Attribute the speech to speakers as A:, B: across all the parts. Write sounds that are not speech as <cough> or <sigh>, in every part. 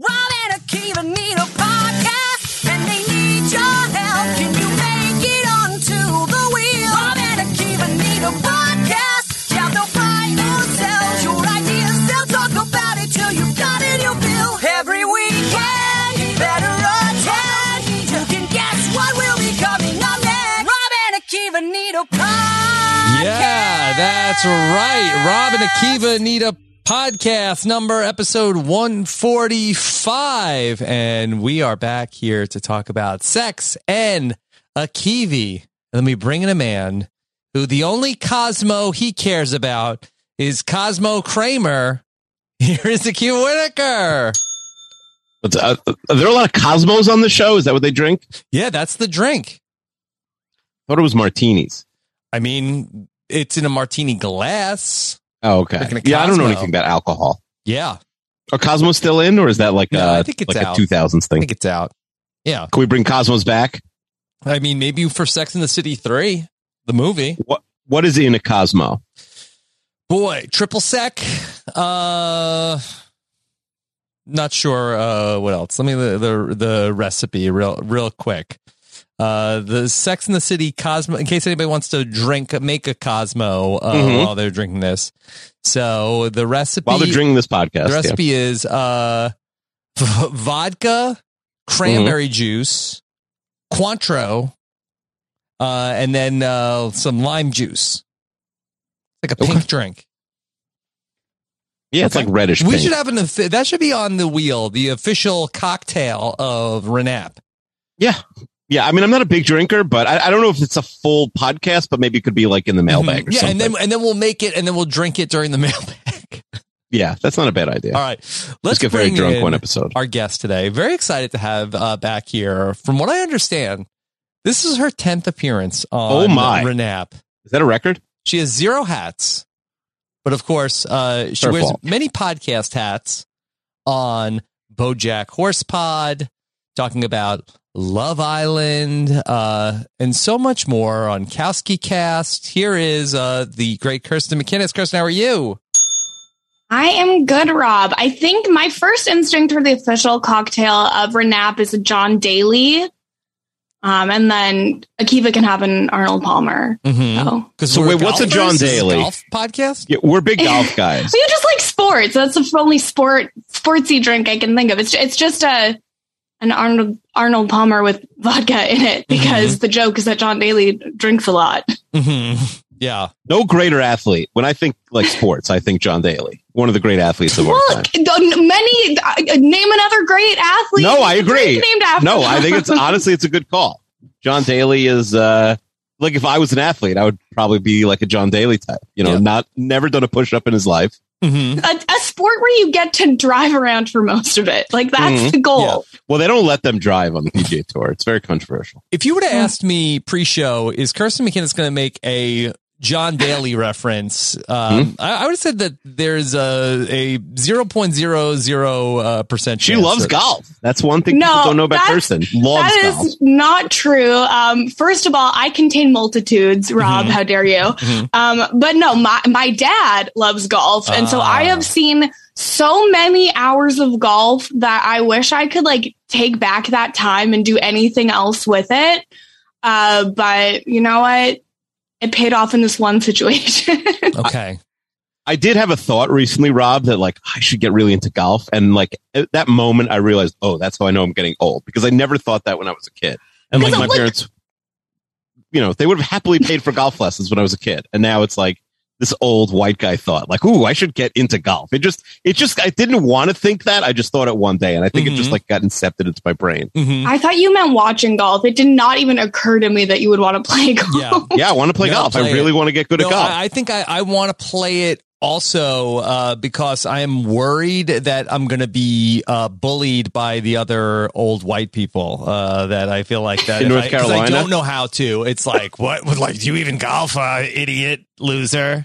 A: Rob and Akiva need a podcast, and they need your help. Can you make it onto the wheel? Rob and Akiva need a podcast. Yeah, they'll find themselves your ideas. They'll talk about it till you've got in your bill. Every weekend, you better attend. You can guess what will be coming up next. Rob and Akiva need a podcast.
B: Yeah, that's right. Rob and Akiva need a podcast number episode 145. And we are back here to talk about sex and Akivi. Let me bring in a man who the only Cosmo he cares about is Cosmo Kramer. <laughs> Here is Akiva Whitaker.
C: What's, uh, are there a lot of Cosmos on the show? Is that what they drink? I
B: Yeah, that's the drink.
C: thought it was martinis.
B: I mean, it's in a martini glass.
C: Oh, okay.
B: Like in a
C: yeah, I don't know
B: Cosmo.
C: anything about alcohol.
B: Yeah,
C: Are Cosmos still in, or is that like
B: No,
C: a,
B: I think it's
C: like
B: out.
C: a 2000s
B: I
C: thing?
B: think it's out. Yeah.
C: Can we bring Cosmos back?
B: I mean, maybe for Sex in the City 3, the movie.
C: What What is in a Cosmo?
B: Boy, triple sec. Uh not sure uh what else. Let me the the, the recipe real real quick. Uh the Sex in the City Cosmo in case anybody wants to drink make a Cosmo uh,
C: Mhm.
B: while they're drinking this. So the recipe
C: While they're drinking this podcast,
B: the
C: yeah.
B: recipe is uh v- vodka, cranberry
C: Mm-hmm.
B: juice, Cointreau, uh, and then uh, some lime juice. Like a pink
C: Okay.
B: drink.
C: yeah, it's
B: Okay.
C: like reddish.
B: We
C: pink.
B: should have an offi- that should be on the wheel, the official cocktail of Renap.
C: yeah, yeah. I mean, I'm not a big drinker, but I, I don't know if it's a full podcast, but maybe it could be like in the mailbag. Or
B: Mm-hmm. yeah,
C: something.
B: and then and then we'll make it, and then we'll drink it during the <laughs> mailbag.
C: yeah, that's not a bad idea.
B: All right, let's
C: Let's get very
B: bring
C: drunk
B: in
C: one episode.
B: Our guest today, very excited to have uh, back here. From what I understand, this is her tenth appearance on
C: Oh, my.
B: Renap.
C: Is that a record?
B: She has zero hats, but of course, uh, she
C: Her
B: wears
C: fault.
B: many podcast hats on BoJack Horsepod, talking about Love Island, uh, and so much more on Kowski Cast. Here is uh, the great Kirsten McKinnis. Kirsten, how are you?
D: I am good, Rob. I think my first instinct for the official cocktail of Renap is a John Daly. Um, and then Akiva can have an Arnold Palmer.
B: Mm-hmm.
D: Oh.
C: So wait, what's a John Daly?
B: golf podcast?
C: Yeah, we're
B: <laughs>
C: big golf guys.
D: So you just like sports. That's the only sport sportsy drink I can think of. It's it's just a an Arnold Arnold Palmer with vodka in it
C: Mm-hmm.
D: because the joke is that John Daly drinks a lot.
B: Mm-hmm. <laughs> Yeah,
C: No greater athlete. When I think like sports, I think John Daly, one of the great athletes of our time.
D: Look, many uh, name another great athlete.
C: No, I agree.
D: Named after
C: no, I think
D: them.
C: it's honestly it's a good call. John Daly is uh like if I was an athlete, I would probably be like a John Daly type. You know,
B: Yeah.
C: not never done a push up in his life.
B: mm-hmm.
D: a, a sport where you get to drive around for most of it. Like that's
C: Mhm.
D: the goal.
C: Well, they don't let them drive on the PGA tour. It's very controversial.
B: If you would have
D: Yeah.
B: asked me pre-show, is Kirsten McKinnis going to make a
C: <laughs>
B: John Daly reference?
C: Hmm?
B: Um, I, I would have said that there's a a zero point zero zero uh, percent.
C: She
B: chance
C: loves
B: that-
C: golf. That's one thing
D: No,
C: people don't know about
D: that's-
C: Kirsten. Loves
D: that is
C: golf.
D: not true. Um, first of all, I contain multitudes, Rob.
B: Mhm.
D: How dare you?
B: Mhm.
D: Um, but no, my my dad loves golf, and so
B: Ah.
D: I have seen so many hours of golf that I wish I could like take back that time and do anything else with it. Uh, but you know what? It paid off in this one <laughs> situation.
B: <laughs> Okay,
C: I did have a thought recently, Rob, that like I should get really into golf. And like at that moment, I realized, oh, that's how I know I'm getting old because I never thought that when I was a kid. And like
D: Because
C: my
D: I'm like-
C: parents, you know, they would have happily paid for golf lessons when I was a kid. And now it's like this old white guy thought like, "Ooh, I should get into golf." It just, it just, I didn't want to think that. I just thought it one day, and I think it just
B: Mhm.
C: like got incepted into my brain.
B: Mhm.
D: I thought you meant watching golf. It did not even occur to me that you would want to play <laughs> golf.
C: <laughs>
B: Yeah.
C: Yeah, I want to play
B: No,
C: golf.
B: play
C: I really
B: it.
C: want to get good
B: No,
C: at golf.
B: I, I think I, I want to play it also uh, because I am worried that I'm going to be uh, bullied by the other old white people uh, that I feel like that
C: In
B: if
C: North
B: I, 'cause I
C: Carolina?
B: don't know how to. It's like what? Like do you even golf, uh, idiot loser?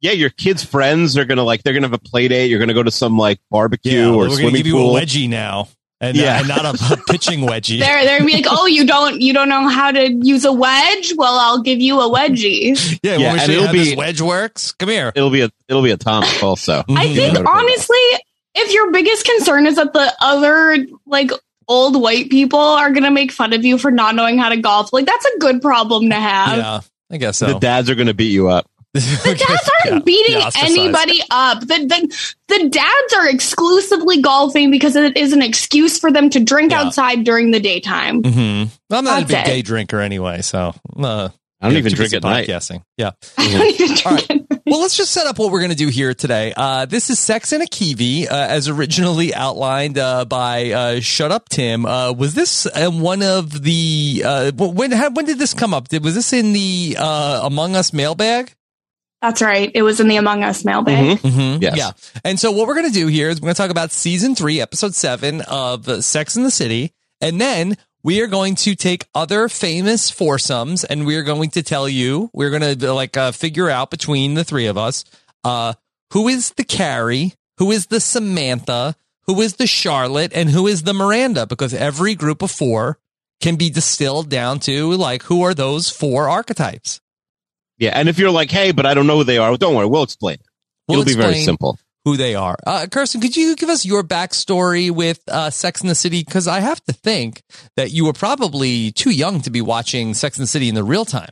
C: yeah, your kids' friends are gonna like they're gonna have a play date. You're gonna go to some like barbecue
B: we're
C: or
B: gonna
C: swimming
B: give you
C: pool.
B: a wedgie now, and, uh,
C: Yeah.
B: and not a, <laughs> a
C: <laughs>
B: pitching wedgie.
D: They're they're gonna be like, oh, you don't you don't know how to use a wedge? Well, I'll give you a
B: <laughs>
D: wedgie.
B: yeah,
C: Yeah,
B: when we
C: and
B: show you
C: it'll
B: how
C: be-
B: this wedge works, come here.
C: It'll be a, it'll be atomic also.
D: I
B: Mhm.
D: think
C: Yeah.
D: honestly, if your biggest concern is that the other like old white people are gonna make fun of you for not knowing how to golf, like that's a good problem to have.
B: yeah, I guess so.
C: The dads are gonna beat you up.
D: The dads aren't
B: Yeah.
D: beating
B: Yeah, ostracized.
D: anybody up. The, the the dads are exclusively golfing because it is an excuse for them to drink
B: Yeah.
D: outside during the daytime.
B: hmm I'm not a
D: That's
B: big
D: it.
B: day drinker anyway, so uh,
C: I don't
B: yeah,
C: even
B: too
C: drink
B: busy
C: at night.
B: Podcasting. Yeah.
D: I <laughs> don't even drink
B: All right.
D: it.
B: well, let's just set up what we're going to do here today. Uh, this is Sex and a Kiwi, uh, as originally outlined uh, by uh, Shut Up Tim. Uh, was this uh, one of the uh, wh- when? How, when did this come up? Did, was this in the uh, Among Us mailbag?
D: That's right. It was in the Among Us mailbag.
C: Mhm. <laughs>
B: Mm-hmm.
C: Yes.
B: Yeah. And so what we're going to do here is we're going to talk about season three, episode seven of uh, Sex in the City. And then we are going to take other famous foursomes and we are going to tell you, we're going to like uh, figure out between the three of us, uh, who is the Carrie, who is the Samantha, who is the Charlotte, and who is the Miranda? Because every group of four can be distilled down to like, who are those four archetypes?
C: Yeah, and if you're like, hey, but I don't know who they are, don't worry, we'll explain it.
B: We'll
C: It'll be very
B: explain
C: simple.
B: who they are. Uh, Kirsten, could you give us your backstory with uh, Sex in the City? Because I have to think that you were probably too young to be watching Sex in the City in the real time.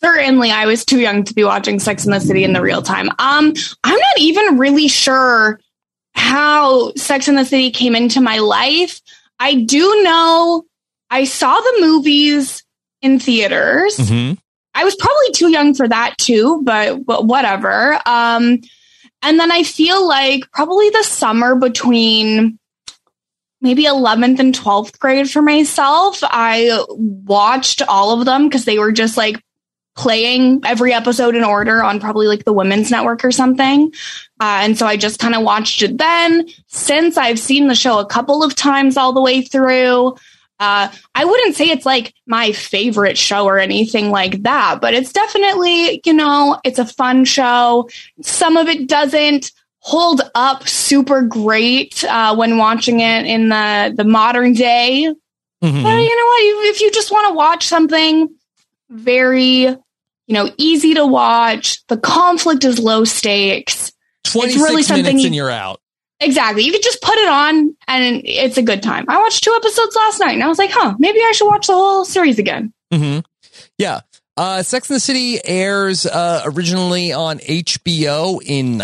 D: Certainly, I was too young to be watching Sex in the City in the real time. Um, I'm not even really sure how Sex in the City came into my life. I do know I saw the movies in theaters.
B: Mm-hmm.
D: I was probably too young for that too, but, but whatever. Um, and then I feel like probably the summer between maybe 11th and 12th grade for myself, I watched all of them because they were just like playing every episode in order on probably like the women's network or something. Uh, and so I just kind of watched it then. Since I've seen the show a couple of times all the way through, uh, I wouldn't say it's like my favorite show or anything like that, but it's definitely, you know, it's a fun show. Some of it doesn't hold up super great uh, when watching it in the, the modern day. But
B: Mm-hmm.
D: you know what? If- If you just want to watch something very, you know, easy to watch, the conflict is low stakes.
B: Twenty-six
D: really something
B: minutes
D: you-
B: and you're out.
D: Exactly. You could just put it on and it's a good time. I watched two episodes last night and I was like, huh, maybe I should watch the whole series again.
B: Mm-hmm. Yeah. Uh, Sex in the City airs uh, originally on HBO in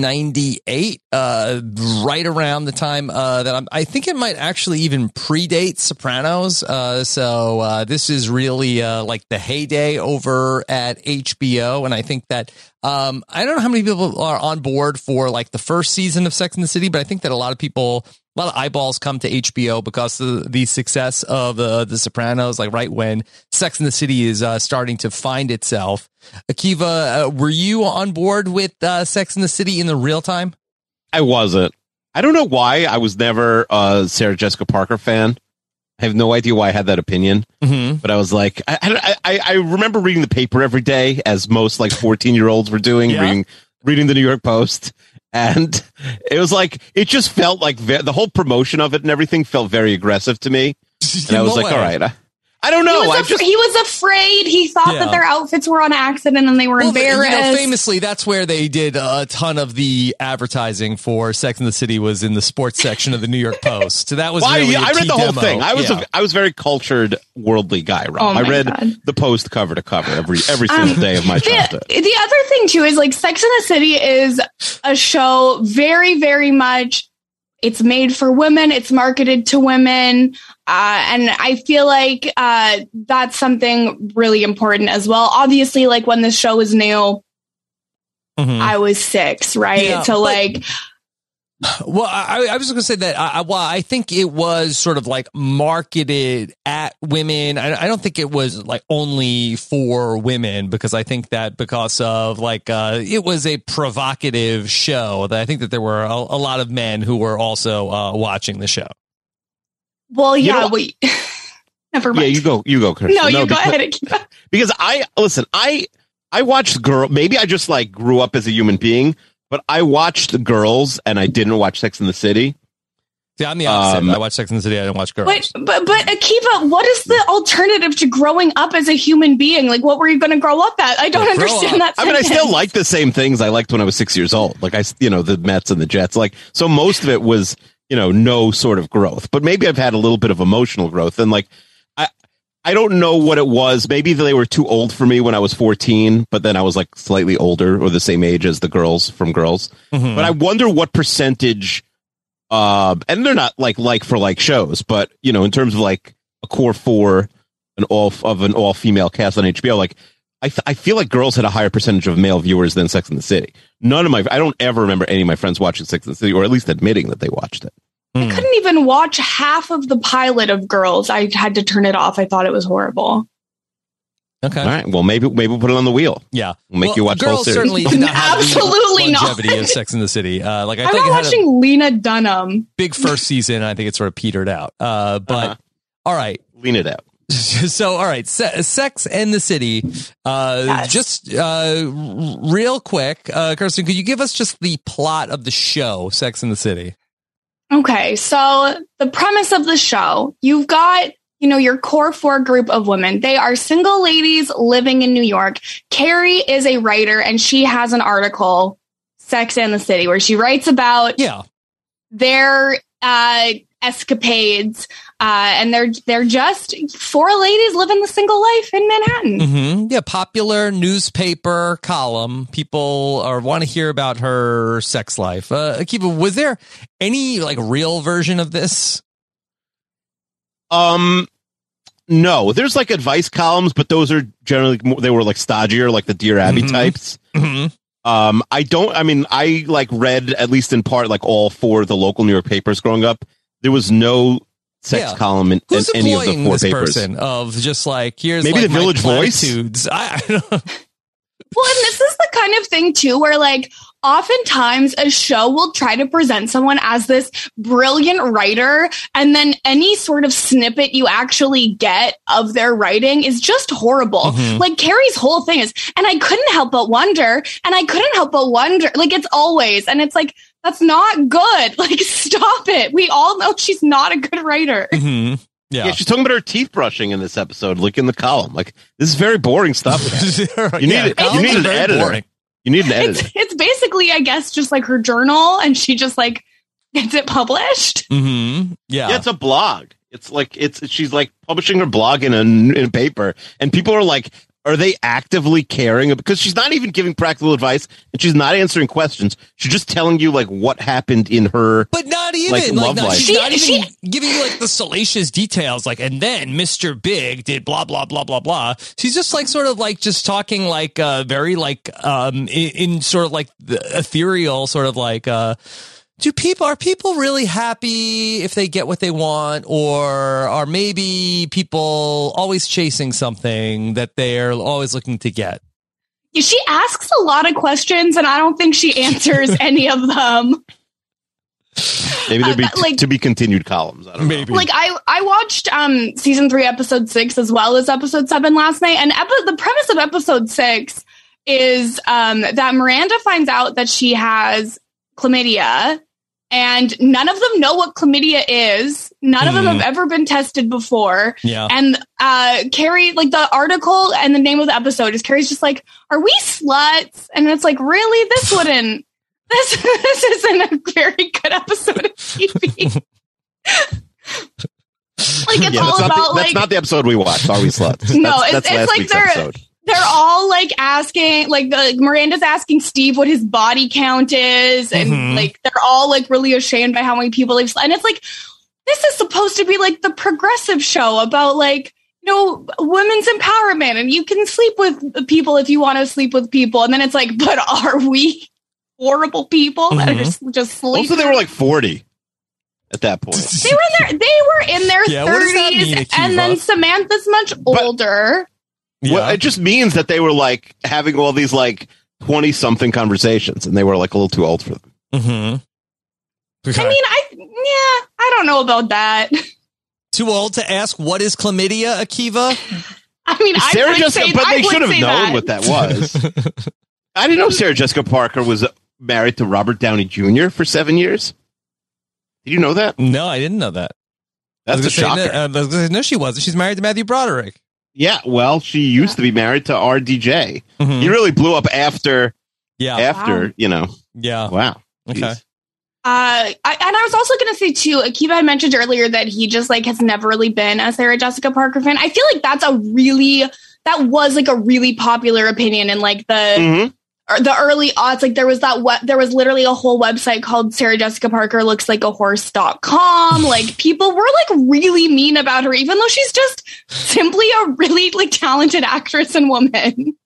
B: 1998, uh, right around the time uh, that I'm, I think it might actually even predate Sopranos. Uh, so uh, this is really uh, like the heyday over at HBO, and I think that um, I don't know how many people are on board for like the first season of Sex in the City, but I think that a lot of people a lot of eyeballs come to HBO because of the success of uh, The Sopranos. Like right when Sex in the City is uh, starting to find itself, Akiva, uh, were you on board with uh, Sex in the City in the real time?
C: I wasn't. I don't know why I was never a Sarah Jessica Parker fan. I have no idea why I had that opinion.
B: Mm-hmm.
C: but I was like, I, I, I I remember reading the paper every day, as most like 14 year olds were doing,
B: Yeah.
C: reading, reading the New York Post. And <laughs> it was like, it just felt like ve- the whole promotion of it and everything felt very aggressive to
B: <laughs>
C: me. And I was like, all right, I, I don't know.
D: he, was
C: I
D: af-
C: just,
D: he was afraid. He thought
B: Yeah.
D: that their outfits were on accident and they were
B: Well, the- you know,
D: embarrassed.
B: famously, that's where they did a ton of the advertising for Sex in the City was in the sports section of the New York Post. So that was
C: why
B: really a
C: I
B: key
C: read the whole
B: demo.
C: thing. I was,
B: Yeah.
C: a, I was very cultured, worldly guy, Rob.
D: Oh
C: I
D: my
C: read
D: God.
C: the Post cover to cover every, every single
D: Um,
C: day of my childhood.
D: The, the other thing too is like Sex in the City is a show very, very much. It's made for women. It's marketed to women. Uh, and I feel like uh, that's something really important as well. Obviously, like when this show was new,
C: Mm.
B: Mhm.
D: I was six, right?
B: Yeah,
D: so,
B: but-
D: like,
B: Well, I, I was going to say that. I, I- well, I think it was sort of like marketed at women. I, I don't think it was like only for women because I think that because of like uh, it was a provocative show that I think that there were a, a lot of men who were also uh, watching the show.
D: well,
C: You
D: yeah,
C: know-
D: we. <laughs> Never
C: Yeah,
D: mind.
C: you go, you go, Chris.
D: no, you go
C: because,
D: ahead. and keep-
C: Because I listen, I I watched girl. Maybe I just like grew up as a human being, but I watched the girls and I didn't watch Sex in the City.
B: See, I'm the opposite.
C: Um,
B: I watched Sex and the City. I didn't watch Girls.
D: But but but Akiva, what is the alternative to growing up as a human being? Like, what were you going to grow up at? I don't
B: Well, grow
D: understand that.
C: I mean, I
D: sentence.
C: still like the same things I liked when I was six years old. Like I, s- you know, the Mets and the Jets. Like so, most of it was you know no sort of growth, but maybe I've had a little bit of emotional growth. And like I, I don't know what it was. Maybe they were too old for me when I was fourteen, but then I was like slightly older or the same age as the girls from Girls.
B: Mhm.
C: But I wonder what percentage. Um, and they're not like like for like shows, but you know, in terms of like a core four, an all of an all female cast on HBO, like I, th- I feel like girls had a higher percentage of male viewers than Sex in the City. None of my I don't ever remember any of my friends watching Sex in the City, or at least admitting that they watched it.
B: Hmm.
D: I couldn't even watch half of the pilot of Girls. I had to turn it off. I thought it was horrible.
B: okay.
C: All right, well maybe maybe we'll put it on the wheel.
B: Yeah.
C: We'll make you watch the whole
B: Girls
C: series.
B: certainly did not have the
D: Absolutely not.
B: longevity of Sex in the City. Uh, like I
D: I'm
B: think
D: not
B: it had a-
D: watching Lena Dunham.
B: big first season. and I think it sort of petered out. Uh, but
C: Uh-huh.
B: all right.
C: Lean it out.
B: <laughs> So all right, se- Sex and the City. Uh,
D: Yes.
B: Just uh, r- real quick, uh, Kirsten, could you give us just the plot of the show, Sex and the City?
D: Okay, so the premise of the show, you've got, you know, your core four group of women. They are single ladies living in New York. Carrie is a writer and she has an article, Sex and the City, where she writes about
B: Yeah.
D: their uh, escapades. Uh, and they're they're just four ladies living the single life in Manhattan.
B: hmm Yeah. Popular newspaper column. People are want to hear about her sex life. Uh, Akiva, was there any like real version of this?
C: Um, no, there's like advice columns, but those are generally more, they were like stodgier, like the Dear Abby
B: Mhm.
C: types.
B: Mhm.
C: Um, I don't. I mean, I like read at least in part like all four of the local New York papers growing up. There was no sex
B: Yeah.
C: column in, in
B: Who's
C: any of
B: employing
C: the four
B: this
C: papers.
B: person of just like here's
C: Maybe the
B: like, my
C: Village Voice?
B: platitudes? <laughs> I, I don't
D: Well, and this is the kind of thing too where like oftentimes a show will try to present someone as this brilliant writer and then any sort of snippet you actually get of their writing is just horrible.
B: Mhm.
D: Like Carrie's whole thing is and I couldn't help but wonder and I couldn't help but wonder like it's always and it's like that's not good. <laughs> Like stop it. We all know she's not a good writer.
B: Mhm.
C: Yeah. she's talking about her teeth brushing in this episode. Look in the column. Like this is very boring
B: <laughs>
C: stuff.
B: you
C: You need it- you need an editor. you
B: <laughs>
C: need an
D: It's
C: editor.
D: it's basically I guess just like her journal and she just like gets it published.
B: Mm-hmm. Yeah.
C: Yeah, it's a blog. It's like it's she's like publishing her blog in a, in a paper, and people are like, are they actively caring? Because she's not even giving practical advice, and she's not answering questions. She's just telling you like what happened in her.
B: but not even
C: Like,
B: like,
C: love
B: not,
C: life.
B: she's
D: She-
B: not even
D: she-
B: giving you like the salacious details. Like, and then Mr. Big did blah blah blah blah blah. She's just like sort of like just talking like uh very like um in, in sort of like the ethereal sort of like uh do people are people really happy if they get what they want or are maybe people always chasing something that they're always looking to get?
D: Yeah, She asks a lot of questions, and I don't think she answers any of them.
C: Maybe there'd be
D: Uh, but, like-
C: to be continued columns. I don't know.
B: Maybe
D: Like I, I watched um season three, episode six, as well as episode seven last night. And epi- the premise of episode six is um that Miranda finds out that she has chlamydia, and none of them know what chlamydia is. None of them
B: Hmm.
D: have ever been tested before.
B: yeah.
D: And uh, Carrie, like the article and the name of the episode is Carrie's just like, "Are we sluts?" And it's like, really, this wouldn't. This <laughs> this isn't a very good episode of TV. <laughs> like it's
C: Yeah,
D: all
C: that's, not
D: about
C: the, that's
D: like
C: not the episode we watched. Are we
B: <laughs>
C: sluts?
D: No,
C: That's-
D: it's-
C: that's
D: it's
C: last
D: like
C: week's
D: they're-
C: episode.
D: they're all like asking like the Miranda's asking Steve what his body count is and
B: Mhm.
D: like they're all like really ashamed by how many people they've sl- and it's like this is supposed to be like the progressive show about like you know women's empowerment and you can sleep with people if you want to sleep with people and then it's like but are we horrible people that are
B: Mhm.
D: just, just sleeping
C: Also, they were like 40 at that point.
D: they were in their they were in their
B: Yeah, what does that mean,
D: 30s and then
B: Akiva?
D: samantha's much
C: But-
D: older
B: Yeah.
C: Well, it just means that they were like having all these like 20 something conversations and they were like a little too old for them.
B: mm-hmm.
D: i mean i yeah i don't know about that
B: Too old to ask what is chlamydia, Akiva?
D: i mean i
C: Sarah
D: would
C: Jessica,
D: say,
C: but
D: I
C: they
D: would
C: should have
D: say that.
C: known what that
B: <laughs>
C: was. I didn't know Sarah Jessica Parker was married to Robert Downey Jr. for seven years. Did you know that?
B: <laughs> No, I didn't know that. I
C: That's a
B: was gonna say,
C: shocker.
B: No, uh, I was gonna say, no, she wasn't. She's married to Matthew Broderick.
C: yeah, well, she used to be married to RDJ.
B: Mhm.
C: He really blew up after,
B: Yeah.
C: after you know,
B: Yeah.
C: wow.
B: Okay.
C: Jeez.
D: Uh, I, and I was also going to say too, Akiva had mentioned earlier that he just like has never really been a Sarah Jessica Parker fan. I feel like that's a really that was like a really popular opinion in like the
C: Mhm.
D: or the early aughts. Like there was that what there was literally a whole website called Sarah Jessica Parker looks like a
C: <laughs>
D: horse.com. like people were like really mean about her, even though she's just simply a really like talented actress and woman. <laughs>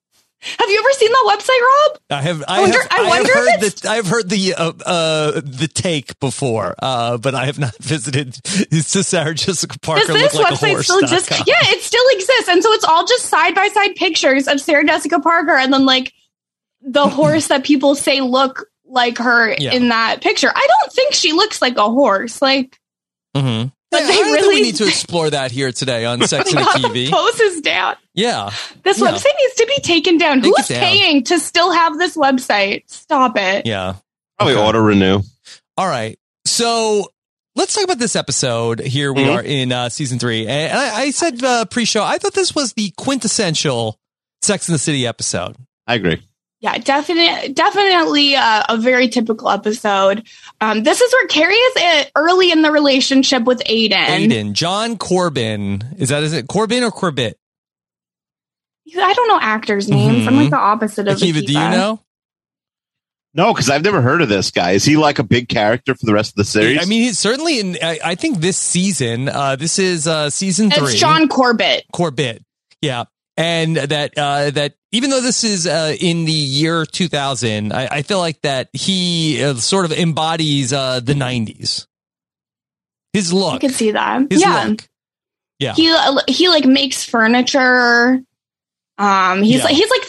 D: Have you ever seen that website, Rob?
B: I have. I,
D: I wonder-
B: have,
D: I
B: I have
D: wonder if
B: heard the. I've heard the uh, uh, the take before, uh, but I have not <laughs> visited. It's just Sarah Jessica Parker
D: Does
B: look
D: this
B: like a
D: website
B: horse.
D: still exist?
B: dot com.
D: Yeah, it still exists. And so it's all just side by side pictures of Sarah Jessica Parker and then like
B: <laughs>
D: the horse that people say look like her
B: Yeah.
D: in that picture. I don't think she looks like a horse. Like
B: Mhm.
D: But
B: Yeah,
D: they
B: I think
D: really-
B: we need to explore that here
D: <laughs>
B: today on Sex and
D: got the
B: TV.
D: poses down.
B: Yeah,
D: This
B: Yeah.
D: website needs to be taken down.
B: Take
D: Who
B: it
D: is
B: down.
D: paying to still have this website? Stop it.
B: yeah.
C: Probably
B: Okay.
C: auto renew.
B: All right. So let's talk about this episode. Here we
C: Mhm.
B: are in uh, season three, and I, I said uh, pre-show. I thought this was the quintessential Sex in the City episode.
C: I agree.
D: Yeah, definitely, definitely uh, a very typical episode. Um, this is where Carrie is uh, early in the relationship with Aiden.
B: Aiden, John Corbin, is that is it Corbin or Corbett?
D: I don't know actors' names. I'm like the opposite of
B: Mm-hmm. Akiva, do you
D: Akiva.
B: know?
C: No, because I've never heard of this guy. Is he like a big character for the rest of the series?
B: I mean, he's certainly in. I, I think this season, uh, this is uh, season three.
D: It's John Corbett.
B: Corbett. Yeah. And that uh, that even though this is uh, in the year 2000, I, I feel like that he uh, sort of embodies uh, the 90s. His
D: I
B: look,
D: could see that.
B: his
D: yeah,
B: look. Yeah.
D: he uh, he like makes furniture. Um, he's
B: Yeah.
D: like he's like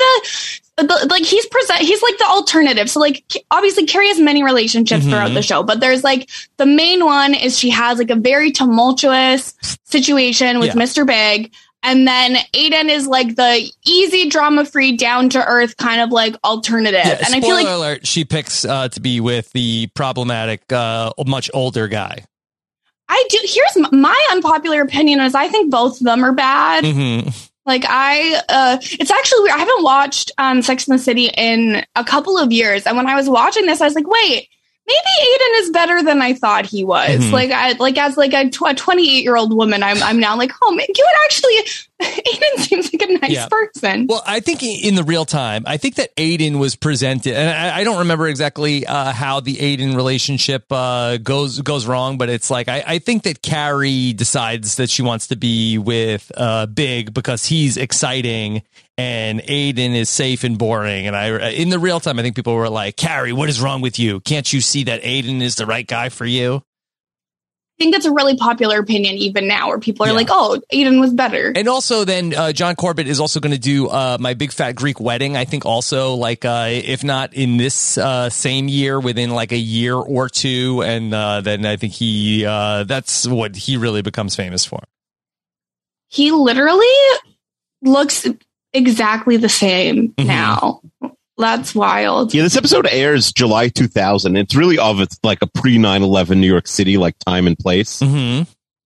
D: the, the like he's present. He's like the alternative. So like K- obviously Carrie has many relationships
B: Mhm.
D: throughout the show, but there's like the main one is she has like a very tumultuous situation with
B: Yeah.
D: Mr. Big. And then Aiden is like the easy, drama free, down to earth kind of like alternative.
B: Yeah,
D: and
B: spoiler
D: I feel like
B: alert: she picks uh, to be with the problematic, uh, much older guy.
D: I do. Here's m- my unpopular opinion: is I think both of them are bad.
B: hmm
D: Like I, uh, it's actually weird. I haven't watched um, Sex and the City in a couple of years, and when I was watching this, I was like, wait, maybe Aiden is better than I thought he was.
B: Mhm.
D: Like I, like as like a twenty eight year old woman, I'm I'm now like, oh, man, you would actually, <laughs> Aiden seems like a nice
B: Yeah.
D: person.
B: Well, I think in the real time, I think that Aiden was presented, and I, I don't remember exactly uh, how the Aiden relationship uh, goes goes wrong, but it's like I, I think that Carrie decides that she wants to be with uh, Big because he's exciting, and Aiden is safe and boring. And I, in the real time, I think people were like, "Carrie, what is wrong with you? Can't you see that Aiden is the right guy for you?"
D: I think it's a really popular opinion even now, where people are
B: Yeah.
D: like, oh, Aiden was better.
B: And also, then uh, John Corbett is also going to do uh, my big fat Greek wedding. I think also, like uh, if not in this uh, same year, within like a year or two, and uh, then I think he uh, that's what he really becomes famous for.
D: he literally looks exactly the same
B: Mhm.
D: now. That's wild.
C: Mm-hmm. Yeah, this episode airs July 2000. It's really of it's like a pre 9/11 New York City like time and place.
B: Mm-hmm.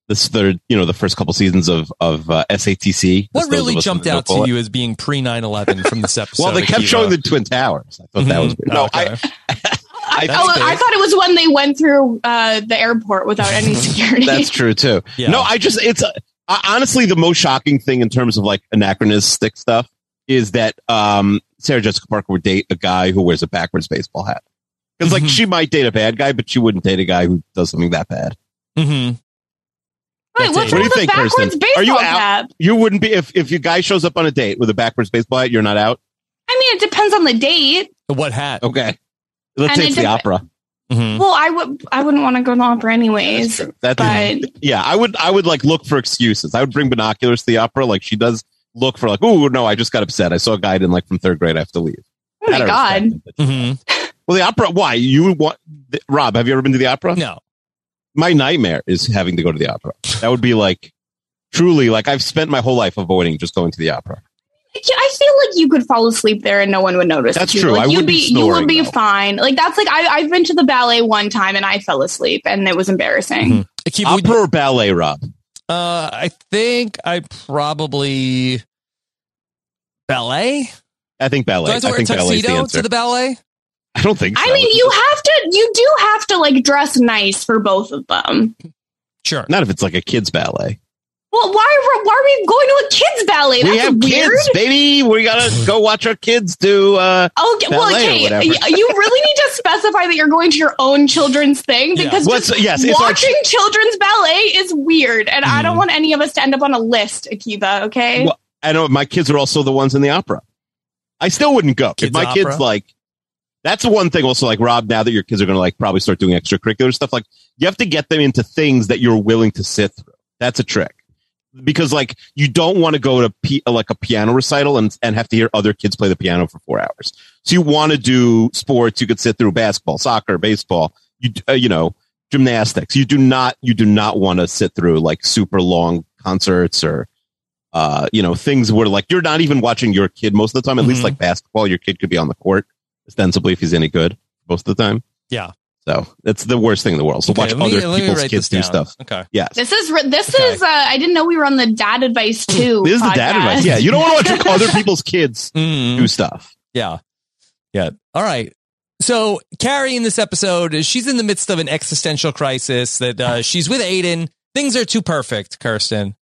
C: This third, you know, the first couple seasons of of uh, SATC.
B: What
C: Just those
B: really
C: of us
B: jumped
C: who know
B: out to
C: bullet.
B: you as being pre 9 11 from
C: <laughs>
B: this episode?
C: Well, they kept
B: Akiva?
C: showing the Twin Towers. I thought that was
B: Mhm.
C: weird. No,
B: Okay.
C: I,
D: I,
C: That's
D: oh, I
B: big.
D: thought it was when they went through uh, the airport without
C: <laughs>
D: any security. <laughs>
C: that's true too.
B: Yeah.
C: No, I just it's uh, I- honestly the most shocking thing in terms of like anachronistic stuff is that um Sarah Jessica Parker would date a guy who wears a backwards baseball hat. Because like
B: Mhm.
C: she might date a bad guy, but she wouldn't date a guy who does something that bad.
D: Wait,
B: Mhm.
D: what's
C: What do
D: wrong
C: you
D: with a
C: think,
D: backwards
C: Kirsten?
D: baseball
C: Are you out?
D: cap?
C: You wouldn't be if if your guy shows up on a date with a backwards baseball hat. You're not out.
D: I mean, it depends on the date.
B: What hat?
C: Okay. Let's
D: And
C: say
D: it
C: it's the
D: dep-
C: opera.
B: Mhm.
D: Well, I would. I wouldn't want to go to the opera anyways.
C: Mm-hmm. That's true. That-
D: but oh
C: yeah, I would. I would like look for excuses. I would bring binoculars to the opera, like she does. Look for like, oh no, I just got upset. I saw a guy I didn't like from third grade. I have to leave.
D: oh my
C: That I
D: god,
C: respect.
B: Mhm.
C: Well, the opera. Why you want th- Rob? Have you ever been to the opera?
B: No.
C: My nightmare is having to go to the opera. That would be like truly like I've spent my whole life avoiding just going to the opera.
D: Yeah, I feel like you could fall asleep there and no one would notice.
C: That's
D: you.
C: true.
D: Like,
C: I
D: you'd
C: would be
D: be, you would
C: snoring,
D: be
C: though.
D: fine. Like that's like I, I've been to the ballet one time and I fell asleep and it was embarrassing.
B: Mhm. Keep, would-
C: opera or ballet, Rob?
B: Uh, I think I probably ballet.
C: I think
B: Do I
C: ballet.
B: have to
C: I
B: wear a
C: think ballet is the
B: tuxedo to
C: answer.
B: the ballet?
C: I don't think. So.
D: I mean, you have to, you do have to like dress nice for both of them.
B: Sure.
C: not if it's like a kids ballet.
D: Well, why are we, why are we going to a kids ballet? That's
C: we have
D: weird.
C: kids, baby. We gotta go watch our kids do. uh
D: Okay, well,
C: ballet or
D: okay.
C: whatever.
D: y- You really need to specify that you're going to your own children's thing
B: Yeah.
D: because
C: What's
D: just
C: yes? It's our Mm.
D: watching children's ballet is weird, and I don't want any of us to end up on a list, Akiva. Okay.
C: Well, I know my kids are also the ones in the opera. I still wouldn't go
B: Kids
C: if my
B: opera?
C: kids like. That's the one thing. Also, like Rob, now that your kids are going to like probably start doing extracurricular stuff, like you have to get them into things that you're willing to sit through. That's a trick because like you don't want to go to p- like a piano recital and and have to hear other kids play the piano for four hours. So you want to do sports. You could sit through basketball, soccer, baseball. You d- uh, you know gymnastics. You do not you do not want to sit through like super long concerts or uh, you know, things where like you're not even watching your kid most of the time. At
B: Mhm.
C: least like basketball, your kid could be on the court ostensibly if he's any good most of the time.
B: Yeah.
C: So that's the worst thing in the world. So
B: Okay,
C: watch
B: let me-
C: other
B: let me
C: people's
B: write
C: kids do
B: this down.
C: stuff.
B: Okay.
C: Yes.
D: This is re- this
B: Okay.
D: is uh, I didn't know we were on the dad advice too.
C: This is the dad
D: podcast.
C: advice. Yeah. You don't
D: <laughs>
C: want to watch other people's kids
B: Mhm.
C: do stuff.
B: Yeah. Yeah. All right. So Carrie in this episode, she's in the midst of an existential crisis that uh, she's with Aiden. Things are too perfect, Kirsten.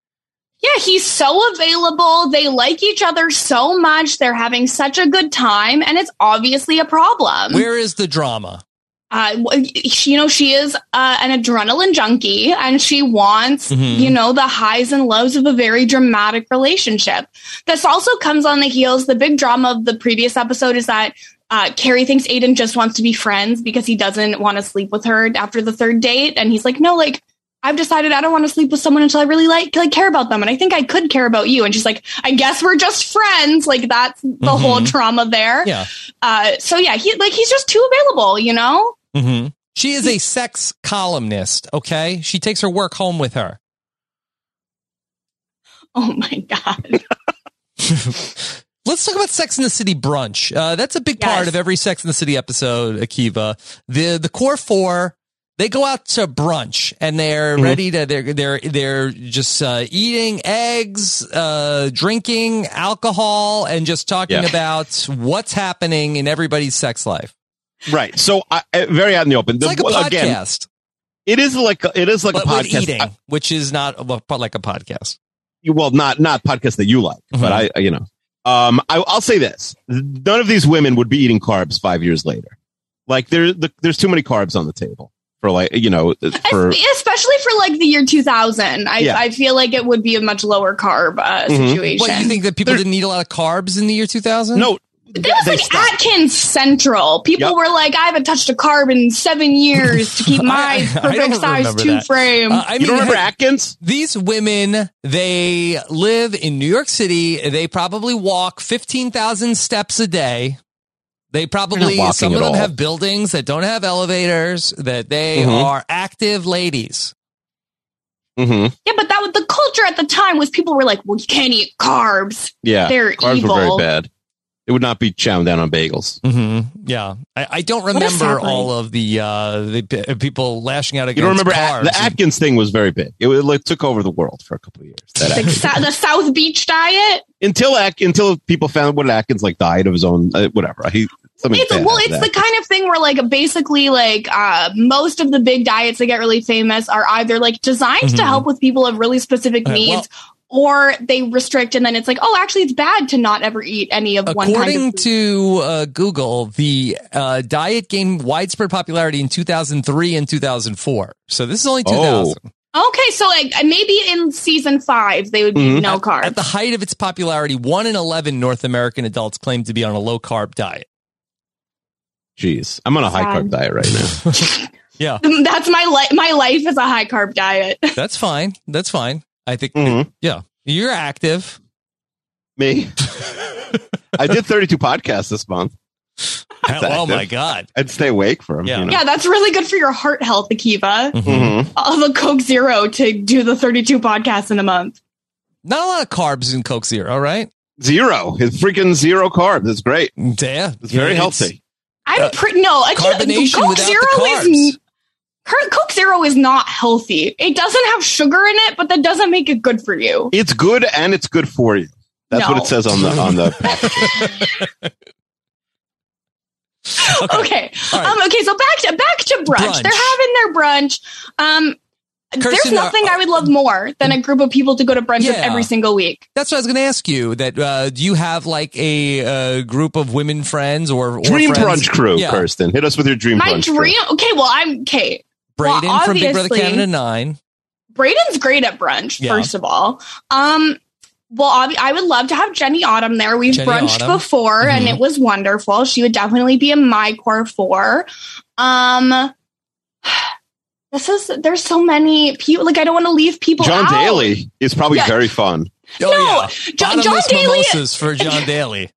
D: Yeah, he's so available. They like each other so much. They're having such a good time, and it's obviously a problem.
B: Where is the drama?
D: uh, w- she, you know, she is uh, an adrenaline junkie, and she wants,
B: Mhm.
D: you know, the highs and lows of a very dramatic relationship. This also comes on the heels. The big drama of the previous episode is that uh, Carrie thinks Aiden just wants to be friends because he doesn't want to sleep with her after the third date, and he's like, no, like. I've decided I don't want to sleep with someone until I really like like care about them, and I think I could care about you. And she's like, "I guess we're just friends." Like that's the whole
B: Mhm.
D: trauma there.
B: Yeah.
D: Uh, so yeah, he like he's just too available, you know.
B: Mm-hmm. She is a sex columnist. Okay. She takes her work home with her.
D: <laughs> Oh my god.
B: Let's talk about Sex in the City brunch. Uh, that's a big
D: Yes.
B: part of every Sex in the City episode, Akiva. The the core four, they go out to brunch and they're
C: Mhm.
B: ready to they're they're they're just uh, eating eggs, uh, drinking alcohol, and just talking
C: Yeah.
B: about what's happening in everybody's sex life.
C: Right. So I, I- very out in the open.
B: It's
C: The-
B: like a
C: well,
B: podcast,
C: Again, it is like, a- it is like
B: but
C: a
B: with
C: podcast.
B: eating,
C: I-
B: which is not a- like a podcast.
C: well, not, not podcast that you like, but
B: Uh-huh.
C: I, you know, um, I, I'll say this. None of these women would be eating carbs five years later. Like there, the, there's too many carbs on the table for like, you know, for,
D: Es- Especially for like the year 2000. I,
C: Yeah.
D: I feel like it would be a much lower carb uh,
C: Mhm.
D: situation.
B: What you think that people
C: There-
B: didn't eat a lot of carbs in the year two thousand?
C: no,
D: There was
C: they
D: like
C: stopped.
D: Atkins Central. People
C: Yep.
D: were like, I haven't touched a carb in seven years to
C: <laughs>
D: keep my
B: I- I
D: perfect
B: don't
D: size
B: remember
D: two
B: that.
D: frame.
B: Uh, I
C: you don't
B: mean,
C: remember Atkins?
B: These women, they live in New York City. They probably walk 15,000 steps a day. They probably,
C: walking
B: some of
C: at
B: them
C: all.
B: have buildings that don't have elevators, that they
C: Mhm.
B: are active ladies.
C: Mm-hmm.
D: yeah, but that was the culture at the time was people were like, well, you can't eat carbs.
C: Yeah.
D: They're
C: Carbs
D: evil.
C: were very bad. It would not be chowing down on bagels.
B: Mm-hmm. Yeah. I, I don't
D: What is
B: remember
D: happening?
B: all of the, uh, the p- people lashing out against
C: You don't remember At-
B: cars.
C: the Atkins thing was very big. It, was- like, took over the world for a couple of years. That
D: Like,
C: Atkins.
D: sa- the South Beach diet.
C: until Atk- until people found what Atkins like died of his own uh, whatever. He something.
D: It's
C: bad
D: well, it's
C: happened
D: the
C: to
D: kind of thing where like basically like uh, most of the big diets that get really famous are either like designed to
B: Mhm.
D: help with people of really specific
B: Okay, well-
D: needs. or they restrict, and then it's like, oh, actually, it's bad to not ever eat any of one kind
B: According
D: of food.
B: to uh, Google, the uh, diet gained widespread popularity in 2003 and 2004. So this is only
C: Oh.
B: 2000.
D: Okay, so like maybe in season five they would be
C: Mhm.
D: no
B: Mm-hmm. At
D: carb.
B: the height of its popularity, one in 11 North American adults claimed to be on a low carb diet.
C: Jeez, I'm on a high
D: Sad.
C: carb diet right now.
D: <laughs>
B: Yeah,
D: That's my life. My life is a high carb diet. <laughs>
B: that's fine. That's fine. I think,
C: Mhm.
B: yeah, you're active.
C: Me, I did 32 podcasts this month.
B: Oh
C: active.
B: my God.
C: I'd stay awake for them.
B: Yeah.
C: you know?
D: yeah, that's really good for your heart health, Akiva.
B: Mhm.
C: Mhm.
D: I'll have a Coke Zero to do the 32 podcasts in a month.
B: Not a lot of carbs in Coke Zero, right?
C: Zero. It's freaking zero carbs. It's great.
B: Yeah.
C: It's very healthy.
D: I'm
B: Uh,
D: pretty no. I can't-
B: carbonation without the
D: is Cur- Coke Zero is not healthy. It doesn't have sugar in it, but that doesn't make it good for you.
C: It's good and it's good for you. That's what
D: No.
C: it says on the on
D: <laughs>
C: the package.
B: Okay.
D: Okay.
B: All right.
D: Um, okay, so back to back to brunch.
B: Brunch.
D: They're having their brunch. Um,
B: Kirsten,
D: there's nothing
B: uh,
D: I would love more than a group of people to go to brunch with
B: Yeah.
D: every single week.
B: That's what I was going to ask you. That uh, do you have like a uh, group of women friends or, or
C: dream
B: friends?
C: brunch crew,
B: Yeah.
C: Kirsten. Hit us with your dream
D: My
C: brunch
D: dream. Okay, well I'm okay.
B: Braden
D: Well,
B: from Big Brother
D: obviously-
B: Canada Nine.
D: Braden's great at brunch.
B: Yeah.
D: First of all, um, well, obvi- I would love to have Jenny Autumn there. We've
B: Jenny
D: brunched
B: Autumn.
D: before, and
B: Mhm.
D: it was wonderful. She would definitely be in my core four. Um, this is there's so many people. Like I don't want to leave people.
C: crew. John
D: out.
C: Daly is probably
D: Yeah.
C: very fun.
D: No,
B: Oh, yeah.
D: John, John
B: Bottomless
D: Daly.
B: mimosas for
D: <laughs>
B: John Daly.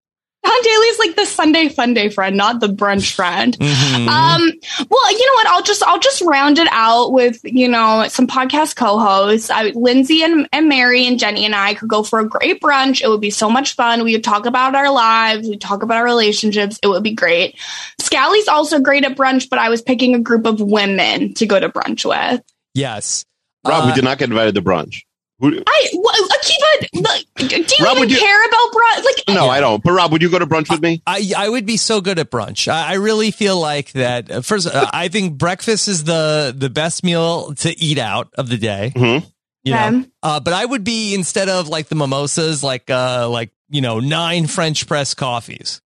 D: John Daly's like the Sunday fun day friend, not the brunch friend.
B: Mhm.
D: Um, well, you know what? I'll just I'll just round it out with you know some podcast co-hosts. I, Lindsay and, and Mary and Jenny and I could go for a great brunch. It would be so much fun. We would talk about our lives. We would talk about our relationships. It would be great. Scally's also great at brunch, but I was picking a group of women to go to brunch with.
B: yes,
C: Rob, we
B: Uh,
C: did not get invited to brunch. Who,
D: I well, Akiva, look, do you
C: Rob,
D: even
C: would you-
D: care about brunch? Like,
C: no, I don't. But Rob, would you go to brunch with me?
B: I I would be so good at brunch. I, I really feel like that. uh, First, uh, I think breakfast is the the best meal to eat out of the day.
C: Mhm.
B: You know,
D: um,
B: uh, but I would be instead of like the mimosas, like uh, like you know, nine French press coffees.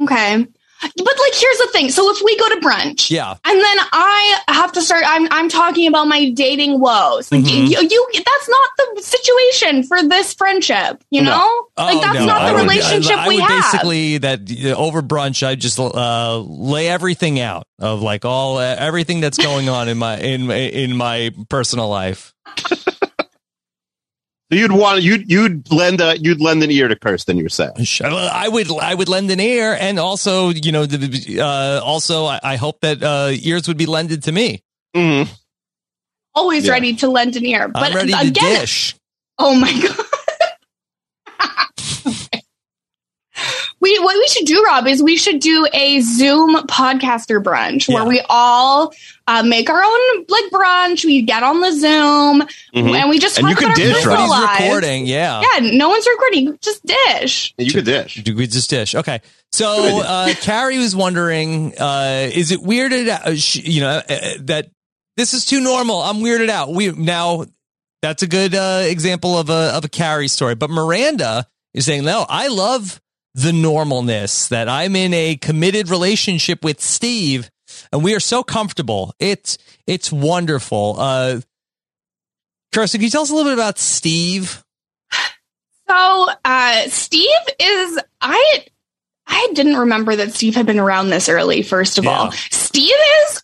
D: okay, but like here's the thing. So if we go to brunch,
B: Yeah,
D: And then I have to start. I'm I'm talking about my dating woes. Like
B: Mhm.
D: you, you, that's not the situation for this friendship. You
C: No.
D: know, like
B: Oh,
D: that's
B: no,
D: not
B: I
D: the
B: would-
D: relationship
B: I, I
D: we
B: would
D: have.
B: Basically, that uh, over brunch, I just uh, lay everything out of like all uh, everything that's going on in my in my- in my personal life.
C: So you'd want you'd you'd lend a you'd lend an ear to Kirsten yourself.
B: I would I would lend an ear, and also you know, the- uh, also I, I hope that uh, ears would be lended to me.
C: Mm-hmm.
D: Always
C: Yeah.
D: ready to lend an ear, but
B: I'm ready to
D: again,
B: dish.
D: oh my <laughs> god. We, what we should do, Rob, is we should do a Zoom podcaster brunch where
B: Yeah.
D: we all uh, make our own like brunch. We get on the Zoom
B: Mm-hmm.
D: and we just
C: And
D: talk
C: you can
D: about
C: dish,
D: our
C: right?
D: personal
B: Nobody's
D: lives.
B: recording. Yeah.
D: Yeah, no one's recording. Just dish.
C: You could dish.
B: Do we just dish? Okay.
C: Good
B: So
C: idea.
B: uh, Carrie was wondering, uh, is it weirded? Uh, sh you know uh, that this is too normal. I'm weirded out. We now that's a good uh, example of a of a Carrie story. But Miranda is saying, no, I love the normalness that I'm in a committed relationship with Steve, and we are so comfortable. It's it's wonderful. Uh, Kirsten, can you tell us a little bit about Steve?
D: So uh, Steve is I I didn't remember that Steve had been around this early. First of
B: Yeah.
D: all, Steve is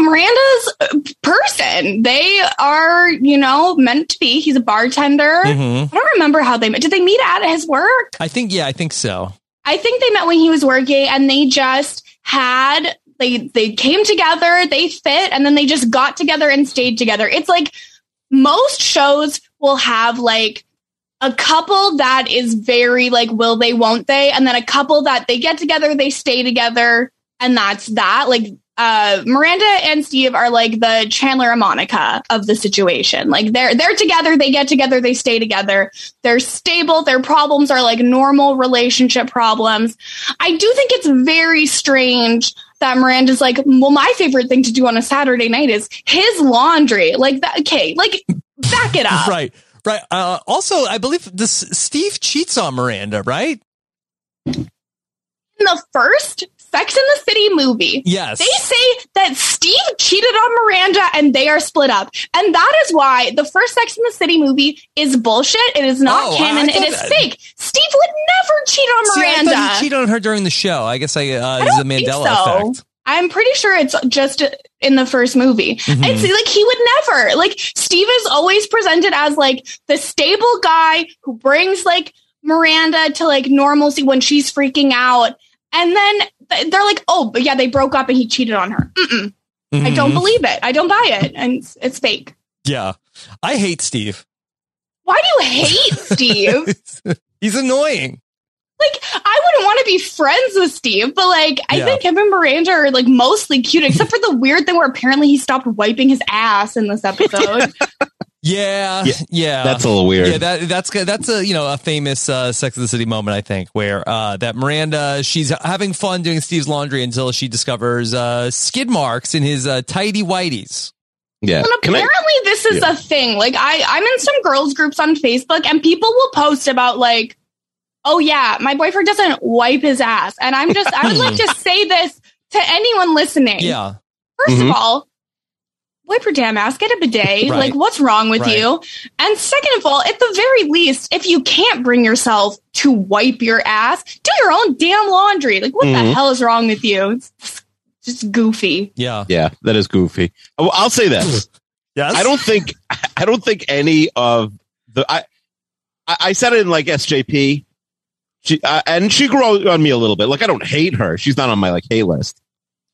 D: Miranda's uh, person. They are you know meant to be. He's a bartender.
B: Mm-hmm.
D: I don't remember how they met. Did they meet at his work?
B: I think yeah, I think so.
D: I think they met when he was working, and they just had they they came together. They fit, and then they just got together and stayed together. It's like most shows will have like a couple that is very like will they won't they and then a couple that they get together they stay together and that's that like uh Miranda and Steve are like the Chandler and Monica of the situation like they're they're together they get together they stay together they're stable their problems are like normal relationship problems I do think it's very strange that Miranda's like well my favorite thing to do on a Saturday night is his laundry like that okay like back it up
B: <laughs> Right, right. Uh, also, I believe this Steve cheats on Miranda, right?
D: in the first Sex in the City movie.
B: Yes.
D: They say that Steve cheated on Miranda and they are split up. And that is why the first Sex in the City movie is bullshit. It is not
B: Oh, I-
D: canon.
B: I thought
D: it is
B: that-
D: fake. Steve would never cheat on
B: See, I
D: Miranda.
B: thought he cheated on her during the show. I guess I uh,
D: I
B: it's a
D: don't think
B: Mandela
D: so.
B: effect.
D: I'm pretty sure it's just in the first movie.
B: Mhm.
D: It's like he would never. Like Steve is always presented as like the stable guy who brings like Miranda to like normalcy when she's freaking out. And then th- they're like, "Oh, but yeah, they broke up and he cheated on her." Mm-mm. I don't
B: Mhm.
D: believe it. I don't buy it. And it's, it's fake.
B: Yeah, I hate Steve. <laughs>
D: Why do you hate Steve?
B: He's annoying.
D: like I wouldn't want to be friends with Steve, but like I
B: Yeah.
D: think him and Miranda are like mostly cute, except for the weird thing where apparently he stopped wiping his ass in this episode.
B: Yeah, yeah.
C: Yeah, That's a little weird.
B: Yeah, that that's good. That's a you know a famous uh, Sex of the City moment I think where uh, that Miranda she's having fun doing Steve's laundry until she discovers uh, skid marks in his uh, tidy whities.
C: yeah.
D: and
C: Can I-
D: apparently this is
C: Yeah.
D: a thing. Like I, I'm in some girls groups on Facebook and people will post about like, oh yeah, my boyfriend doesn't wipe his ass. And I'm just I would like
C: <laughs>
D: to say this to anyone listening.
B: Yeah,
D: 1st
C: Mhm.
D: of all, wipe your damn ass, get a bidet.
B: Right.
D: Like, what's wrong with
B: Right.
D: you? And second of all, at the very least, if you can't bring yourself to wipe your ass, do your own damn laundry. Like, what the
C: Mhm.
D: hell is wrong with you? It's just goofy.
B: yeah,
C: yeah, that is goofy. Oh, I'll say this.
B: yes.
C: I don't think I don't think any of the I I, I said it in like SJP. She uh, and she grew on me a little bit. Like I don't hate her. She's not on my like hate list.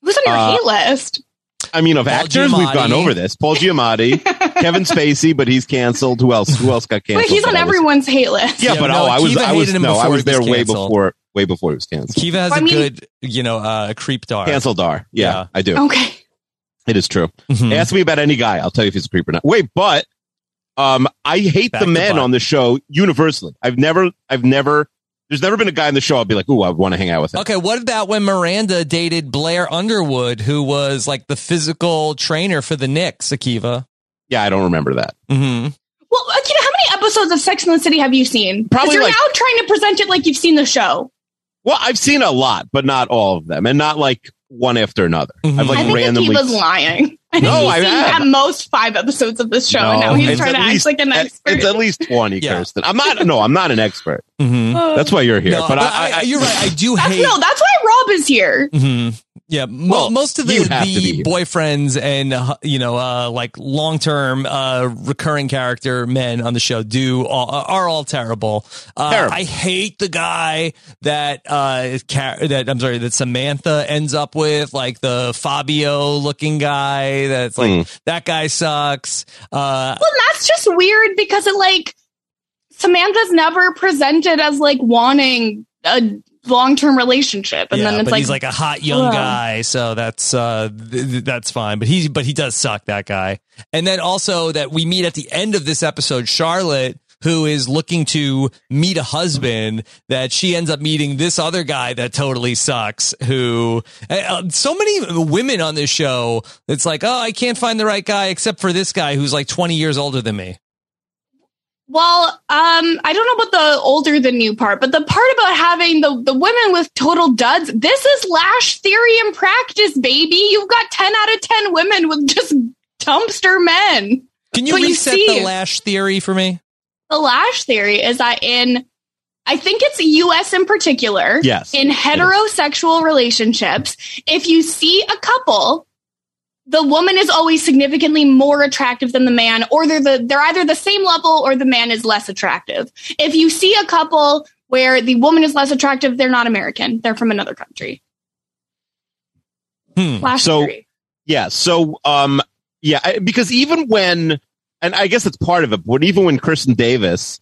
D: Who's on your
C: Uh,
D: hate list?
C: I mean, of
B: Paul
C: actors,
B: Giamatti.
C: we've gone over this. Paul
B: <laughs>
C: Giamatti, Kevin Spacey, but he's canceled. Who else? Who else got
D: But
C: canceled?
D: he's on
C: that I was-
D: everyone's hate list.
C: Yeah,
B: Yeah,
C: but
B: no,
C: oh, I was,
B: Akiva
C: I was,
B: hated him
C: no, I was
B: before he was
C: there way
B: canceled.
C: before, way before he was canceled.
B: Kiva has a
D: I mean-
B: good you know uh, creep dar.
C: Canceled are, yeah,
B: Yeah.
C: I do.
D: Okay.
C: It is true.
B: Mhm.
C: Ask me about any guy, I'll tell you if he's a creep or not. Wait, but um, I hate
B: Back
C: the
B: to
C: men
B: Butt.
C: on the show universally. I've never, I've never, there's never been a guy on the show I'll be like, ooh, I want to hang out with him.
B: Okay, what about when Miranda dated Blair Underwood, who was like the physical trainer for the Knicks, Akiva?
C: Yeah, I don't remember that.
B: Mm-hmm.
D: Well, Akita, how many episodes of Sex in the City have you seen? 'Cause
C: Probably
D: you're
C: like-
D: now trying to present it like you've seen the show.
C: Well, I've seen a lot, but not all of them, and not like one after another.
B: Mhm.
C: I've like
D: I think
C: randomly.
D: Akiva's lying. <laughs> I think
C: No,
D: he's
C: I
D: seen
C: have.
D: at most five episodes of this show, and
C: No,
D: now he's
C: it's
D: trying to
C: at
D: act
C: least-
D: like an
C: It's
D: expert.
C: at least twenty,
B: Yeah.
C: Kirsten. I'm not. No, I'm not an expert.
D: <laughs>
B: Mm-hmm.
D: Oh.
C: That's why you're here.
B: no,
C: but I, I,
B: you're right. I do
D: That's,
B: hate.
D: no, that's why Rob is here.
B: Mhm. Yeah, mo-
C: Well,
B: most of the,
C: you have to be
B: the
C: here.
B: boyfriends and uh, you know, uh, like long term, uh, recurring character men on the show do all, are all terrible. Uh,
C: Terrible.
B: I hate the guy that uh, is ca- that I'm sorry that Samantha ends up with, like the Fabio looking guy. That's like
C: Hmm.
B: that guy sucks. Uh,
D: Well, and that's just weird because it like Samantha's never presented as like wanting a long term relationship, and
B: yeah,
D: then it's
B: but
D: like,
B: he's like a hot young
D: ugh.
B: guy, so that's uh th- th- that's fine. But he but he does suck that guy. And then also that we meet at the end of this episode, Charlotte, who is looking to meet a husband, that she ends up meeting this other guy that totally sucks. Who uh, so many women on this show, it's like oh I can't find the right guy except for this guy who's like twenty years older than me.
D: well, um, I don't know about the older than you part, but the part about having the the women with total duds, this is lash theory in practice, baby. You've got ten out of ten women with just dumpster men.
B: Can you
D: But you
B: reset
D: see-
B: the lash theory for me?
D: the lash theory is that in I think it's US in particular.
C: Yes.
D: In heterosexual relationships, if you see a couple, the woman is always significantly more attractive than the man, or they're the they're either the same level or the man is less attractive. If you see a couple where the woman is less attractive, they're not American. They're from another country.
B: Hmm.
D: Lash
C: So-
D: theory.
C: Yeah. So, um, yeah, I, because even when, and I guess it's part of it, but even when Kristen Davis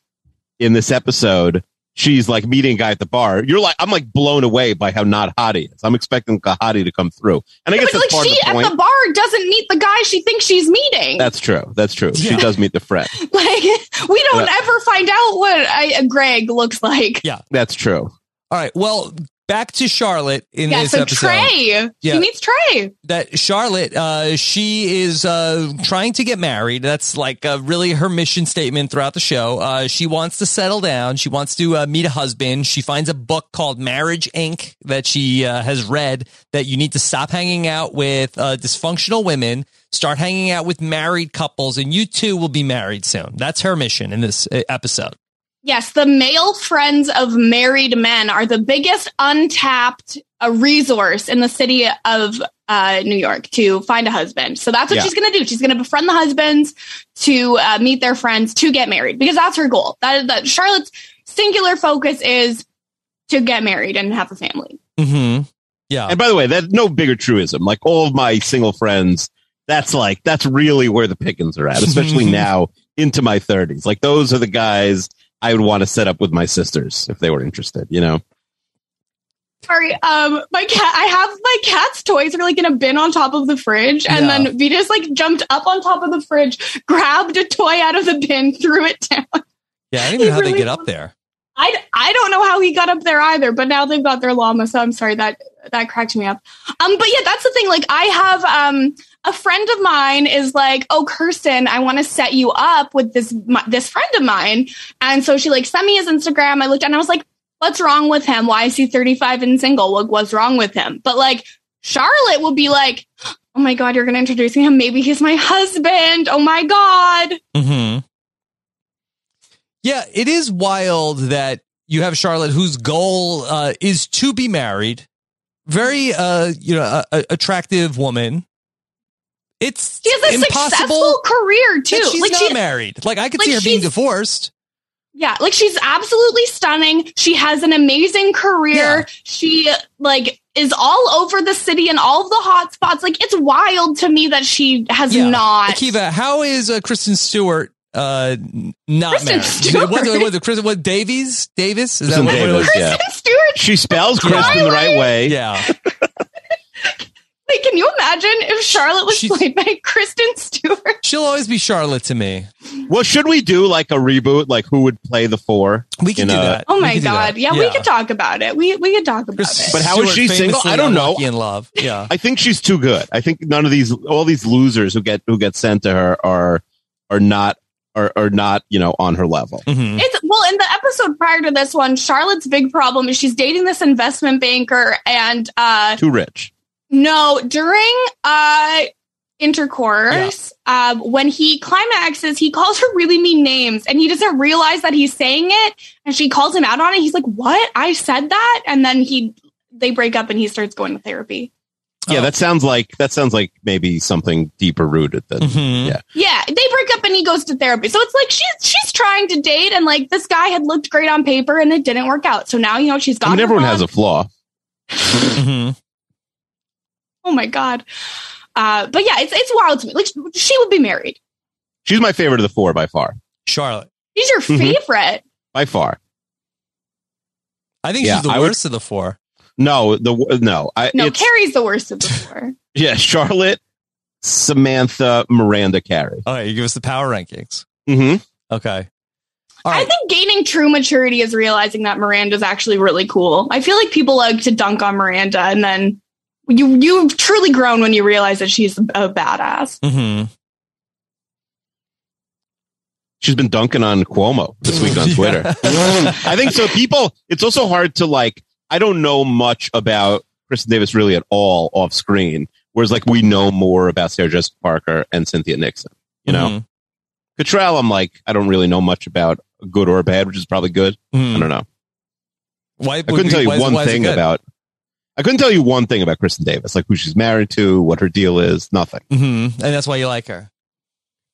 C: in this episode, she's like meeting a guy at the bar, you're like, I'm like blown away by how not hot he is. I'm expecting Kahadi to come through. And I guess
D: But
C: that's
D: like
C: part
D: she
C: of the
D: at
C: point.
D: the bar doesn't meet the guy she thinks she's meeting.
C: that's true. That's true.
B: Yeah.
C: She does meet the friend.
D: <laughs> like we don't
C: Yeah.
D: ever find out what I, Greg looks like.
C: That's true.
B: All right. Well, back to Charlotte in
D: yeah,
B: this
D: so
B: episode.
D: Trey.
B: Yeah.
D: He meets Trey.
B: That Charlotte, uh, she is uh, trying to get married. That's like uh, really her mission statement throughout the show. Uh, she wants to settle down. She wants to uh, meet a husband. She finds a book called Marriage Inc. that she uh, has read that you need to stop hanging out with uh, dysfunctional women, start hanging out with married couples, and you too will be married soon. That's her mission in this uh, episode.
D: Yes, the male friends of married men are the biggest untapped uh, resource in the city of uh, New York to find a husband. So that's what
C: Yeah.
D: she's going to do. She's going to befriend the husbands to uh, meet their friends to get married because that's her goal. That, that Charlotte's singular focus is to get married and have a family.
B: Mm-hmm. Yeah.
C: And by the way, that's no bigger truism. Like all of my single friends, that's like that's really where the pickings are at, especially
B: <laughs>
C: now into my thirties. Like those are the guys I would want to set up with my sisters if they were interested. You know,
D: Sorry, um, my cat. I have my cat's toys are like in a bin on top of the fridge, and
B: Yeah.
D: then Vita's like jumped up on top of the fridge, grabbed a toy out of the bin, threw it down.
B: Yeah. I don't even know how they
D: Really?
B: get up there.
D: I, I don't know how he got up there either, but now they've got their llama, so I'm sorry that that cracked me up. Um, but yeah, that's the thing. Like, I have um a friend of mine is like, oh, Kirsten, I want to set you up with this my, this friend of mine, and so she like sent me his Instagram. I looked and I was like, what's wrong with him? Why is he 35 and single? What what's wrong with him? But like, Charlotte will be like, oh my god, you're gonna introduce me to him? Maybe he's my husband. Oh my god.
B: hmm Yeah, it is wild that you have Charlotte, whose goal uh, is to be married. Very, uh, you know, a, a- attractive woman. It's
D: She has a
B: impossible
D: successful career
B: that
D: too.
B: she's
D: like
B: not
D: she,
B: married. Like I could
D: like,
B: see her being
D: she's-
B: divorced.
D: Yeah, like she's absolutely stunning. She has an amazing career.
B: Yeah.
D: She like is all over the city and all of the hot spots. Like it's wild to me that she has
B: Yeah.
D: not.
B: Akiva, how is uh, Kristen Stewart uh, n- not
D: Kristen
B: married?
D: Stewart?
B: What, what, what, Kristen- what, Davies? Davis? Is
C: Kristen
B: that what, what it was?
C: Davis, yeah.
D: Kristen Stewart,
C: She spells Kristen the right way.
B: Yeah.
D: like, can you imagine if Charlotte was
B: She's-
D: played by Kristen Stewart?
B: She'll always be Charlotte to me.
C: Well, should we do like a reboot? Like who would play the four?
B: We can
C: In
B: do
C: a-
B: that.
D: Oh
B: We
D: my
B: can do
D: god!
B: that.
D: Yeah, we could talk about it. We we could talk about
B: Kristen
D: it.
C: But how is
B: Stewart
C: she single?
B: famously
C: I don't
B: on
C: know.
B: Lucky In love. Yeah.
C: <laughs> I think she's too good. I think none of these, all these losers who get who get sent to her are are not are are not you know on her level.
B: Mhm.
D: It's well in the episode prior to this one, Charlotte's big problem is she's dating this investment banker and uh
C: Too rich.
D: No, during uh intercourse, um, when he climaxes, he calls her really mean names and he doesn't realize that he's saying it and she calls him out on it. He's like, What? I said that? And then he they break up and he starts going to therapy.
C: Yeah,
B: Oh.
C: that sounds like that sounds like maybe something deeper rooted than
B: Mhm.
C: Yeah.
D: Yeah, they break up and he goes to therapy. So it's like she's she's trying to date and like this guy had looked great on paper and it didn't work out. So now you know she's got
C: I mean,
D: her
C: everyone
D: fun.
C: has a flaw.
B: Mhm.
D: Oh my god. Uh, but yeah, it's it's wild to me. Like she would be married.
C: She's my favorite of the four by far.
B: Charlotte.
D: She's your
C: Mhm.
D: favorite.
C: By far.
B: I think
C: Yeah,
B: she's the
C: I would-
B: worst of the four.
C: No, the no. I
D: No,
C: it's,
D: Carrie's the worst of the four.
C: yeah, Charlotte, Samantha, Miranda, Carey.
B: All right, you give us the power rankings.
C: hmm
B: Okay. All right.
D: I think gaining true maturity is realizing that Miranda's actually really cool. I feel like people like to dunk on Miranda and then you you've truly grown when you realize that she's a badass.
B: Mhm.
C: She's been dunking on Cuomo this week on
B: <laughs> Yeah.
C: Twitter. I think so. People, it's also hard to like. I don't know much about Kristen Davis really at all off screen. Whereas like we know more about Sarah Jessica Parker and Cynthia Nixon. You know,
B: Mhm.
C: Cottrell, I'm like I don't really know much about good or bad, which is probably good.
B: Mhm.
C: I don't know.
B: Why
C: I
B: would
C: couldn't
B: we-
C: tell you
B: why is-
C: one
B: why is it
C: thing
B: good?
C: about. I couldn't tell you one thing about Kristen Davis, like who she's married to, what her deal is, nothing.
B: Mhm. And that's why you like her.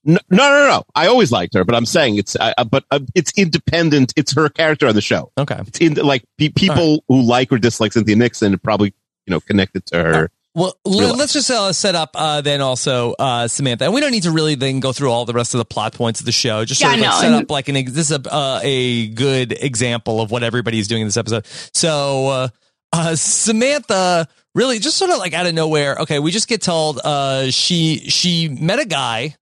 C: No, no, no, no. I always liked her, but I'm saying it's, I, I- but uh, it's independent. It's her character on the show.
B: Okay.
C: It's in like pe- people who like or dislike Cynthia Nixon are probably you know connected to
B: Uh,
C: her.
B: Well,
C: Real
B: l-
C: life.
B: let's just uh, set up uh, then also uh, Samantha, and we don't need to really then go through all the rest of the plot points of the show. Just sort
D: Yeah,
B: of like,
D: no,
B: set
D: and-
B: up like an ex- this is a, uh, a good example of what everybody's doing in this episode. So uh, uh, Samantha really just sort of like out of nowhere. Okay, we just get told uh, she she met a guy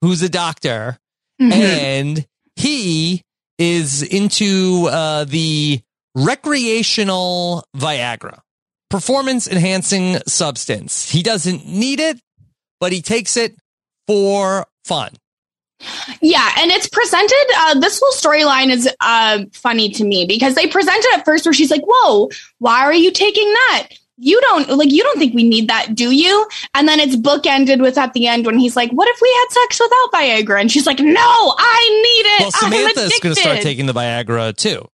B: who's a doctor,
D: Mhm.
B: and he is into uh, the recreational Viagra, performance enhancing substance. He doesn't need it, but he takes it for fun.
D: Yeah, and it's presented. Uh, this whole storyline is uh, funny to me because they presented at first where she's like, "Whoa, why are you taking that? You don't like you don't think we need that, do you?" And then it's bookended with at the end when he's like, "What if we had sex without Viagra?" And she's like, "No, I need it.
B: Well,
D: I'm
B: Samantha's
D: addicted."
B: going to start taking the Viagra too.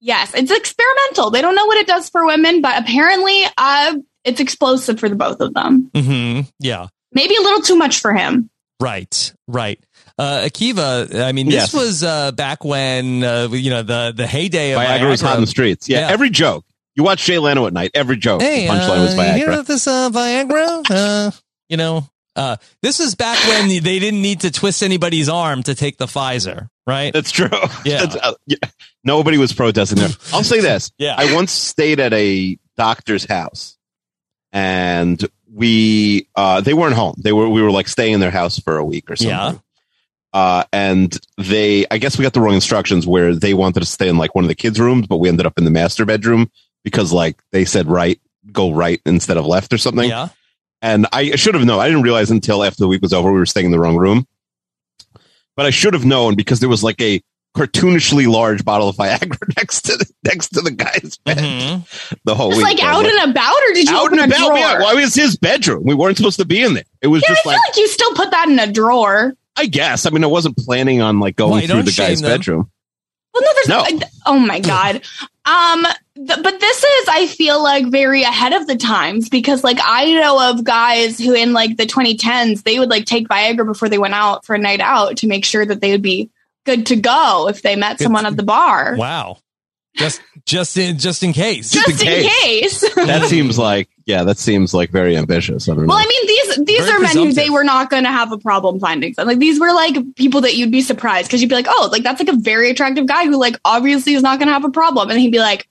D: yes, it's experimental. They don't know what it does for women, but apparently, uh, it's explosive for the both of them.
B: hmm Yeah.
D: Maybe a little too much for him.
B: Right, right. Uh, Akiva, I mean,
C: Yes.
B: this was uh, back when uh, you know the the heyday of
C: Viagra was hot in the streets. Yeah,
B: Yeah.
C: every joke. You watch Jay Leno at night. Every joke.
B: Hey,
C: Oh, the punchline
B: uh,
C: was
B: You hear
C: Viagra.
B: about this uh, Viagra? Uh, you know, uh, this is back when they didn't need to twist anybody's arm to take the Pfizer, right?
C: That's true. <laughs>
B: Yeah.
C: That's, uh, yeah. Nobody was protesting there. I'll say this.
B: Yeah.
C: I once stayed at a doctor's house, and we uh, they weren't home. They were we were like staying in their house for a week or something.
B: Yeah.
C: Uh, and they, I guess we got the wrong instructions where they wanted to stay in like one of the kids' rooms, but we ended up in the master bedroom because like they said right, go right instead of left or something.
B: yeah.
C: And I should have known. I didn't realize until after the week was over we were staying in the wrong room. But I should have known because there was like a cartoonishly large bottle of Viagra <laughs> next to the, next to the guy's bed
B: Mhm.
C: the whole
D: Just
C: week.
D: like
C: I was
D: out and about, or did you
C: out
D: open
C: and
D: a
C: about.
D: drawer?
C: Yeah, well, it was his bedroom. We weren't supposed to be in there. It was
D: Yeah, I
C: just
D: feel
C: like
D: like you still put that in a drawer.
C: I guess. I mean, I wasn't planning on like going
B: Why,
C: through
B: don't
C: the guy's
B: shame them.
C: bedroom.
D: Well, no, there's
C: No.
D: I- oh my god. Um, th- but this is I feel like very ahead of the times because like I know of guys who in like the 2010s they would like take Viagra before they went out for a night out to make sure that they would be good to go if they met someone at the bar.
B: Wow. Just just in just in case.
D: Just,
C: Just in
D: in case.
B: <laughs>
C: That seems like yeah, that seems like very ambitious. I don't know.
D: well, I mean these these
B: Very
D: are men who they
B: presumptive.
D: were not going to have a problem finding. So, like these were like people that you'd be surprised because you'd be like, oh, like that's like a very attractive guy who like obviously is not going to have a problem, and he'd be like,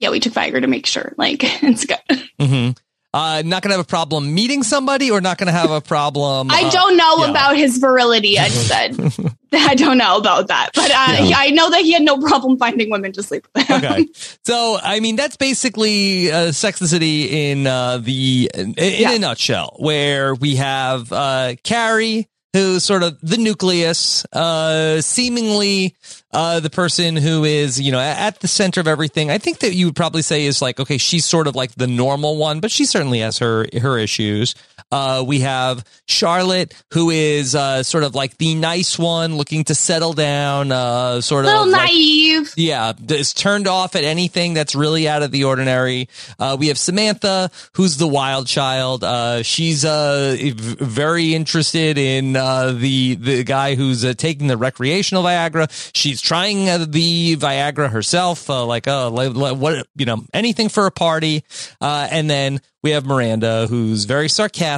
D: yeah, we took Viagra to make sure <laughs> like it's good.
B: hmm Uh, not gonna have a problem meeting somebody, or not gonna have a problem.
D: I
B: uh,
D: don't know
B: yeah.
D: about his virility. I said
B: <laughs>
D: I don't know about that, but uh,
C: Yeah.
D: he- I know that he had no problem finding women to sleep with. him.
B: okay. So, I mean, that's basically uh, Sex and the City in uh, the in, in
D: Yeah.
B: a nutshell, where we have uh, Carrie, who's sort of the nucleus, uh, seemingly uh, the person who is you know a- at the center of everything. I think that you would probably say is like okay, she's sort of like the normal one, but she certainly has her her issues. Uh, we have Charlotte, who is uh, sort of like the nice one, looking to settle down, uh, sort
D: <laughs> little
B: of like-
D: naive.
B: yeah, is turned off at anything that's really out of the ordinary. Uh, we have Samantha, who's the wild child. Uh, she's uh, v- very interested in uh, the the guy who's uh, taking the recreational Viagra. She's trying uh, the Viagra herself, uh, like uh, li- li- what you know, anything for a party. Uh, and then we have Miranda, who's very sarcastic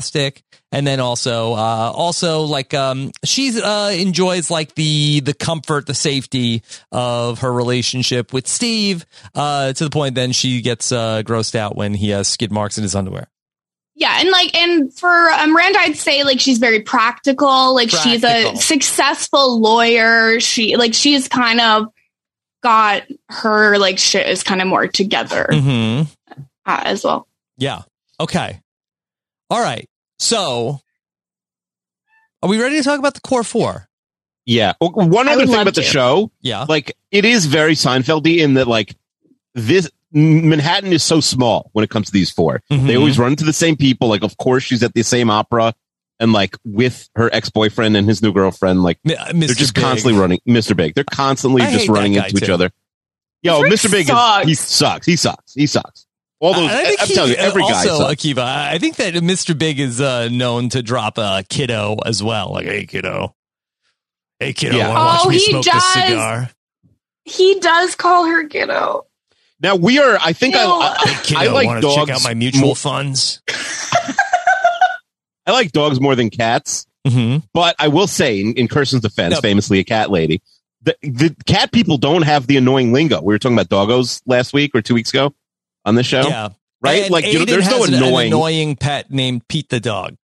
B: and then also uh also like um she's uh enjoys like the the comfort the safety of her relationship with steve uh to the point then she gets uh grossed out when he has skid marks in his underwear
D: Yeah, and like, and for uh, Miranda, I'd say like she's very practical. Like she's a
B: Practical.
D: successful lawyer. She like she's kind of got her like shit is kind of more together
C: Hmm.
B: mm-hmm.
D: uh, as well.
B: yeah okay all right so are we ready to talk about the core four
C: yeah. Oh, One
D: I
C: other
D: would
C: thing
D: love
C: about the
D: to.
C: show,
B: yeah
C: like it is very Seinfeldy in that like this Manhattan is so small when it comes to these 4 They
B: Mhm.
C: always run into the same people. Like, of course, she's at the same opera and like with her ex boyfriend and his new girlfriend. Like,
B: M- Mr.
C: they're just
B: uh, Big.
C: constantly running. Mr. Big, they're constantly
B: I hate
C: just
B: that
C: running
B: guy,
C: into each
B: too.
C: other. Yo,
D: Rick
C: Mr. Big,
D: sucks.
C: Is, he sucks. He sucks. He sucks. All those.
B: I
C: I,
B: think
C: am
B: he-
C: telling you, every guy
B: also,
C: sucks.
B: Akiva, I think that Mr. Big is uh, known to drop a kiddo as well. Like, hey, kiddo. Hey, kiddo,
C: Yeah.
B: wanna watch
D: Oh,
B: me
D: he
B: smoke
D: does.
B: this cigar?
D: He does call her ghetto.
C: Now we are. I think I,
D: Ew.
C: <laughs> I,
B: Hey, kiddo,
C: I like
B: want to
C: dogs
B: check out my mutual
C: more- <laughs>
B: funds?
C: I like dogs more than cats.
B: Mm-hmm.
C: But I will say, in, in Kirsten's defense,
B: No.
C: famously a cat lady, the, the cat people don't have the annoying lingo. We were talking about doggos last week or two weeks ago on this show,
B: Yeah.
C: right?
B: And
C: like, you know,
B: Aiden
C: there's no
B: has an- an
C: annoying.
B: annoying pet named Pete the dog.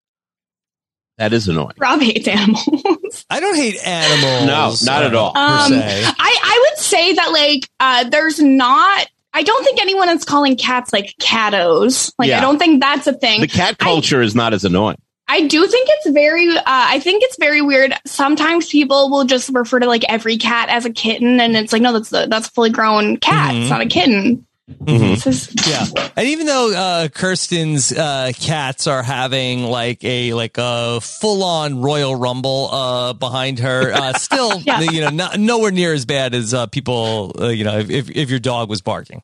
C: That is annoying.
D: Rob hates animals. <laughs>
B: I don't hate animals. uh,
C: No, not at all.
B: per
D: Um,
B: se.
D: I, I would say that like uh, there's not. I don't think anyone is calling cats like catos. Like
C: Yeah.
D: I don't think that's a thing.
C: The cat culture is not as annoying.
D: I do think it's very. Uh, I think it's very weird. Sometimes people will just refer to like every cat as a kitten, and it's like no, that's the, that's a fully grown cat.
B: Mhm.
D: It's not a kitten.
B: Mm-hmm.
C: Mhm.
D: It's just-
B: Yeah, and even though uh, Kirsten's uh, cats are having like a like a full on Royal Rumble uh, behind
D: <laughs>
B: her, uh, still
D: Yeah.
B: you know not, nowhere near as bad as uh, people uh, you know if, if if your dog was barking.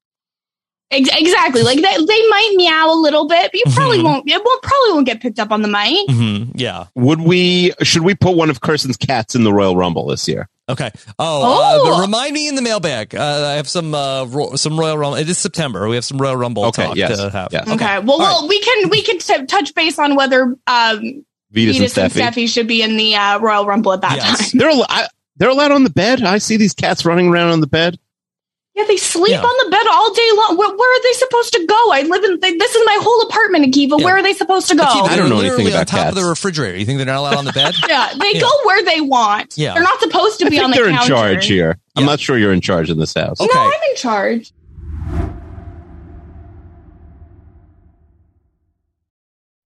D: Ex- exactly. Like they, they might meow a little bit, but you probably
B: Mhm.
D: won't. It won't probably won't get picked up on the mic.
B: Mm-hmm. Yeah.
C: Would we? Should we put one of Kirsten's cats in the Royal Rumble this year?
B: Okay. Oh, Uh,
D: Oh.
B: but remind me in the mailbag. Uh, I have some uh, ro- some Royal Rumble. It is September. We have some Royal Rumble
C: Okay,
B: talk
C: yes,
B: to have.
C: yes.
D: Okay.
B: All
D: Well,
B: right.
D: well, we can we can t- touch base on whether um, Edith,
C: Vetus,
D: and
C: and Steffi.
D: Steffi should be in the uh, Royal Rumble at that
B: Yes.
D: time.
C: They're al- I, they're allowed on the bed. I see these cats running around on the bed.
D: Yeah, they sleep
B: Yeah.
D: on the bed all day long. Where, where are they supposed to go? I live in they, this is my whole apartment, Akiva.
B: Yeah.
D: Where are they supposed to go?
B: Akiva,
C: I don't know
B: they're
C: anything
B: literally on
C: about
B: top of
C: cats.
B: the refrigerator. You think they're not allowed on
C: <laughs>
B: the bed?
D: Yeah, they
B: Yeah.
D: go where they want.
B: Yeah.
D: They're not supposed to
C: I
D: be on
C: think
D: the
C: they're
D: counter.
C: in charge here. I'm
B: Yeah.
C: not sure you're in charge in this house.
B: Oh.
D: No,
B: Okay.
D: I'm in charge.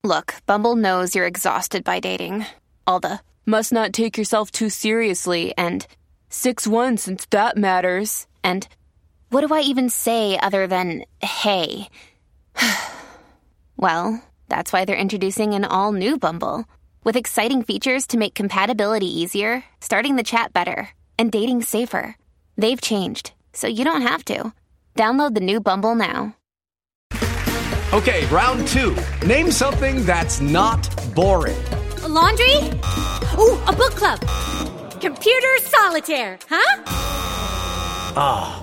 E: Look, Bumble knows you're exhausted by dating. All the must not take yourself too seriously and 6 1 since that matters.
F: And what do I even say other than hey? <sighs> well, that's why they're introducing an all new Bumble with exciting features to make compatibility easier, starting the chat better, and dating safer. They've changed, so you don't have to. Download the new Bumble now.
G: Okay, round two. Name something that's not boring.
H: laundry? Ooh, a book club. Computer solitaire, huh?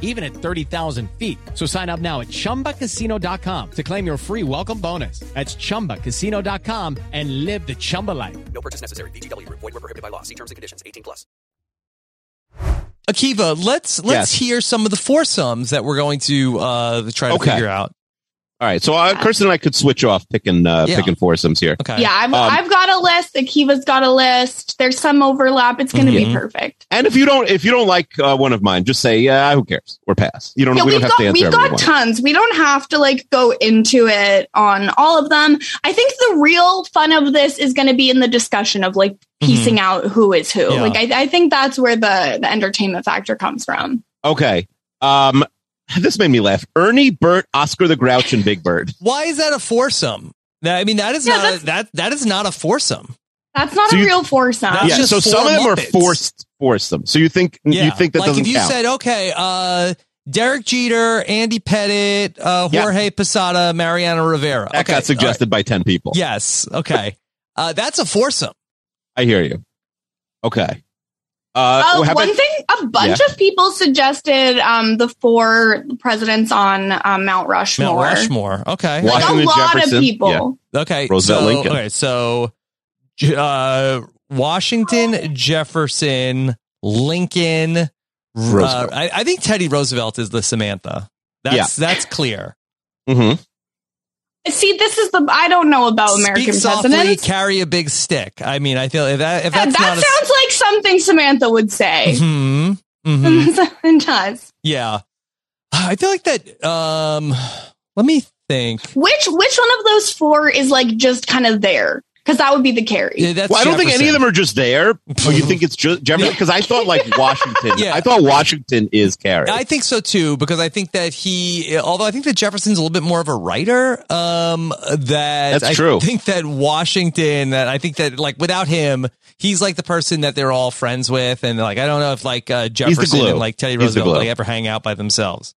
I: even at 30,000 feet. So sign up now at chumbacasino.com to claim your free welcome bonus. That's chumbacasino.com and live the Chumba life.
G: No purchase necessary. VGW Void were prohibited by law. See terms and conditions. 18 plus.
B: Akiva, let's let's
C: Yes.
B: hear some of the foursomes that we're going to uh, try to
C: Okay.
B: figure out.
C: All right, so uh, Kirsten and I could switch off picking uh,
B: Yeah.
C: picking foursomes here.
B: Okay.
D: Yeah, I've,
C: Um,
D: I've got a list. Akiva's got a list. There's some overlap. It's going to
B: Mhm.
D: be perfect.
C: And if you don't if you don't like uh, one of mine, just say yeah, who cares? We're past. You don't.
D: yeah,
C: we
D: we've
C: don't have
D: got
C: to answer
D: we've
C: everyone.
D: got tons. We don't have to like go into it on all of them. I think the real fun of this is going to be in the discussion of like piecing out who is who.
B: Mm-hmm. Yeah.
D: Like I, I think that's where the the entertainment factor comes from.
C: Okay. Um, this made me laugh. Ernie, Bert, Oscar the Grouch, and Big Bird.
B: Why is that a foursome? That, I mean, that is
D: Yeah,
B: not a, that that is not a foursome.
D: That's not
C: So
D: a
C: you-
D: real foursome.
B: That's
C: yeah.
B: just
C: So some
B: four
C: of them are
B: Muppets.
C: forced foursome. So you think you think that
B: like
C: doesn't
B: if you
C: count?
B: said okay, uh, Derek Jeter, Andy Pettit, uh,
C: Yeah.
B: Jorge Posada, Mariano Rivera.
C: that
B: okay.
C: got suggested by ten people.
B: all right. Yes. Okay. uh, that's a foursome.
C: I hear you. Okay. Uh,
D: Uh,
C: well, how
D: one
C: about-
D: thing, a bunch of people suggested um, the four presidents on um, Mount Rushmore.
B: Mount Rushmore. Okay.
C: Why?
D: Like a
C: Washington,
D: lot
C: Jefferson,
D: of people.
C: yeah.
B: Okay.
C: Roosevelt
B: so,
C: Lincoln.
B: Okay. So J- uh, Washington, Jefferson, Lincoln. uh,
C: Roosevelt.
B: I, I think Teddy Roosevelt is the Samantha. That's that's clear.
C: Mhm.
D: See, this is the I don't know about American
B: Speak softly,
D: presidents.
B: carry a big stick. I mean, I feel if that if
D: Yeah,
B: that's
D: that
B: not
D: sounds like something Samantha would
B: a
D: say.
B: hmm hmm
D: <laughs> it does.
B: yeah, I feel like that. Um, let me think.
D: Which which one of those four is like just kind of there? Because that would be the carry.
B: Yeah, that's
C: Well, I don't think any of them are just there. Oh, you think it's
B: <laughs>
C: just Jefferson?
B: Yeah.
C: Because I thought like Washington.
B: <laughs> Yeah.
C: I thought Washington is carried.
B: I think so too because I think that he, although I think that Jefferson's a little bit more of a writer. Um, that
C: That's
B: I
C: true.
B: think that Washington, that I think that like without him, he's like the person that they're all friends with, and like I don't know if like uh,
C: the
B: Jefferson
C: glue.
B: and like Teddy
C: He's the
B: Roosevelt
C: glue.
B: like ever hang out by themselves.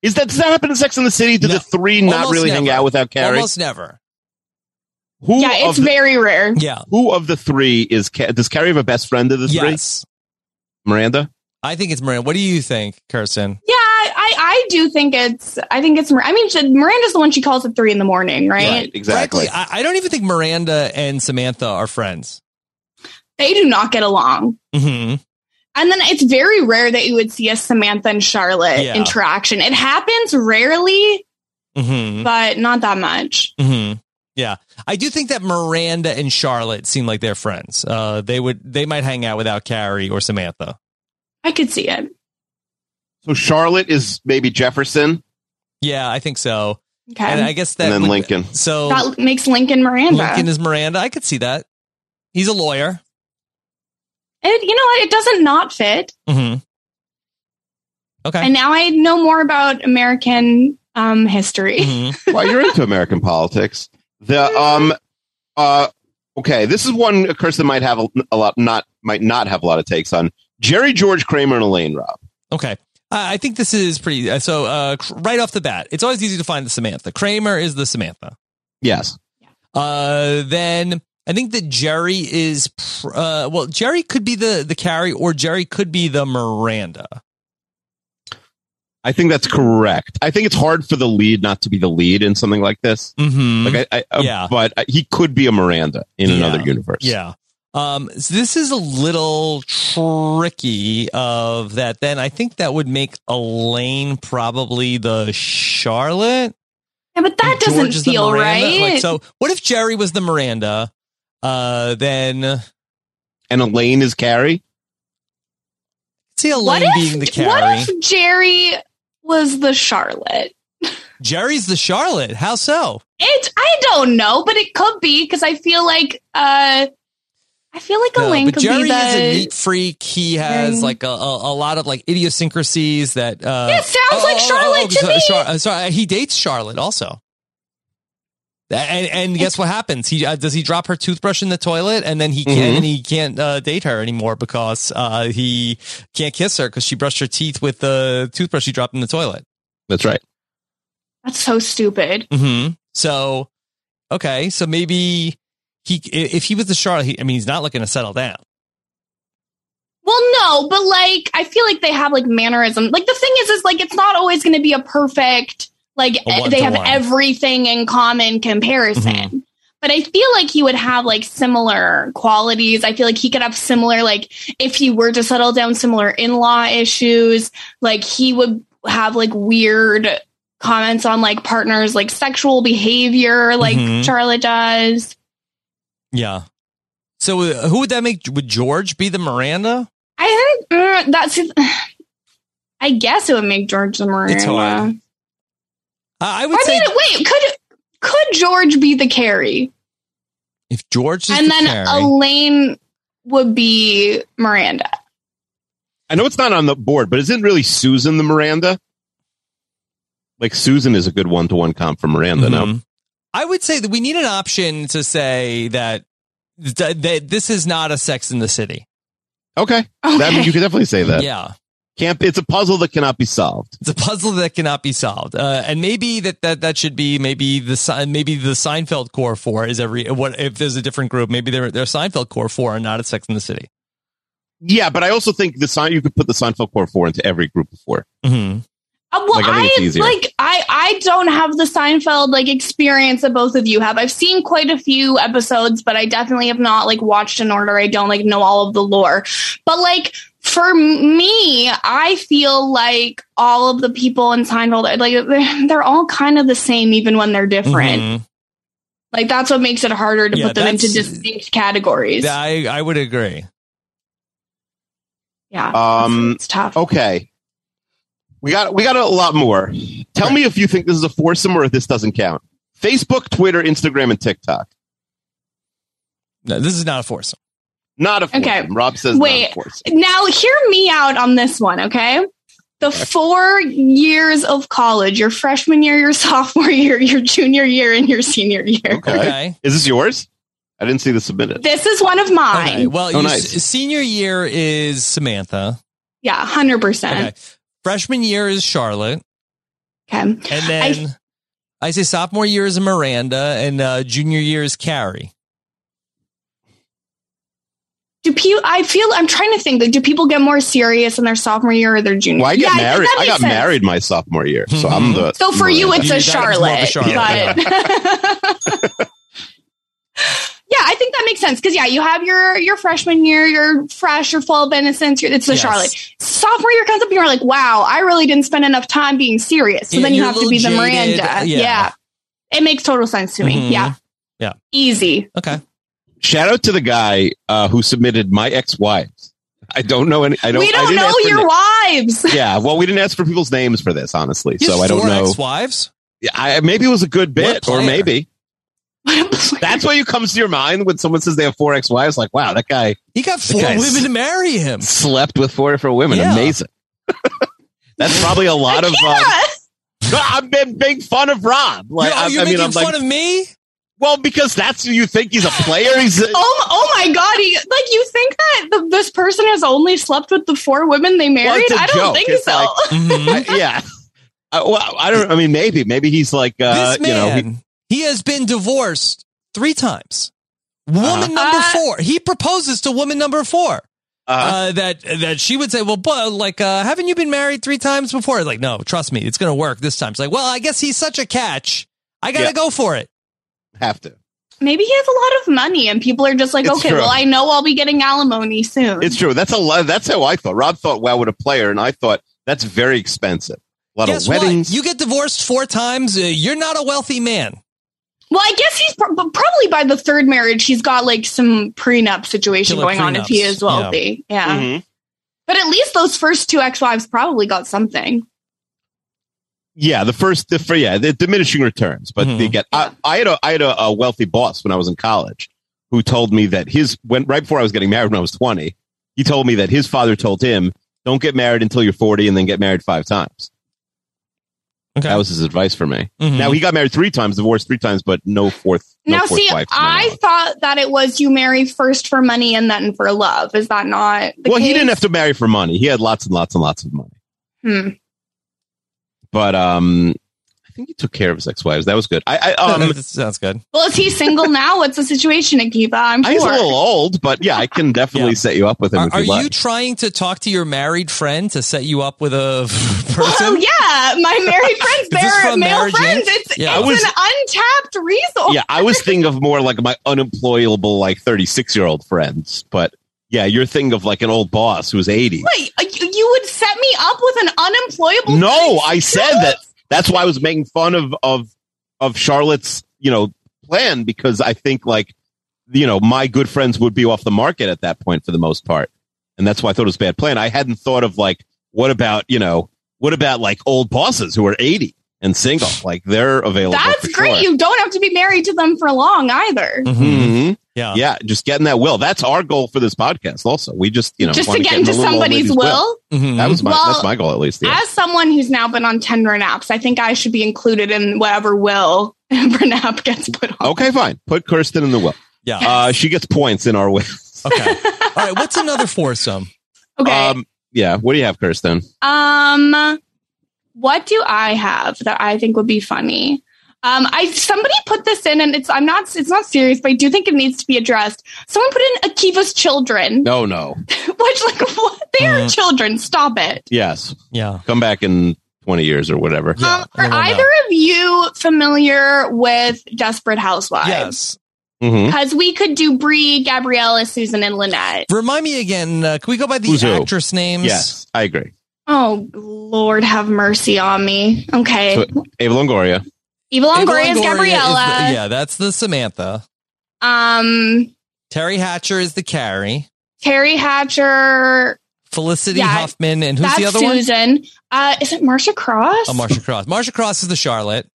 C: Is that does that happen in Sex in the City? Do
B: No.
C: the three not
B: Almost
C: really hang
B: never.
C: out without Carrie?
B: Almost never.
C: Who
D: yeah,
C: of
D: it's
C: the,
D: very rare.
B: Yeah.
C: who of the three is Ca- does Carrie have a best friend of the
B: Yes.
C: three? Miranda.
B: I think it's Miranda. What do you think, Kirsten?
D: Yeah, I, I do think it's I think it's Mir- I mean she- Miranda's the one she calls at three in the morning, right?
C: Exactly.
B: Frankly, I, I don't even think Miranda and Samantha are friends.
D: They do not get along.
B: hmm
D: And then it's very rare that you would see a Samantha and Charlotte
B: Yeah.
D: interaction. It happens rarely,
B: hmm
D: but not that much.
B: hmm Yeah, I do think that Miranda and Charlotte seem like they're friends. Uh, they would, they might hang out without Carrie or Samantha.
D: I could see it.
C: so Charlotte is maybe
B: <laughs>
C: Jefferson
B: Yeah, I think so.
D: Okay.
B: And I guess that
C: and then
B: would-
C: Lincoln.
B: So
D: that makes Lincoln Miranda.
B: Lincoln is Miranda. I could see that. He's a lawyer.
D: it, you know what? It doesn't not fit.
B: hmm Okay.
D: And <laughs> now I know more about American um, history.
B: Mhm.
C: well, you're into American politics. The um, uh, okay, this is one Kirsten might have a, a lot, not might not have a lot of takes on Jerry George Kramer and Elaine Rob.
B: Okay. I I think this is pretty. uh, So, uh, cr- right off the bat, it's always easy to find the Samantha. Kramer is the Samantha.
C: Yes,
B: Uh, then I think that Jerry is, pr- uh, well, Jerry could be the, the Carrie or Jerry could be the Miranda.
C: I think that's correct. I think it's hard for the lead not to be the lead in something like this.
B: Mm-hmm.
C: Like I, I
B: Yeah.
C: but uh, he could be a Miranda in
B: Yeah.
C: another universe.
B: Yeah. Um, so this is a little tricky of that. Then I think that would make Elaine probably the Charlotte.
D: Yeah, <laughs> but that
B: Mm-hmm. and George
D: doesn't
B: is the
D: feel
B: Miranda.
D: right.
B: Like, so what if Jerry was the Miranda? Uh, then
C: and Elaine is Carrie.
B: see
D: what
B: Elaine
D: if,
B: being the Carrie.
D: what if Jerry was the Charlotte?
B: Jerry's the Charlotte. How so?
D: It I don't know, but it could be because I feel like uh I feel like
B: No,
D: Elaine
B: but
D: could
B: Jerry
D: be
B: is a neat
D: the
B: freak. He has
D: Jerry.
B: like a, a, a lot of like idiosyncrasies that. Uh,
D: It sounds like Charlotte to
B: so-
D: me.
B: Char- uh, sorry, he dates Charlotte also. And and guess what happens? He uh, does he drop her toothbrush in the toilet, and then he can't
C: Mhm.
B: and he can't uh, date her anymore because uh, he can't kiss her because she brushed her teeth with the toothbrush she dropped in the toilet.
C: That's right.
D: That's so stupid.
B: hmm So, okay, so maybe he i- if he was the Charlotte, he, I mean, he's not looking to settle down.
D: Well, no, but like I feel like they have like mannerism. Like the thing is, is like it's not always going to be a perfect like
B: A
D: eh, they have
B: one-to-one. Mm-hmm.
D: everything in common comparison. But I feel like he would have like similar qualities. I feel like he could have similar like if he were to settle down, similar in law issues. Like he would have like weird comments on like partners like sexual behavior like
B: Mhm.
D: charlotte does
B: Yeah. So uh, who would that make? Would George be the Miranda?
D: i think mm, that's <sighs> i guess it would make george the Miranda.
B: hard. I I would
D: I
B: say
D: mean, wait, could could George be the Carrie,
B: if George is
D: and
B: the
D: then
B: Carrie-
D: Elaine would be Miranda?
C: I know it's not on the board, but isn't really Susan the Miranda? Like Susan is a good one to one comp for Miranda. No,
B: Mhm. I would say that we need an option to say that, that that this is not a Sex in the City.
C: okay,
D: Okay.
C: That, you could definitely say that.
B: yeah,
C: Can't. It's a puzzle that cannot be solved.
B: it's a puzzle that cannot be solved, uh, and maybe that, that that should be maybe the Se- maybe the Seinfeld core four is every what if there's a different group maybe they're they're Seinfeld core four and not a Sex in the City.
C: Yeah, but I also think the sign you could put the Seinfeld core four into every group of four.
B: Mm-hmm.
D: Uh, well,
C: Like, I think
D: I,
C: it's easier.
D: like I I don't have the Seinfeld like experience that both of you have. I've seen quite a few episodes, but I definitely have not like watched in order. I don't like know all of the lore, but like. For me, I feel like all of the people in Seinfeld, are, like they're, they're all kind of the same, even when they're different. Like that's what makes it harder to
B: Mm-hmm. Yeah,
D: put them into
B: that's-
D: distinct categories.
B: I I would agree.
D: Yeah.
C: Um,
D: it's tough.
C: Okay, we got we got a lot more. Tell me if you think this is a foursome or if this doesn't count. Facebook, Twitter, Instagram, and TikTok.
B: No, this is not a foursome.
C: Not a foursome.
D: Okay.
C: Rob says not a
D: Wait.
C: foursome.
D: Now, hear me out on this one, okay? The four years of college, your freshman year, your <laughs> sophomore year, your junior year, and your senior year.
C: Okay. Is this yours? I didn't see this submitted.
D: This is one of
B: Okay,
D: mine.
B: Well,
C: Oh,
B: you-
C: nice.
B: senior year is Samantha.
D: Yeah, 100%.
B: Okay. Freshman year is Charlotte.
D: Okay.
B: And then I, say sophomore year is Miranda and uh, junior year is Carrie.
D: Do people? I feel I'm trying to think. Like, do people get more serious in their sophomore year or their junior?
C: Well, I
D: year?
C: got
D: think
C: married.
D: that
C: I
D: makes
C: got
D: sense.
C: married my sophomore year, so
B: Mm-hmm.
C: I'm the.
D: So for you, it's
B: You-
D: a
B: that's more of a
D: Charlotte,
B: Charlotte,
D: but <laughs> yeah, I think that makes sense because yeah, you have your your freshman year, you're fresh, you're full of innocence. You're, it's the
B: Yes.
D: Charlotte. Sophomore year comes up, and you're like, wow, I really didn't spend enough time being serious. So
B: Yeah,
D: then you
B: you're a
D: have to
B: little
D: be the
B: jaded,
D: Miranda.
B: yeah.
D: Yeah. it makes total sense to me.
B: Mhm.
D: Yeah,
B: Yeah.
D: easy.
B: Okay.
C: Shout out to the guy uh, who submitted my ex-wives. I don't know any. I don't.
D: we
C: I
D: don't
C: didn't
D: know
C: ask for
D: your
C: na-
D: wives. <laughs>
C: Yeah, well, we didn't ask for people's names for this, honestly.
B: You
C: so
B: have
C: I don't
B: four
C: know.
B: Ex-wives.
C: I, maybe it was a good
B: What a
C: bit, or
B: player.
C: maybe that's what you comes to your mind when someone says they have four ex-wives. Like, wow, that guy
B: He got four
C: guy's-
B: women to marry him.
C: slept with four different women.
B: Yeah.
C: Amazing. <laughs> that's probably a lot of. Um, I've been making fun of Rob. Like,
B: Yo,
C: I,
B: you're
C: I mean,
B: making
C: I'm
B: fun
C: like,
B: of me?
C: well, because that's who you think he's a player. He's a-
D: <laughs> Oh, oh my god! He, like you think that the, this person has only slept with the four women they married?
C: it's a
D: I don't
C: joke.
D: think
C: It's
D: so.
C: like- I- <laughs> yeah. I, well, I don't. I mean, maybe, maybe he's like, uh,
B: this
C: you know,
B: man,
C: he-
B: he, has been divorced three times. Woman
C: Uh-huh.
B: number
D: Uh,
B: four. He proposes to woman number four.
C: uh,
B: Uh, that that she would say, well, but like, uh, haven't you been married three times before? Like, no, trust me, it's gonna work this time. It's like, well, I guess he's such a catch. I gotta
C: Yeah.
B: go for it. uh,
C: have to.
D: Maybe he has a lot of money, and people are just like,
C: It's
D: okay,
C: true.
D: well, I know I'll be getting alimony soon.
C: It's true. That's a lot. That's how I thought. Rob thought, wow, with a player, and I thought that's very expensive. A lot
B: Guess
C: of weddings.
B: what? You get divorced four times. Uh, you're not a wealthy man.
D: well, I guess he's pro- but probably by the third marriage, he's got like some prenup situation
B: Killer
D: going on if he
B: prenups,
D: is wealthy. Yeah,
C: Mhm.
D: but at least those first two ex-wives probably got something.
C: Yeah, the first, the for yeah, the diminishing returns, but
B: Mhm.
C: they get. I, I had a I had a, a wealthy boss when I was in college who told me that his when right before I was getting married when I was twenty, he told me that his father told him, "Don't get married until you're forty, and then get married five times."
B: Okay.
C: That was his advice for me.
B: Mhm.
C: Now he got married three times, divorced three times, but no fourth. No
D: now,
C: fourth
D: see,
C: wife from
D: I
C: then on.
D: thought that it was you marry first for money and then for love. Is that not? The
C: well, he
D: case?
C: didn't have to marry for money. He had lots and lots and lots of money.
D: Hmm.
C: But um, I think he took care of his ex-wives. That was good. I, I um,
B: <laughs> That sounds good.
D: Well, is he single now? What's the situation, Akiva?
B: <laughs>
D: I'm
C: I was a
D: sure.
C: little old, but yeah, I can definitely
B: Yeah.
C: set you up with him
B: Are,
C: if
B: are
C: you'd
B: you
C: like.
B: trying to talk to your married friend to set you up with a <laughs>
D: Oh
B: person?
D: yeah, my married
C: <laughs>
D: friends,
B: this
D: they're
B: from
D: male
B: Marriage
D: friends.
B: Inc?
D: It's,
B: Yeah,
C: I
D: it's
C: was-
D: an untapped resource.
C: yeah, I was thinking of more like my unemployable, like thirty-six-year-old friends. But yeah, you're thinking of like an old boss who's eighty.
D: Wait, uh, you, you would set me up with an unemployable?
C: No, I said
D: Charlotte?
C: that. That's why I was making fun of of of Charlotte's, you know, plan because I think like, you know, my good friends would be off the market at that point for the most part, and that's why I thought it was a bad plan. I hadn't thought of like, what about you know, what about like old bosses who are eighty and single, like they're available.
D: That's
C: for
D: great.
C: Sure.
D: You don't have to be married to them for long either.
B: Mhm.
C: Mhm.
B: Yeah.
C: Yeah, just getting that will. That's our goal for this podcast. Also, we just you know
D: Just to
C: wanna
D: get
C: in
D: into
C: the little old
D: somebody's
C: lady's
D: will.
B: Mhm.
C: That was my
D: Well,
C: that's my goal at least. Yeah.
D: As someone who's now been on Tinder and apps, I think I should be included in whatever will <laughs> Renap gets put on.
C: okay, fine. Put Kirsten in the will.
B: yeah.
C: Uh, she gets points in our will.
B: <laughs> okay. All right. What's another foursome?
D: Okay.
C: Um, yeah. What do you have, Kirsten?
D: Um, what do I have that I think would be funny? Um, I somebody put this in, and it's I'm not it's not serious, but I do think it needs to be addressed. Someone put in Akiva's children,
C: No, no.
D: which like <laughs> what? they are
B: Mhm.
D: children. Stop it.
C: Yes.
B: Yeah.
C: Come back in 20 years or whatever.
B: Yeah,
D: um, are
B: I don't know.
D: either of you familiar with Desperate Housewives?
B: Yes.
C: Mhm.
D: Because we could do Brie, Gabriella, Susan, and Lynette.
B: Remind me again. Uh, can we go by the
C: Who's who?
B: actress names?
C: Yes. I agree.
D: Oh Lord, have mercy on me. Okay,
C: So- Ava Longoria.
D: Eva
B: Ava
D: Longoria is
B: the-
D: Gabriella.
B: yeah, that's the Samantha.
D: Um,
B: Terry Hatcher is the Carrie.
D: Terry Hatcher.
B: Felicity
D: Yeah,
B: Huffman, and who's
D: that's
B: the other one?
D: Susan. Uh, is it Marsha Cross?
B: Oh, Marsha Cross. Marsha Cross is the Charlotte.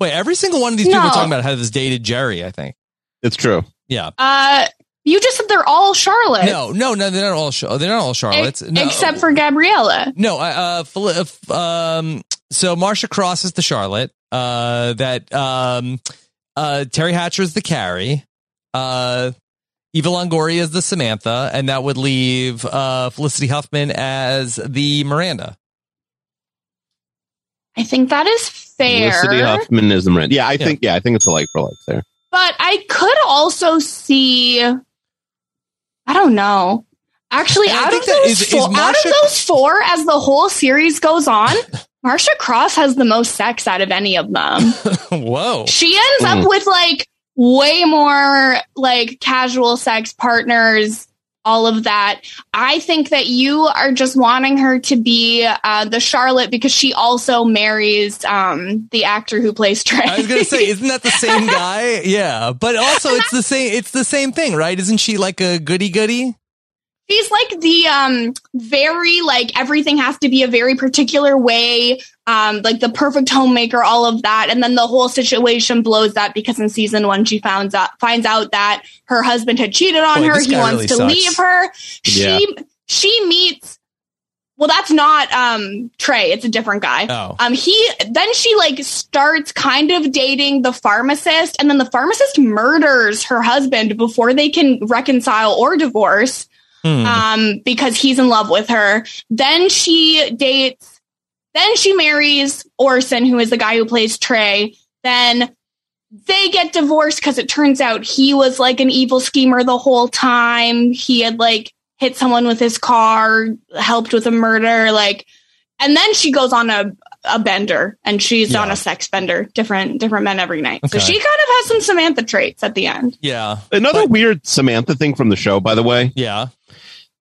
B: Wait, every single one of these people we're
D: No.
B: talking about has dated Jerry. I think.
C: It's true.
B: Yeah.
D: uh, you just said they're all Charlotte.
B: No, no, no. They're not all. Char- they're not all Charlottes.
D: Ex-
B: No.
D: Except for Gabriella.
B: No, I, uh, Fel- uh, f- um, so Marsha Cross is the Charlotte. Uh, that um, uh, Terry Hatcher is the Carrie. Uh, Eva Longoria is the Samantha, and that would leave uh, Felicity Huffman as the Miranda.
D: I think that is fair.
C: Felicity Huffman is the rent. Yeah, I think yeah, I think it's a like for like there.
D: But I could also see. I don't know. Actually,
B: And I
D: out
B: think
D: of,
B: that
D: those
B: is- is
D: four, out
B: Marsha-
D: of those four, as the whole series goes
B: <laughs>
D: on, Marsha Cross has the most sex out of any of
B: <laughs>
D: them.
B: <laughs> Whoa.
D: She ends
C: Mm.
D: up with like way more like casual sex partners, all of that. I think that you are just wanting her to be uh, the Charlotte because she also marries um, the actor who plays Trey.
B: I was gonna say, isn't that the same guy? Yeah, but also it's the same. It's the same thing, right? Isn't she like a goody goody?
D: She's like the um very like everything has to be a very particular way, um, like the perfect homemaker, all of that. And then the whole situation blows up because in season one she finds out finds out that her husband had cheated on
B: Boy,
D: her.
B: this
D: He
B: guy
D: wants
B: really
D: to
B: sucks.
D: leave her.
C: Yeah.
D: She she meets well, that's not um Trey, it's a different guy.
B: Oh,
D: Um, he then she like starts kind of dating the pharmacist, and then the pharmacist murders her husband before they can reconcile or divorce
B: Hmm.
D: um, because he's in love with her. Then she dates, then she marries Orson, who is the guy who plays Trey. Then they get divorced because it turns out he was like an evil schemer the whole time. He had like hit someone with his car, helped with a murder, like, and then she goes on a a bender and she's on
B: Yeah.
D: a sex bender different different men every night so
B: Okay.
D: she kind of has some samantha traits at the end
B: yeah,
C: Another weird Samantha thing from the show, by the way.
B: yeah,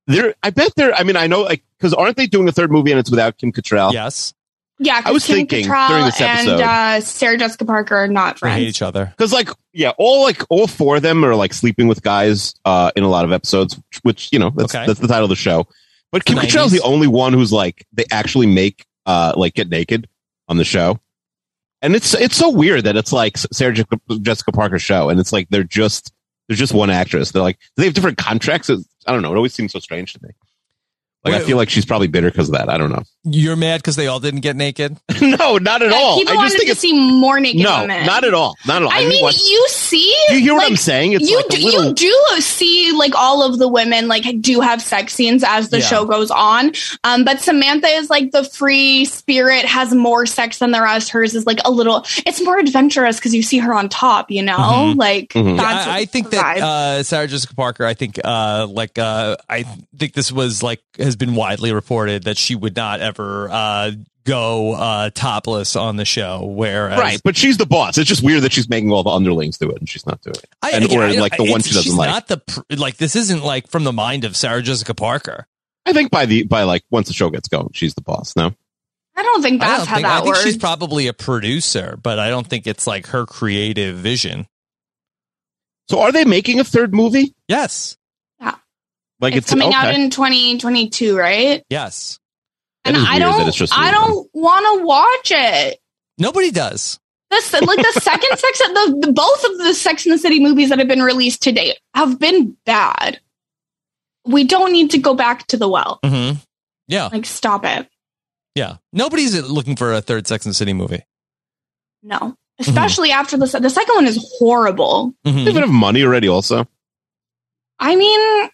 C: There, I bet there. I mean, I know, like, because aren't they doing a third movie and it's without Kim Cattrall?
B: yes.
D: yeah 'cause
C: was
D: Kim
C: thinking
D: Cattrall
C: during this episode-
D: and uh, sarah jessica parker are not
B: They
D: friends
B: hate each other.
C: Because, like, yeah, all like all four of them are like sleeping with guys uh, in a lot of episodes, which, which you know, that's
B: Okay.
C: that's the title of the show. But
B: The
C: Kim Cattrall's
B: 90s.
C: the only one who's like they actually make uh like get naked on the show, and it's it's so weird that it's like Sarah Jessica, Jessica Parker's show, and it's like they're just there's just one actress. They're like do they have different contracts. It's- I don't know. It always seems so strange to me. Like I
B: Wait.
C: feel like she's probably bitter because of that. I don't
B: <laughs>
C: know.
B: You're mad because they all didn't get naked.
C: no, not at
D: Yeah,
C: all.
D: People
C: I just
D: wanted
C: think
D: to
C: it's
D: see more naked
C: no,
D: women.
C: not at all. Not at all.
D: I,
C: mean,
D: mean,
C: what-
D: you see,
C: you hear what
D: like,
C: I'm saying? It's
D: you
C: like
D: do,
C: a little.
D: you do see like all of the women like do have sex scenes as the
B: Yeah.
D: show goes on. Um, but Samantha is like the free spirit, has more sex than the rest. Hers is like a little. It's more adventurous because you see her on top. You know,
B: Mhm.
D: like
C: Mhm. Yeah,
D: that's
B: I, I think
D: the
B: that
D: vibe.
B: uh, Sarah Jessica Parker. I think uh, like uh, I think this was like has been widely reported that she would not ever uh, go uh, topless on the show. Whereas
C: right, but she's the boss. It's just weird that she's making all the underlings do it, and she's not doing it.
B: I,
C: And-
B: again,
C: or,
B: I-
C: like, the
B: I-
C: one
B: it's-
C: she doesn't
B: she's
C: like.
B: Not the pr- like this isn't like from the mind of Sarah Jessica Parker.
C: I think by the by, like once the show gets going, she's the boss. No,
D: I don't think
B: I
D: that's
B: don't
D: how
B: think, I
D: that
B: think
D: works.
B: she's probably a producer, but I don't think it's like her creative vision.
C: so are they making a third movie?
B: Yes,
C: Like
D: it's,
C: it's,
D: coming
C: okay.
D: out in twenty twenty two, right?
B: yes.
C: That
D: And
C: is
D: I
C: weird that
D: don't,
C: it's just
D: I
C: you,
D: don't want to watch it.
B: Nobody does.
D: This like the
C: <laughs>
D: second sex the, the both of the Sex and the City movies that have been released to date have been bad. We don't need to go back to the well.
B: Mm-hmm. Yeah,
D: Like stop it.
B: yeah. Nobody's looking for a third Sex and the City movie.
C: Mm-hmm.
D: No. Especially after the se- the second one is horrible.
B: Mhm.
C: They would have money already. Also,
D: I mean,
B: I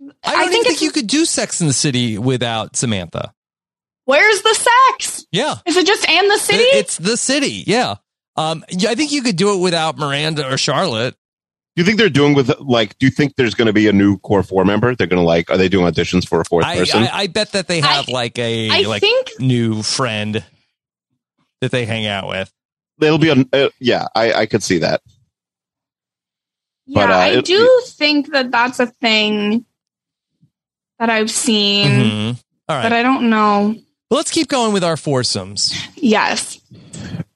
B: don't
D: I think
B: even think,
D: it's-
B: you could do Sex in the City without Samantha.
D: where's the sex?
B: Yeah,
D: Is it just and the city?
B: It- it's the city. Yeah, um, yeah, I think you could do it without Miranda or Charlotte.
C: do you think they're doing with like? Do you think there's going to be a new core four member? They're going to like? Are they doing auditions for a fourth
B: I,
C: person?
B: I, I bet that they have
D: I-
B: like a
D: I
B: like
D: think
B: new friend that they hang out with.
C: It'll be a uh, yeah. I, I could see that.
D: yeah,
C: but, uh,
D: I
C: it-
D: do think that that's a thing that I've seen,
C: Mm-hmm.
B: Mhm. All right,
D: Mm. but I don't know.
B: well, let's keep going with our foursomes.
D: Yes.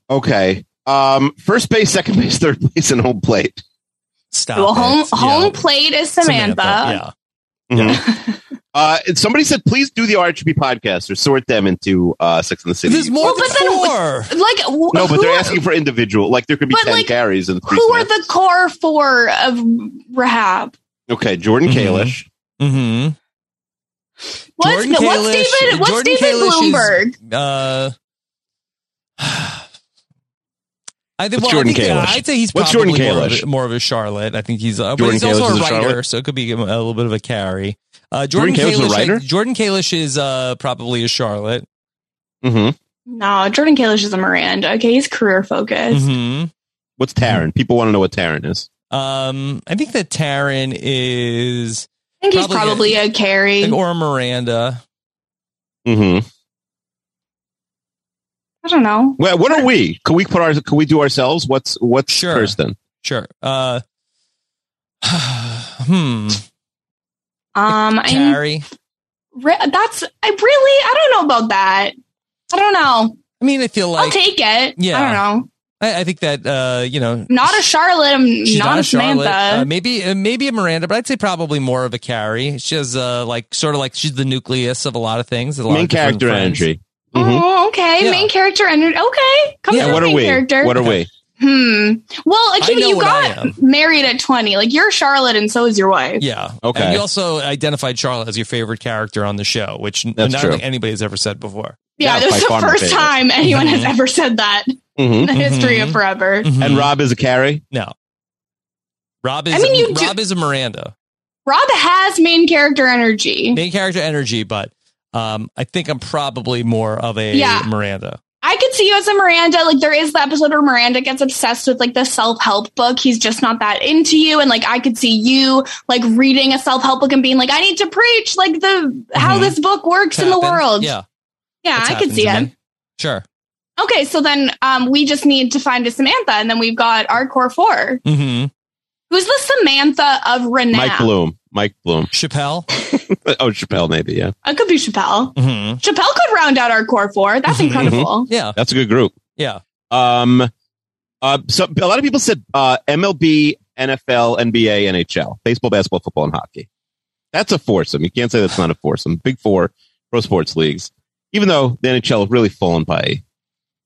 C: Okay. Um, first base, second base, third <laughs> place, and home plate.
B: Stop.
D: Well, home
B: it.
D: home
B: Yeah.
D: plate is Samantha.
B: Mm-hmm.
C: <laughs> Uh, and somebody said, please do the RHB podcast or sort them into uh, Six in the
B: Yeah.
C: City.
B: There's more
D: Well, but
B: than
D: then-
B: four.
D: Like wh-
C: <laughs> no, but
D: who
C: they're
D: are-
C: asking for individual. Like there could be
D: But,
C: ten
D: like,
C: carries and three.
D: Who are
C: snaps.
D: the core four of Rahab?
C: okay? Jordan
B: Mhm.
C: Kalish.
B: Mm-hmm.
D: What's
B: Jordan
D: no, what's
B: Kalish-
D: David? What's
B: Jordan
D: David
B: Kalish is-
D: Bloomberg?
B: Uh, <sighs> I think.
C: What's
B: Well,
C: Jordan
B: I think uh,
C: Kalish?
B: I'd say he's
C: What's
B: probably
C: Jordan
B: more, of
C: Kalish?
B: a, more of a Charlotte. I think he's. Uh, but
C: Jordan
B: he's
C: Kalish
B: also
C: is a
B: a writer,
C: Charlotte?
B: so it could be a little bit of a carry. Uh, Jordan,
C: Jordan Kalish is a
B: I-
C: writer?
B: Jordan Kalish is uh, probably a Charlotte.
C: Mm-hmm.
D: No, Jordan Kalish is a Miranda. Okay, he's career focused.
B: hmm
C: Mm-hmm. What's Taryn? People want to know what Taryn is.
B: Um, I think that Taryn is
D: I think he's
B: Probably
D: probably a carry.
B: or Miranda.
C: Mm-hmm.
D: I don't know.
C: Well, what are we? Can we put our? Can we do ourselves? What's what's
B: Sure.
C: Kirsten?
B: Sure. Uh, <sighs> hmm.
D: Um, I
B: Carrie.
D: re- that's I really I don't know about that. I don't know.
B: I mean, I feel
D: I'll
B: like
D: take it.
B: Yeah.
D: I don't know.
B: I, I think that uh, you know,
D: Not a Charlotte. I'm
B: she's
D: not, a Samantha.
B: Uh, maybe uh, maybe a Miranda, but I'd say probably more of a Carrie. She has uh, like sort of like she's the nucleus of a lot of things. a lot
C: Main
B: of different
C: character
B: friends.
C: energy. Mhm.
D: Oh, okay.
B: Yeah.
D: Main character energy. Okay, come
B: Yeah,
D: to
C: Yeah,
D: the
C: what are
D: main
C: we?
D: character.
C: What are we?
D: hmm. Well,
B: I
D: Akiva,
B: know
D: you
B: what I
D: got
B: am.
D: married at twenty. Like you're Charlotte, and so is your wife.
B: Yeah.
C: Okay.
B: And you also identified Charlotte as your favorite character on the show, which n-
C: That's
B: not
C: true.
B: think anybody's ever said before.
D: Yeah,
C: Yeah,
D: this
C: by
D: is the
C: far my
D: first
C: favorite.
D: time anyone has
B: Mhm.
D: ever said that in
C: Mhm.
D: the history of
B: Mhm.
D: forever.
C: And Rob is a Carrie.
B: No. Rob is
D: I mean, you do-
B: Rob is a Miranda.
D: Rob has main character energy.
B: Main character energy, but um, I think I'm probably more of a
D: Yeah.
B: Miranda.
D: I could see you as a Miranda. Like there is the episode where Miranda gets obsessed with like the self help book. He's just not that into you, and like I could see you like reading a self help book and being like, I need to preach like the how
B: Mhm.
D: this book works in the
B: Happens.
D: world.
B: Yeah.
D: Yeah,
B: that's
D: I could
B: happened
D: see
B: to
D: it.
B: me. Sure.
D: Okay, so then um, we just need to find a Samantha, and then we've got our core four.
B: Mm-hmm.
D: Who's the Samantha of renown?
C: Mike Bloom. Mike Bloom. <laughs>
B: Chappelle.
C: Oh, Chappelle, maybe. Yeah,
D: It could be Chappelle.
B: Mm-hmm.
D: Chappelle could round out our core four. That's
C: Mm-hmm.
B: Mhm.
D: incredible.
B: Yeah.
C: that's a good group.
B: Yeah.
C: Um, uh, so a lot of people said uh, MLB, NFL, NBA, NHL, baseball, basketball, football, and hockey. That's a foursome. You can't say that's not a foursome. Big four pro sports leagues. Even though the NHL have really fallen by,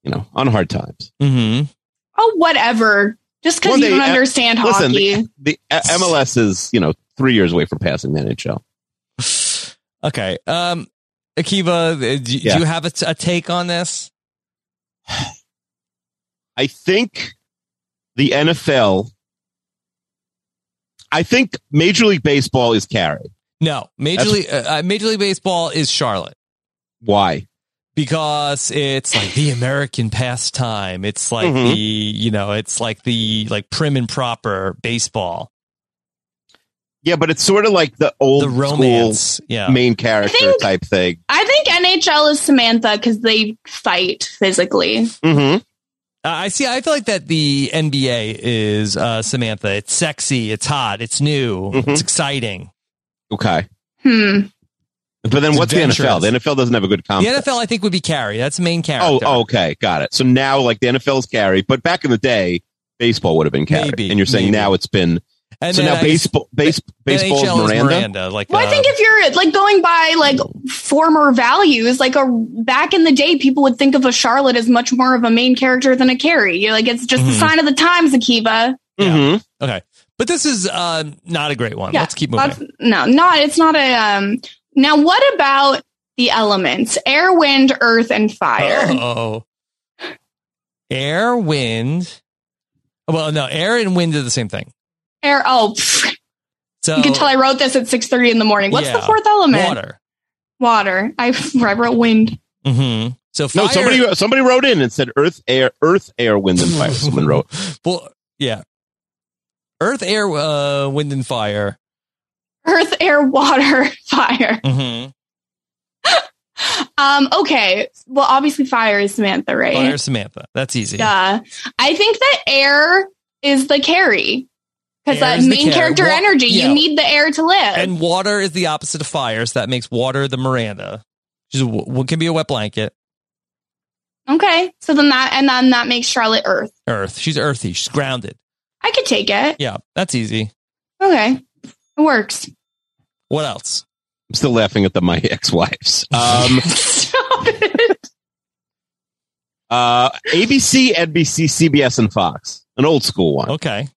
C: you know, on hard times.
B: Mm-hmm.
D: Oh, whatever. Just because
C: One
D: you
C: day,
D: don't
C: uh,
D: understand
C: Listen,
D: hockey.
C: the, the uh, MLS is you know three years away from passing the NHL.
B: Okay. Um, Akiva, uh, do, do
C: Yeah.
B: you have a, t- a take on this?
C: I think the NFL. I think Major League Baseball is carry.
B: No. Major
C: That's-
B: League uh, uh, Major League Baseball is Charlotte.
C: Why?
B: because it's like the American pastime. It's like
C: Mhm.
B: the you know, it's like the like prim and proper baseball,
C: Yeah, but it's sort of like the old
B: the
C: school
B: romance. yeah,
C: main character
D: I think-
C: type thing.
D: I think NHL is Samantha because they fight physically.
C: Mm-hmm.
B: Uh, I see. I feel like that the NBA is uh, Samantha. It's sexy. It's hot. It's new.
C: Mhm.
B: It's exciting.
C: Okay.
D: Hmm.
C: But then
B: It's
C: what's the NFL?
B: adventurous.
C: The NFL doesn't have a good comp.
B: The NFL, I think, would be Carrie. That's the main
C: Um, oh,
B: character.
C: oh, okay. Got it. So now, like, the NFL's carry, but back in the day, baseball would have been carry.
B: Maybe,
C: and you're saying
B: maybe.
C: now it's been.
B: and
C: so
B: then
C: now
B: I-
C: baseball, base, baseball is
B: NHL
C: Miranda.
B: Like,
D: Well,
B: uh,
D: I think if you're like going by like former values, like a back in the day, people would think of a Charlotte as much more of a main character than a Carrie. You're like it's just a
C: Mm-hmm.
B: Mhm.
D: sign of the times, Akiva.
B: Yeah.
C: Mhm.
B: but this is uh, not a great one.
D: Yeah,
B: Let's keep moving.
D: That's, no, not it's not a. um Now, what about the elements? Air, wind, earth, and fire.
B: Oh. Air, wind. Well, no, air and wind are the same thing.
D: Air. Oh, pff,
B: So
D: you can tell I wrote this at six thirty in the morning. What's the
B: Oh. Yeah.
D: fourth element?
B: water.
D: Water. I, I wrote wind.
B: hmm So fire.
C: No, somebody somebody wrote in and said Earth, air, Earth, air, wind, and fire. Someone wrote.
B: Well, yeah. Earth, air, uh, wind, and fire.
D: Earth, air, water, <laughs> fire.
B: Mm-hmm.
D: Um, okay. Well, obviously fire is Samantha, right?
B: Fire, Samantha. That's easy.
D: Duh. I think that air is the carry. Because
B: Air
D: that
B: is the
D: main
B: carry.
D: character
B: Wa-
D: energy,
B: yeah.
D: you need the air to live.
B: And water is the opposite of fire, so that makes water the Miranda. She's a, what can be a wet blanket.
D: okay. So then that and then that makes Charlotte Earth.
B: Earth. She's earthy. She's grounded.
D: I could take it.
B: Yeah, that's easy.
D: Okay. It
B: <laughs>
D: works.
B: What else?
C: I'm still laughing at the my ex-wives.
B: <laughs>
C: Um,
D: Stop it.
C: uh, ABC, NBC, CBS, and Fox. An old school one.
B: Okay.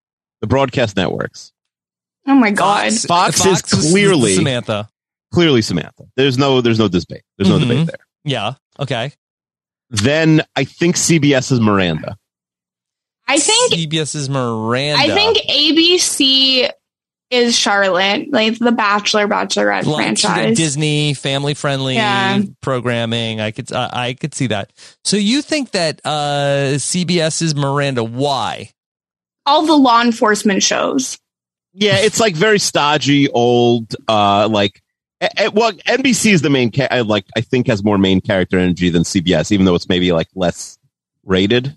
C: The broadcast networks.
D: Oh my god.
C: Fox is clearly-
B: Samantha.
C: Clearly, Samantha. There's no, there's no debate. There's no
B: Mhm.
C: debate there.
B: Yeah. Okay.
C: Then I think CBS is Miranda.
D: I think
B: CBS's Miranda.
D: I think ABC is Charlotte, like the Bachelor Bachelorette
B: Like, she did
D: franchise.
B: Disney family friendly
D: Yeah.
B: programming. I could uh, I could see that. So you think that uh, CBS is Miranda? Why?
D: All the law enforcement shows.
C: Yeah, it's like very stodgy, old. Uh, like, eh, eh, well, NBC is the main. Ca- I like, I think has more main character energy than CBS, even though it's maybe like less rated.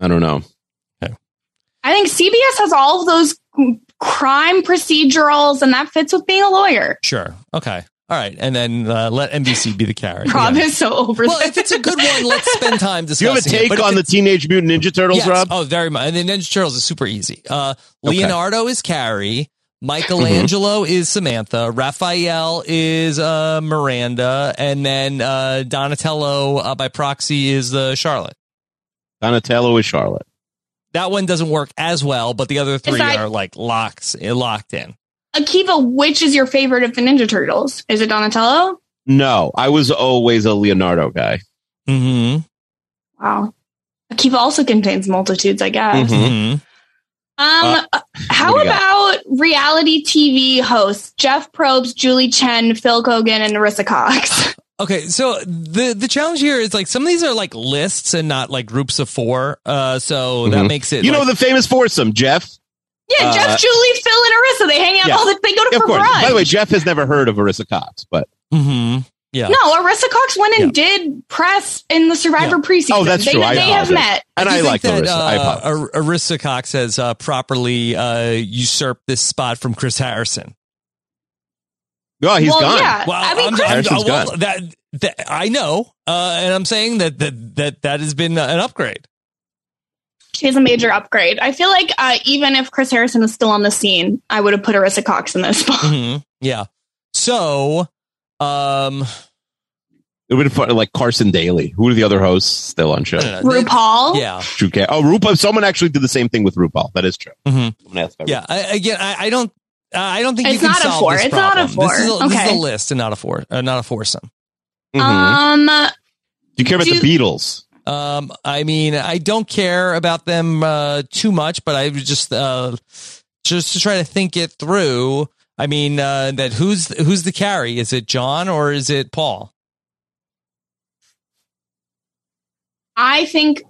C: I don't know.
D: I think CBS has all of those crime procedurals, and that fits with being a lawyer.
B: Sure. Okay. All right. And then uh, let NBC be the carrot. Yeah.
D: Rob is so over
B: Well,
D: this.
B: if it's a good one, let's spend time
C: <laughs> Do you have
B: discussing.
C: a
B: it.
C: take
B: But if
C: on the
B: it's-
C: Teenage Mutant Ninja Turtles,
B: Yes.
C: Rob?
B: Oh, very much. And the Ninja Turtles is super easy. Uh,
C: Okay. Mm-hmm.
B: Leonardo is Carrie. Michelangelo is Samantha. Raphael is uh, Miranda. And then uh, Donatello uh, by proxy is uh, Charlotte.
C: Donatello is Charlotte.
B: That one doesn't work as well, but the other three
D: that-
B: are like locks eh, locked in.
D: <laughs> Akiva, which is your favorite of the Ninja Turtles? Is it Donatello?
C: No, I was always a Leonardo guy.
B: hmm
D: Wow. Akiva also contains multitudes, I
B: Mm-hmm.
D: guess.
C: Mhm.
D: Um, how
C: Uh, what do you
D: about reality TV hosts Jeff Probst, Julie Chen, Phil Kogan, and Narissa Cox? <laughs>
B: Okay, so the the challenge here is like some of these are like lists and not like groups of four. Uh, so that
C: Mhm.
B: makes it
C: You know
B: like-
C: the famous foursome, Jeff.
D: yeah,
C: Uh,
D: Jeff, Julie, Phil, and Arissa. They hang out
C: yeah.
D: all the They go to
C: Yeah, of
D: for
C: course.
D: brunch.
C: By the way, Jeff has never heard of Arissa Cox, but
B: Mhm. yeah.
D: no, Arissa Cox went and did press in the Survivor preseason.
C: Oh, that's
D: they,
C: true. I
D: They have
C: apologize.
D: met.
C: and
B: Do you
C: I
B: think
C: like
B: that,
C: Arissa. I
B: uh,
C: apologize.
B: Ar- Arissa Cox has uh, properly uh, usurped this spot from Chris Harrison.
C: Oh, he's
D: well,
C: gone.
D: yeah.
B: Well,
D: Uh, I mean,
B: I'm-
D: Chris,
B: I'm-
C: Harrison's
B: well,
C: gone.
B: that, that I know, uh, and I'm saying that that that that has been uh, an upgrade.
D: she's a major upgrade. I feel like uh, even if Chris Harrison is still on the scene, I would have put Arissa Cox in this
C: <laughs>
D: spot.
B: Mhm. Yeah. So, um,
C: It would have been like Carson Daly. Who are the other hosts still on show?
B: I don't know.
D: RuPaul.
B: yeah.
C: Drew Carey. Oh, RuPaul. Someone actually did the same thing with RuPaul. That is true.
B: Mhm.
C: Someone asked about
B: Yeah. I, again, I, I don't. Uh, I don't think
D: It's
B: you can
D: not a
B: solve
D: four.
B: this
D: It's not a
B: problem. This is a,
D: four.
B: this is
D: Okay.
B: a list and not a four, uh, not a foursome.
C: RuPaul. Mhm.
D: Um,
C: do you care about
D: do-
C: the Beatles?
B: Um, I mean, I don't care about them uh, too much, but I was just uh, just to try to think it through. I mean, uh, that who's who's the carry? Is it John or is it Paul?
D: I think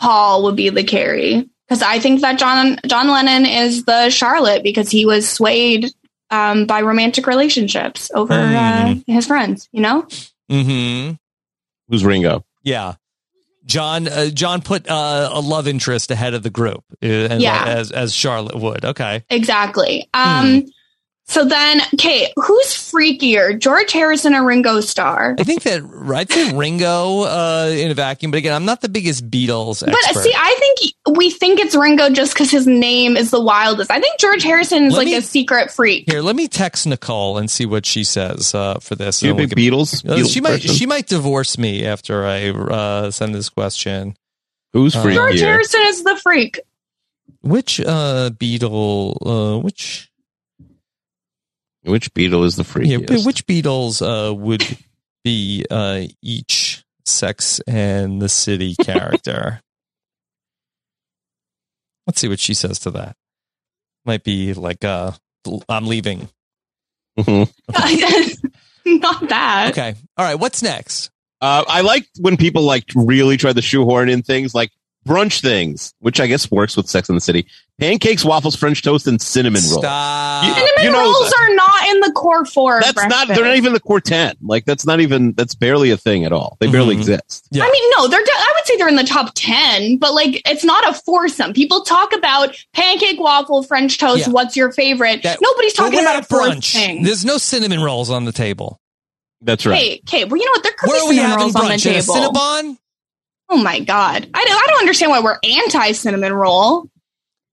D: Paul would be the carry because I think that John John Lennon is the Charlotte because he was swayed um, by romantic relationships over
B: Mm.
D: uh, his friends. You know,
B: Mm-hmm.
C: Who's Ringo?
B: Yeah, John. Uh, John put uh, a love interest ahead of the group, uh, and,
D: Yeah.
B: as as Charlotte would. Okay,
D: exactly. Um,
B: Hmm.
D: So then, okay, who's freakier, George Harrison or Ringo Starr?
B: I think that I'd say Ringo uh, in a vacuum, but again, I'm not the biggest Beatles expert.
D: But uh, see, I think we think it's Ringo just because his name is the wildest. I think George Harrison is
B: Let
D: like
B: me-
D: a secret freak.
B: here, let me text Nicole and see what she says uh, for this.
C: Do you
B: and we'll
C: think
B: get-
C: Beatles?
B: Uh,
C: Beatles
B: she might
C: person?
B: she might divorce me after I uh, send this question.
C: Who's
B: Uh,
C: free
D: George
C: here?
D: Harrison is the freak. <laughs>
B: Which uh Beatle uh which
C: Which Beatle is the free?
B: yeah, which Beatles uh would be uh each Sex and the City
C: <laughs>
B: character? Let's see what she says to that. Might be like uh I'm leaving.
C: Mm-hmm.
D: Not that.
B: Okay. All right, what's next?
C: Uh, I like when people like really try to shoehorn in things like brunch things, which I guess works with Sex in the City. Pancakes, waffles, French toast, and cinnamon rolls.
B: Stop.
D: Cinnamon
C: You know
D: rolls
C: that-
D: are not in the core four. of
C: That's not. They're
D: breakfast.
C: not even the quartet. Like that's not even. That's barely a thing at all. They barely
B: Mhm.
C: exist.
B: Yeah.
D: I mean, no, they're. de- I would say they're in the top ten, but like, it's not a foursome. People talk about pancake, waffle, French toast.
B: Yeah.
D: What's your favorite?
B: That-
D: Nobody's talking
B: We're
D: about
B: at
D: a fourth
B: brunch.
D: thing.
B: There's no cinnamon rolls on the table.
C: That's right.
D: Hey, okay, well, you know what? There could
B: Where
D: be
B: are we
D: cinnamon
B: having
D: rolls on the
B: brunch? At a
D: table.
B: Cinnabon?
D: oh my god, I don't, I don't understand why we're anti cinnamon roll.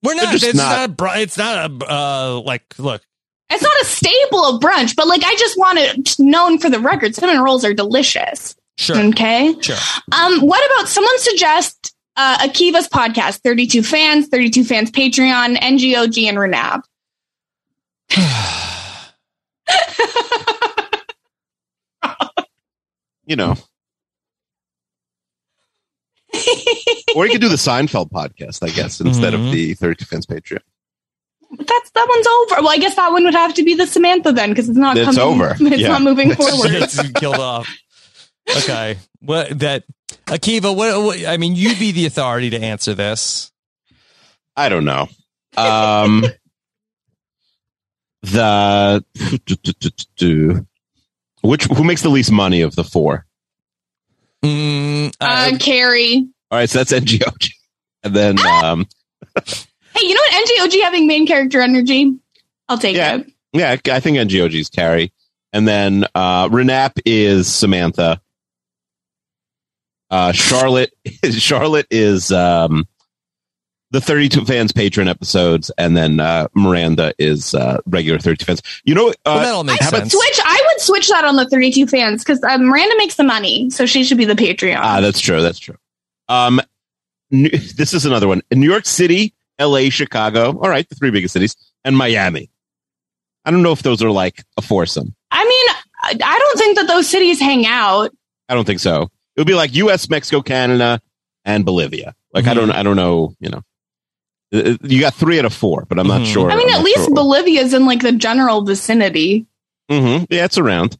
B: We're not.
C: They're just
B: it's not.
C: not.
B: a br- it's not a uh, like. Look,
D: It's not a staple of brunch, but like, I just want it known for the record. Cinnamon rolls are delicious.
B: sure,
D: Okay.
B: sure.
D: Um, what about someone suggest uh, Akiva's podcast, 32 Fans, 32 Fans Patreon, NGOG, and Renab? <laughs>
C: You know. or you could do the Seinfeld podcast, I guess, instead
B: Mhm.
C: of the Thirty Defense Patriot.
D: But that's that one's over. Well, I guess that one would have to be the Samantha then, because it's not.
C: It's
D: coming,
C: over.
D: <laughs> It's
C: Yeah.
D: not moving forward.
B: It's killed off. Okay. What that Akiva? What, what I mean, you'd be the authority to answer this.
C: I don't know. Um, <laughs> the which who makes the least money of the four?
B: Mm, uh,
D: Uh, Carrie.
C: All right, so that's NGOG, and then um,
D: Hey, you know what? NGOG having main character energy. I'll take
C: Yeah.
D: it.
C: yeah, I think NGOG is Carrie, and then uh, Renap is Samantha. Uh, Charlotte, <laughs> Charlotte is um, the thirty-two fans patron episodes, and then uh, Miranda is uh, regular thirty-two fans. You know,
B: well,
C: uh,
B: that'll make
C: how about
B: sense.
D: Switch. I would switch that on the 32 fans because uh, Miranda makes the money, so she should be the Patreon.
C: Ah, that's true. That's true. Um, New- <laughs> this is another one: New York City, L.A., Chicago. All right, the three biggest cities, and Miami. I don't know if those are like a foursome.
D: I mean, I I don't think that those cities hang out.
C: I don't think so. It would be like U.S., Mexico, Canada, and Bolivia. Like
B: Mm-hmm.
C: I don't, I don't know. You know, Uh, you got three out of four, but I'm not
B: Mhm.
C: sure.
D: I mean,
C: I'm
D: at
C: not
D: least
C: sure.
D: Bolivia's in like the general vicinity.
C: Mhm. yeah, it's around.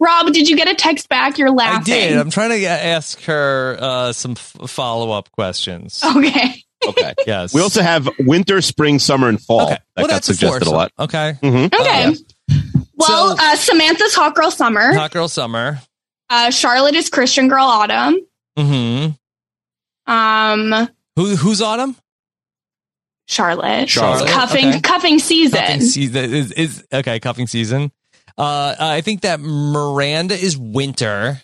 D: Rob, did you get a text back? You're
B: I
D: laughing.
B: did. I'm trying to a- ask her uh, some f- follow up questions.
D: Oh. <laughs> Okay.
C: Okay.
B: Yes.
C: we also have winter, spring, summer, and fall.
B: okay.
C: That got suggested a
B: foursome.
C: lot.
B: Okay.
C: Mhm.
D: Okay.
B: Oh, yeah.
D: Well,
B: So-
D: uh, Samantha's Hot Girl Summer.
B: Hot girl summer.
D: Uh, Charlotte is Christian Girl Autumn.
B: hmm
D: Um,
B: Who who's autumn?
D: Charlotte.
C: Charlotte.
D: Cuffing
B: Okay.
D: cuffing season.
B: Cuffing season is, is okay. Cuffing season. Uh, I think that Miranda is winter.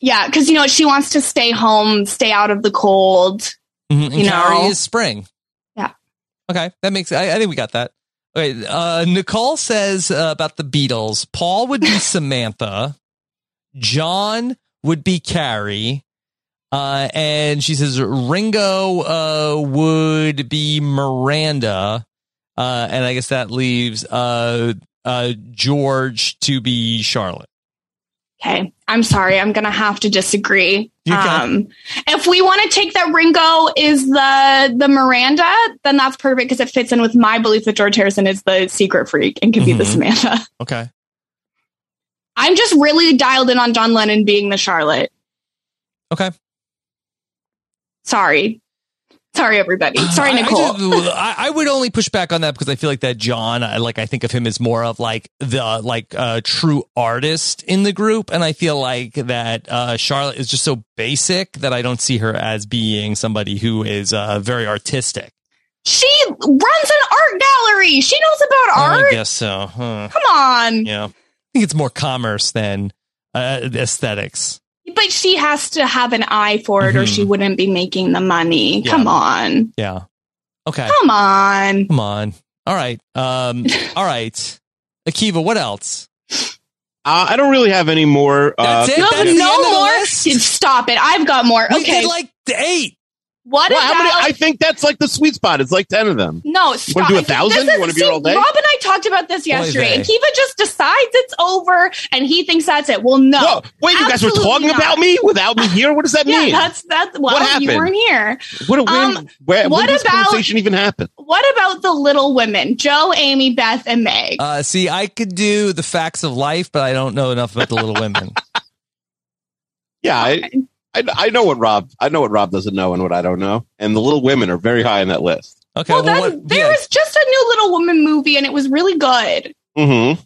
D: yeah, because you know she wants to stay home, stay out of the cold.
B: Mhm, And
D: Mm-hmm. You know.
B: Carrie is spring.
D: Yeah.
B: Okay, that makes. I, I think we got that. Okay. Uh, Nicole says uh, about the Beatles. Paul
D: <laughs>
B: would be Samantha. John would be Carrie. Uh, and she says Ringo uh, would be Miranda. Uh, and I guess that leaves uh, uh, George to be Charlotte.
D: Okay, I'm sorry, I'm gonna have to disagree.
B: You got-
D: Um, if we want to take that Ringo is the the Miranda, then that's perfect because it fits in with my belief that George Harrison is the secret freak and could be the
B: Mhm.
D: Samantha.
B: Okay.
D: I'm just really dialed in on John Lennon being the Charlotte.
B: Okay.
D: Sorry, sorry
C: <sighs>
D: everybody. Sorry,
B: I- I
D: Nicole.
B: just- I, I would only push back on that because I feel like that John, I, like I think of him as more of like the like uh, true artist in the group, and I feel like that uh, Charlotte is just so basic that I don't see her as being somebody who is uh, very artistic.
D: she runs an art gallery. She knows about
B: I
D: art.
B: guess so. Huh.
D: Come on.
B: Yeah, I think it's more commerce than uh, aesthetics.
D: But she has to have an eye for it or
C: Mm-hmm.
B: Mhm.
D: she wouldn't be making the money.
B: Yeah.
D: Come on.
B: Yeah. Okay.
D: Come on.
B: Come on. All right. Um.
D: <laughs>
B: All right. Akiva, what else?
C: Uh, I don't really have any more. Uh,
B: That's it?
D: No,
B: That's the end of
D: no
B: the
D: more.
B: list?
D: Stop it. I've got more.
B: We
D: okay.
B: did like eight.
D: what
C: well,
D: about
C: how many- I think that's like the sweet spot. It's like ten of them.
D: No, stop.
C: do a
D: This
C: thousand?
D: isn't-
C: You wanna be here all day?
D: Rob and I talked about this yesterday.
B: they.
D: And Kiva just decides it's over and he thinks that's it. Well, no.
C: Whoa, wait, you guys were
D: Absolutely
C: talking
D: not.
C: about me without me here? What does that
D: yeah,
C: mean?
D: that's that's well, oh,
C: What
D: you
C: happened?
D: weren't here.
C: what a when,
D: um,
C: where, when
D: what
C: did this
D: about-
C: conversation even happen?
D: What about the little women? Joe, Amy, Beth, and Meg.
B: Uh, see, I could do the facts of life, but I don't know enough about the Little
D: <laughs>
B: Women.
C: Yeah, I, I, I know what Rob I know what Rob doesn't know and what I don't know. And the little women are very high on that list.
B: Okay,
D: well,
B: well,
D: that's,
B: what,
D: there
B: yeah, <laughs>
D: was just a new Little Women movie, and it was really good.
C: Mm-hmm.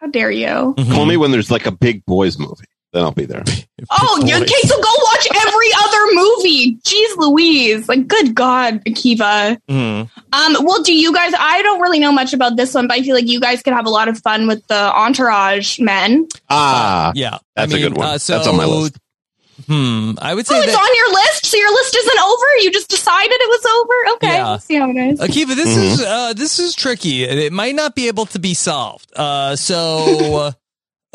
D: How dare you?
B: mhm.
C: Call me when there's like a big boys movie. Then I'll be there.
D: Oh, your
B: Boys.
D: okay, so go watch every other movie. Jeez Louise. Like, good God, Akiva.
B: Mhm.
D: Um, well, do you guys, I don't really know much about this one, but I feel like you guys could have a lot of fun with the entourage men.
C: Ah,
B: yeah,
C: that's a good one.
B: uh,
C: That's on my list.
B: Hmm, I would say
D: Oh, it's
B: that.
D: on your list? So your list isn't over? You just decided it was over? Okay,
B: Yeah.
D: we'll see how it is.
B: Akiva, this
C: Mm-hmm.
B: is uh, this is tricky. It might not be able to be solved.
C: <laughs>
B: Uh, so,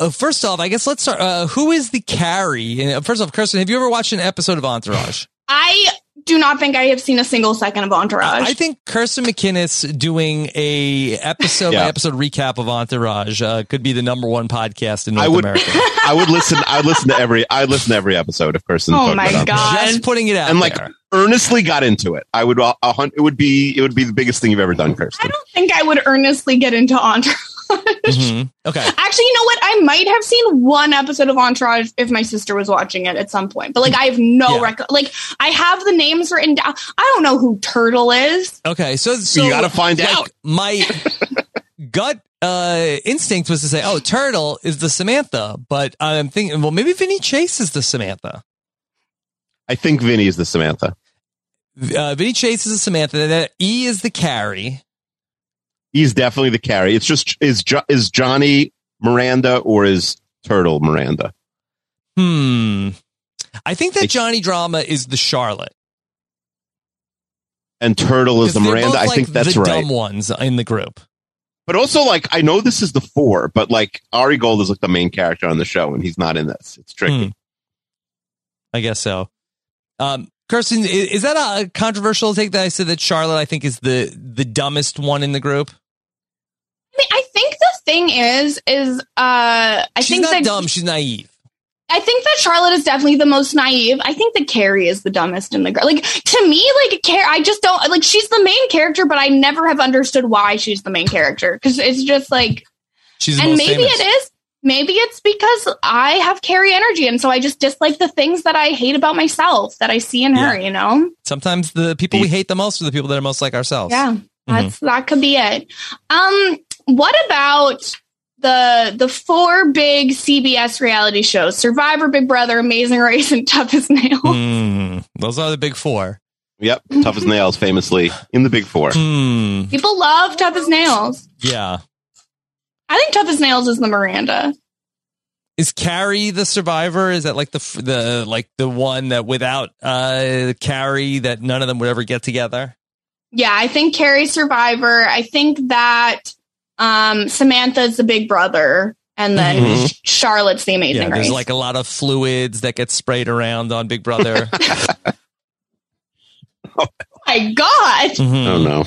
B: uh, first off, I guess let's start. Uh, who is the carry? And, uh, First off, Kirsten, have you ever watched an episode of Entourage?
D: I do not think I have seen a single second of Entourage.
B: I think Kirsten McInnes doing a episode by
C: Yeah.
B: episode recap of Entourage uh, could be the number one podcast in North
C: I would-
B: America.
C: <laughs> I would listen. I would listen to every. I would listen to every episode of Kirsten.
D: oh
C: talked about
D: my
C: Entourage.
D: god.
B: Just putting it out
C: and like <laughs>
B: there.
C: earnestly got into it. I would. A, a, hun- it would be. It would be the biggest thing you've ever done,
D: I
C: Kirsten.
D: don't think I would earnestly get into Entourage. <laughs>
B: Mhm. Okay.
D: Actually, you know what? I might have seen one episode of Entourage if my sister was watching it at some point. But like, I have no
B: Yeah.
D: record. Like, I have the names written down. I don't know who Turtle is.
B: Okay. So, so
C: you got to find
B: like,
C: out.
B: My gut uh, instinct was to say, "Oh, Turtle is the Samantha," but I'm thinking, well, maybe Vinny Chase is the Samantha.
C: I think Vinny is the Samantha.
B: Uh, Vinny Chase is the Samantha. Then that E is the Carrie.
C: He's definitely the carry. It's just is Jo- is Johnny Miranda or is Turtle Miranda?
B: Hmm. I think that
C: Like-
B: Johnny Drama is the Charlotte.
C: And Turtle is the
B: 'Cause they're
C: Miranda.
B: both,
C: I
B: like,
C: think that's
B: the
C: right.
B: Dumb ones in the group.
C: But also, like, I know this is the four, but like Ari Gold is like the main character on the show, and he's not in this. It's tricky.
B: Hmm. I guess so. Um, Kirsten, i- is, that a controversial take that I said that Charlotte I think is the the dumbest one in the group?
D: I mean, I think the thing is, is uh, I
B: she's
D: think
B: not
D: that
B: dumb. She's naive.
D: I think that Charlotte is definitely the most naive. I think that Carrie is the dumbest in the group. Like to me, like Carrie, I just don't like. She's the main character, but I never have understood why she's the main character because it's just like,
B: She's the
D: and
B: most
D: maybe
B: famous.
D: it is. Maybe it's because I have Carrie energy, and so I just dislike the things that I hate about myself that I see in her. You know,
B: Sometimes the people we hate the most are the people that are most like ourselves.
D: yeah, that's that could be it. Um, what about the the four big CBS reality shows: Survivor, Big Brother, Amazing Race, and Tough as Nails?
B: Hmm. those are the big four.
C: Yep, tough as nails, famously in the Big Four.
B: Hmm.
D: People love Tough as Nails.
B: yeah.
D: I think Tough as Nails is the Miranda.
B: Is Carrie the survivor? Is that like the f- the like the one that without uh Carrie that none of them would ever get together?
D: Yeah, I think Carrie Survivor. I think that um, Samantha's the Big Brother, and then
B: Mhm.
D: Charlotte's the Amazing
B: yeah,
D: Race.
B: there's like a lot of fluids that get sprayed around on
D: <laughs>
B: Big Brother.
D: oh my god.
B: Mhm.
C: Oh no,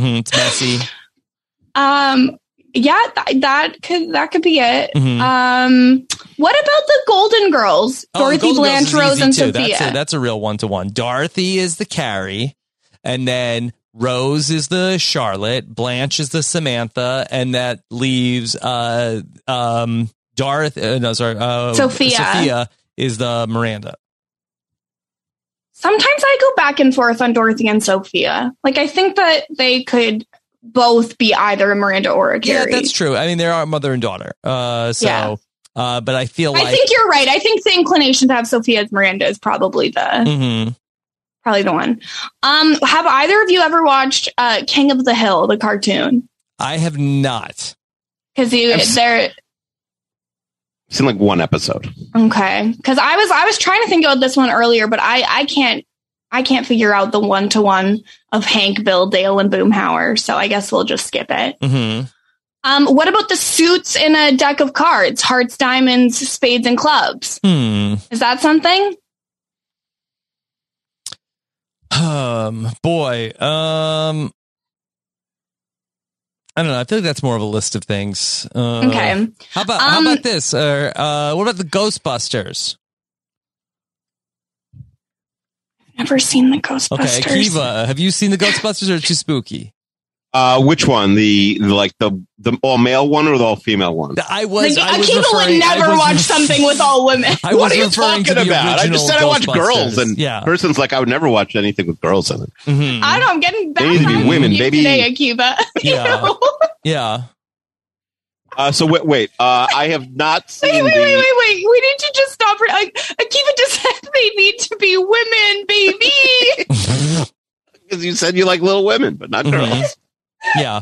B: Mhm, It's messy.
D: Um, yeah, th- that could that could be it.
B: Mhm.
D: Um, what about the Golden Girls?
B: Oh,
D: Dorothy
B: Golden Girls
D: Blanche,
B: is
D: Rose,
B: easy,
D: and
B: too.
D: Sophia.
B: That's a, that's a real one to one. Dorothy is the Carrie, and then Rose is the Charlotte. Blanche is the Samantha, and that leaves uh um Dorothy. Uh, no, sorry, uh,
D: Sophia.
B: Sophia is the Miranda.
D: Sometimes I go back and forth on Dorothy and Sophia. Like I think that they could both be either a Miranda or a Carrie.
B: Yeah, that's true. I mean, there are mother and daughter. Uh, so,
D: Yeah.
B: uh, but I feel like
D: I think you're right. I think the inclination to have Sophia as Miranda is probably the
B: Mhm.
D: probably the one. Um, have either of you ever watched uh, King of the Hill, the cartoon?
B: I have not.
D: Because you
C: I've s-
D: there.
C: I've seen like one episode.
D: Okay, because I was I was trying to think about this one earlier, but I I can't I can't figure out the one to one of Hank, Bill, Dale, and Boomhauer. So I guess we'll just skip it.
B: hmm
D: Um, what about the suits in a deck of cards? Hearts, diamonds, spades, and clubs.
B: Hmm.
D: Is that something?
B: Um, boy, um, I don't know. I feel like that's more of a list of things. Uh,
D: okay.
B: How about
D: Um,
B: how about this? Or uh, what about the Ghostbusters?
D: Never seen the
B: Okay,
D: Ghostbusters.
B: Akiva, have you seen the Ghostbusters or too spooky?
C: Uh, which one? The like the the all male one or the all female one?
B: I was.
D: Like,
B: I was
D: Akiva
B: referring-
D: would
B: I
D: never
B: was
D: watch
B: ref-
D: something with all women.
B: <laughs> I was
C: what are you
B: referring to
C: talking
B: the
C: about? I
B: original
C: just said I watch
B: Ghostbusters.
C: girls, and
B: yeah,
C: person's like I would never watch anything with girls in it.
B: Mhm.
D: I don't get back
C: They need to be
D: on
C: women,
D: you
C: baby.
D: today, Akiva. <laughs> You
B: Yeah.
D: know?
B: yeah.
C: Uh, so wait, wait. Uh, I have not seen
D: wait, wait,
C: the.
D: wait, wait, wait. We need to just stop. Re- like, Akiva just <laughs> said they need to be women,
B: <laughs>
D: baby.
C: because you said you like little women, but not girls.
B: Mhm. yeah.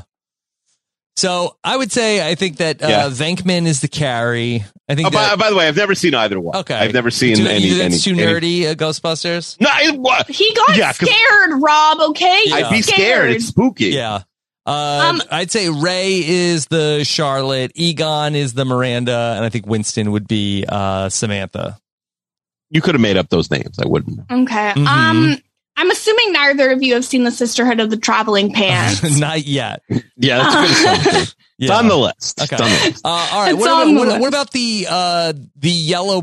B: So I would say I think that uh,
C: Yeah.
B: Venkman is the carry. I think
C: Oh, by,
B: that,
C: by the way, I've never seen either one.
B: Okay.
C: I've never seen
B: too,
C: any.
B: you-
C: any,
B: that's too
C: any-
B: nerdy. Uh, Ghostbusters.
C: No, it, what?
D: He got
C: Yeah, 'cause-
D: scared, Rob, okay?
B: Yeah.
C: I'd be scared. It's spooky.
B: Yeah. Uh,
D: Um,
B: I'd say Ray is the Charlotte, Egon is the Miranda, and I think Winston would be uh, Samantha.
C: You could have made up those names. I wouldn't.
D: Okay.
B: Mhm.
D: Um, I'm assuming neither of you have seen the Sisterhood of the Traveling Pants.
C: <laughs>
B: <laughs> Not yet.
C: Yeah, that's a <laughs> good assumption.
B: Yeah.
C: It's on the list.
B: Okay.
C: It's on the list.
B: Uh, all right.
D: It's
B: What
D: on
B: about,
D: the
B: what,
D: list.
B: what about the uh, the yellow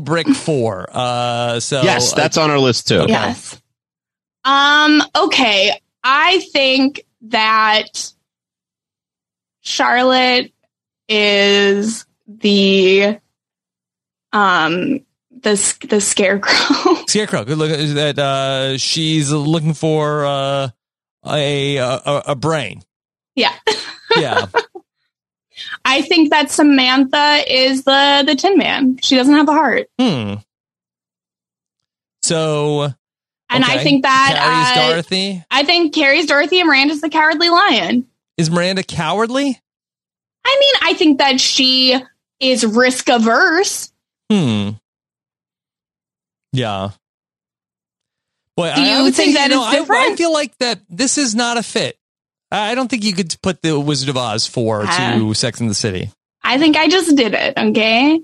D: <laughs>
B: brick four? Uh, so
C: yes,
B: uh,
C: that's on our list too.
D: Yes. Um, okay. I think that Charlotte is the um the s- the scarecrow. <laughs>
B: Scarecrow. Good look at that. Uh, she's looking for uh, a, a a brain.
D: Yeah. <laughs>
B: Yeah.
D: I think that Samantha is the the Tin Man. She doesn't have a heart.
B: hmm. So
D: And I
B: okay.
D: think that
B: Carrie's
D: uh,
B: Dorothy
D: I think Carrie's Dorothy and Miranda's the Cowardly Lion.
B: is Miranda cowardly.
D: I mean, I think that she is risk averse.
B: Hmm. Yeah. Boy,
D: Do you
B: would
D: think that
B: you
D: is
B: know, I- I,
D: different?
B: feel like that this is not a fit. I I don't think you could put the Wizard of Oz four to
D: Uh.
B: Sex and
D: <laughs>
B: the City.
D: I think I just did it, okay?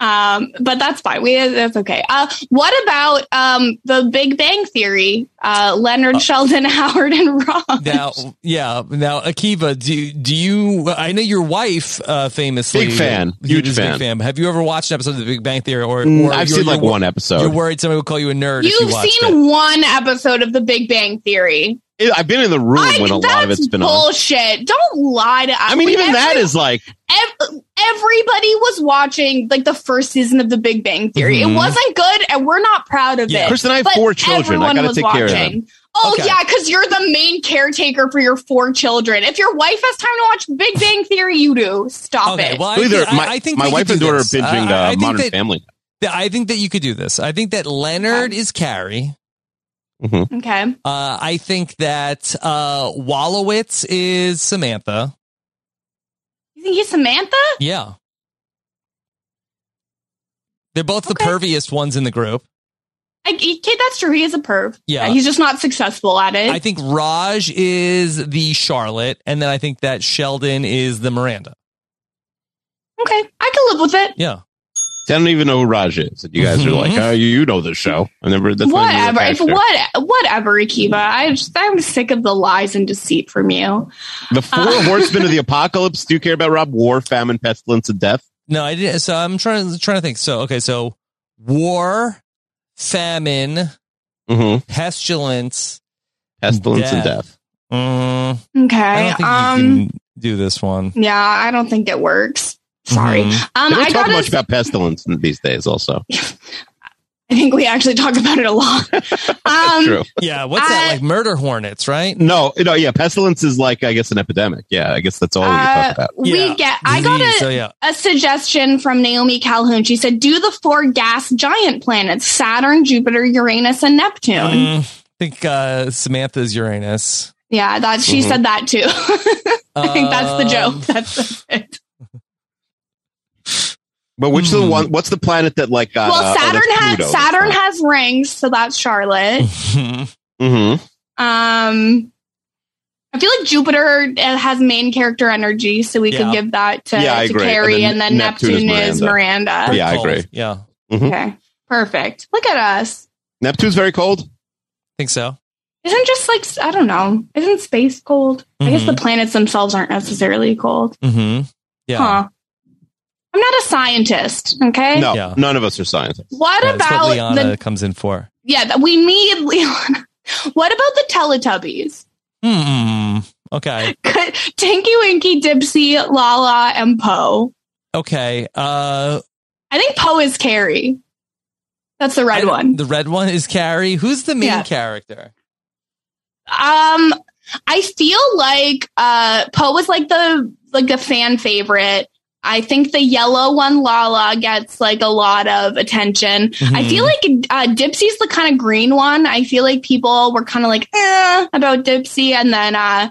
D: Um, but that's fine. We that's okay. Uh, what about um the Big Bang Theory? Uh, Leonard Sheldon, <laughs> Howard, and Ross.
B: Now, yeah. Now, Akiva, do do you? I know your wife uh, famously
C: Big fan.
B: you
C: Huge
B: just
C: fan.
B: Big fan. Have you ever watched an episode of The Big Bang Theory? Or,
C: Mm,
B: or
C: I've
B: you're-
C: seen like
B: you're-
C: one
B: You're
C: episode.
B: worried somebody would call you a nerd. if
D: You've
B: you watched
D: seen
B: it.
D: one episode of the Big Bang Theory.
C: I've been in the room
D: Like,
C: when a lot of
D: that's
C: it's been on.
D: bullshit. Don't lie to us.
C: I mean,
D: We-
C: even that
D: every-
C: is like
D: ev- everybody was watching like the first season of the Big Bang Theory.
B: Mhm.
D: It wasn't good, and we're not proud of
B: Yeah.
D: it.
C: Mm-hmm. Chris and I have
D: But
C: four children. I
D: everyone
C: got to
D: was
C: take care of them.
D: watching. Oh
B: Okay.
D: yeah, because you're the main caretaker for your four children. If your wife has time to watch Big Bang Theory, you do. Stop
B: Okay,
D: it.
B: well, I,
C: Either
B: think- I-
C: my,
B: I think
C: my
B: we
C: wife
B: could
C: and
B: do
C: daughter
B: this.
C: are binging
B: I- I
C: uh,
B: think
C: Modern
B: that-
C: Family. Um,
B: that- I think that you could do this. I think that Leonard is Carrie.
D: okay.
B: Uh, I think that uh, Wallowitz is Samantha.
D: You think he's Samantha?
B: Yeah. They're both
D: Okay.
B: the perviest ones in the group.
D: I, okay, that's true. He is a perv.
B: Yeah.
D: he's just not successful at it.
B: I think Raj is the Charlotte, and then I think that Sheldon is the Miranda.
D: okay, I can live with it.
B: Yeah.
C: See, I don't even know who Raj is. And you guys are
B: Mm-hmm.
C: like, oh, you, you know this show. I never. That's not even a
D: whatever. If
C: factor.
D: what whatever, Akiva. I just, I'm sick of the lies and deceit from you.
C: The four horsemen of the apocalypse. Do you care about Rob? War, famine, pestilence, and death.
B: No, I didn't. So I'm trying trying to think. So okay, so war, famine,
C: Mm-hmm.
B: pestilence.
C: Pestilence and
B: Death.
C: death.
B: Mm,
D: Okay.
B: I don't think
D: um,
B: you can do this one.
D: Yeah, I don't think it works. Sorry.
B: Mhm.
D: Um,
C: Mm-hmm. They don't
D: I
C: talk
D: got. Um,
C: much
D: I
C: about pestilence in these days. Also,
D: think we actually talk about it a
C: <laughs>
D: lot. Um,
C: true.
B: Yeah, what's that
D: I-
B: like? Murder hornets, right?
C: No, no, yeah. Pestilence is like, I guess, an epidemic. Yeah, I guess that's all we
D: uh,
C: talk about.
D: we
B: Yeah,
D: get. I got
B: disease,
D: a, <laughs>
B: So yeah,
D: a suggestion from Naomi Calhoun. She said, "Do the four gas giant planets: Saturn, Jupiter, Uranus, and Neptune."
B: Mm, I think uh, Samantha's Uranus.
D: Yeah, that she
C: Mhm.
D: said that too. <laughs> I think that's the joke.
B: Um, <laughs>
D: That's it.
C: But which the
B: Hmm.
C: one? What's the planet that like? uh, Got,
D: well, Saturn has Saturn
C: has.
D: has rings, so that's Charlotte.
C: Mm-hmm.
D: Um, I feel like Jupiter uh, has main character energy, so we
B: Yeah.
D: could give that to,
C: Yeah, I
D: to
C: agree. And
D: Carrie,
C: then
D: and then,
C: Neptune is Mm-hmm.
D: Neptune, is Miranda.
B: Very
C: Yeah, I
B: cold.
C: agree.
B: Yeah, I
D: Okay, perfect. Look at us.
C: Neptune's very cold.
B: think so.
D: Isn't just like I don't know. Isn't space cold? I guess
B: Mhm.
D: the
C: Mm-hmm.
D: planets themselves aren't necessarily cold.
B: Mm-hmm. Yeah.
D: Huh. I'm not a scientist. Okay.
C: No,
B: Yeah.
C: none of us are scientists.
D: What
B: Yeah, that's
D: about
B: what Liana
D: the
B: comes in for?
D: yeah? that We <laughs> need Leon. What about the Teletubbies?
B: Hmm. Okay.
D: Could- Tinky Winky, Dipsy, Lala, and Poe.
B: Okay. Uh,
D: I think Poe is Carrie. That's the red
B: I-
D: one.
B: The red one is Carrie. Who's the main
D: Yeah.
B: character?
D: Um, I feel like uh, Poe was like the like a fan favorite. I think the yellow one, Lala, gets like a lot of attention. I feel like
C: Mm-hmm.
D: uh, Dipsy's the kind of green one. I feel like people were kind of like eh, about Dipsy, and then uh,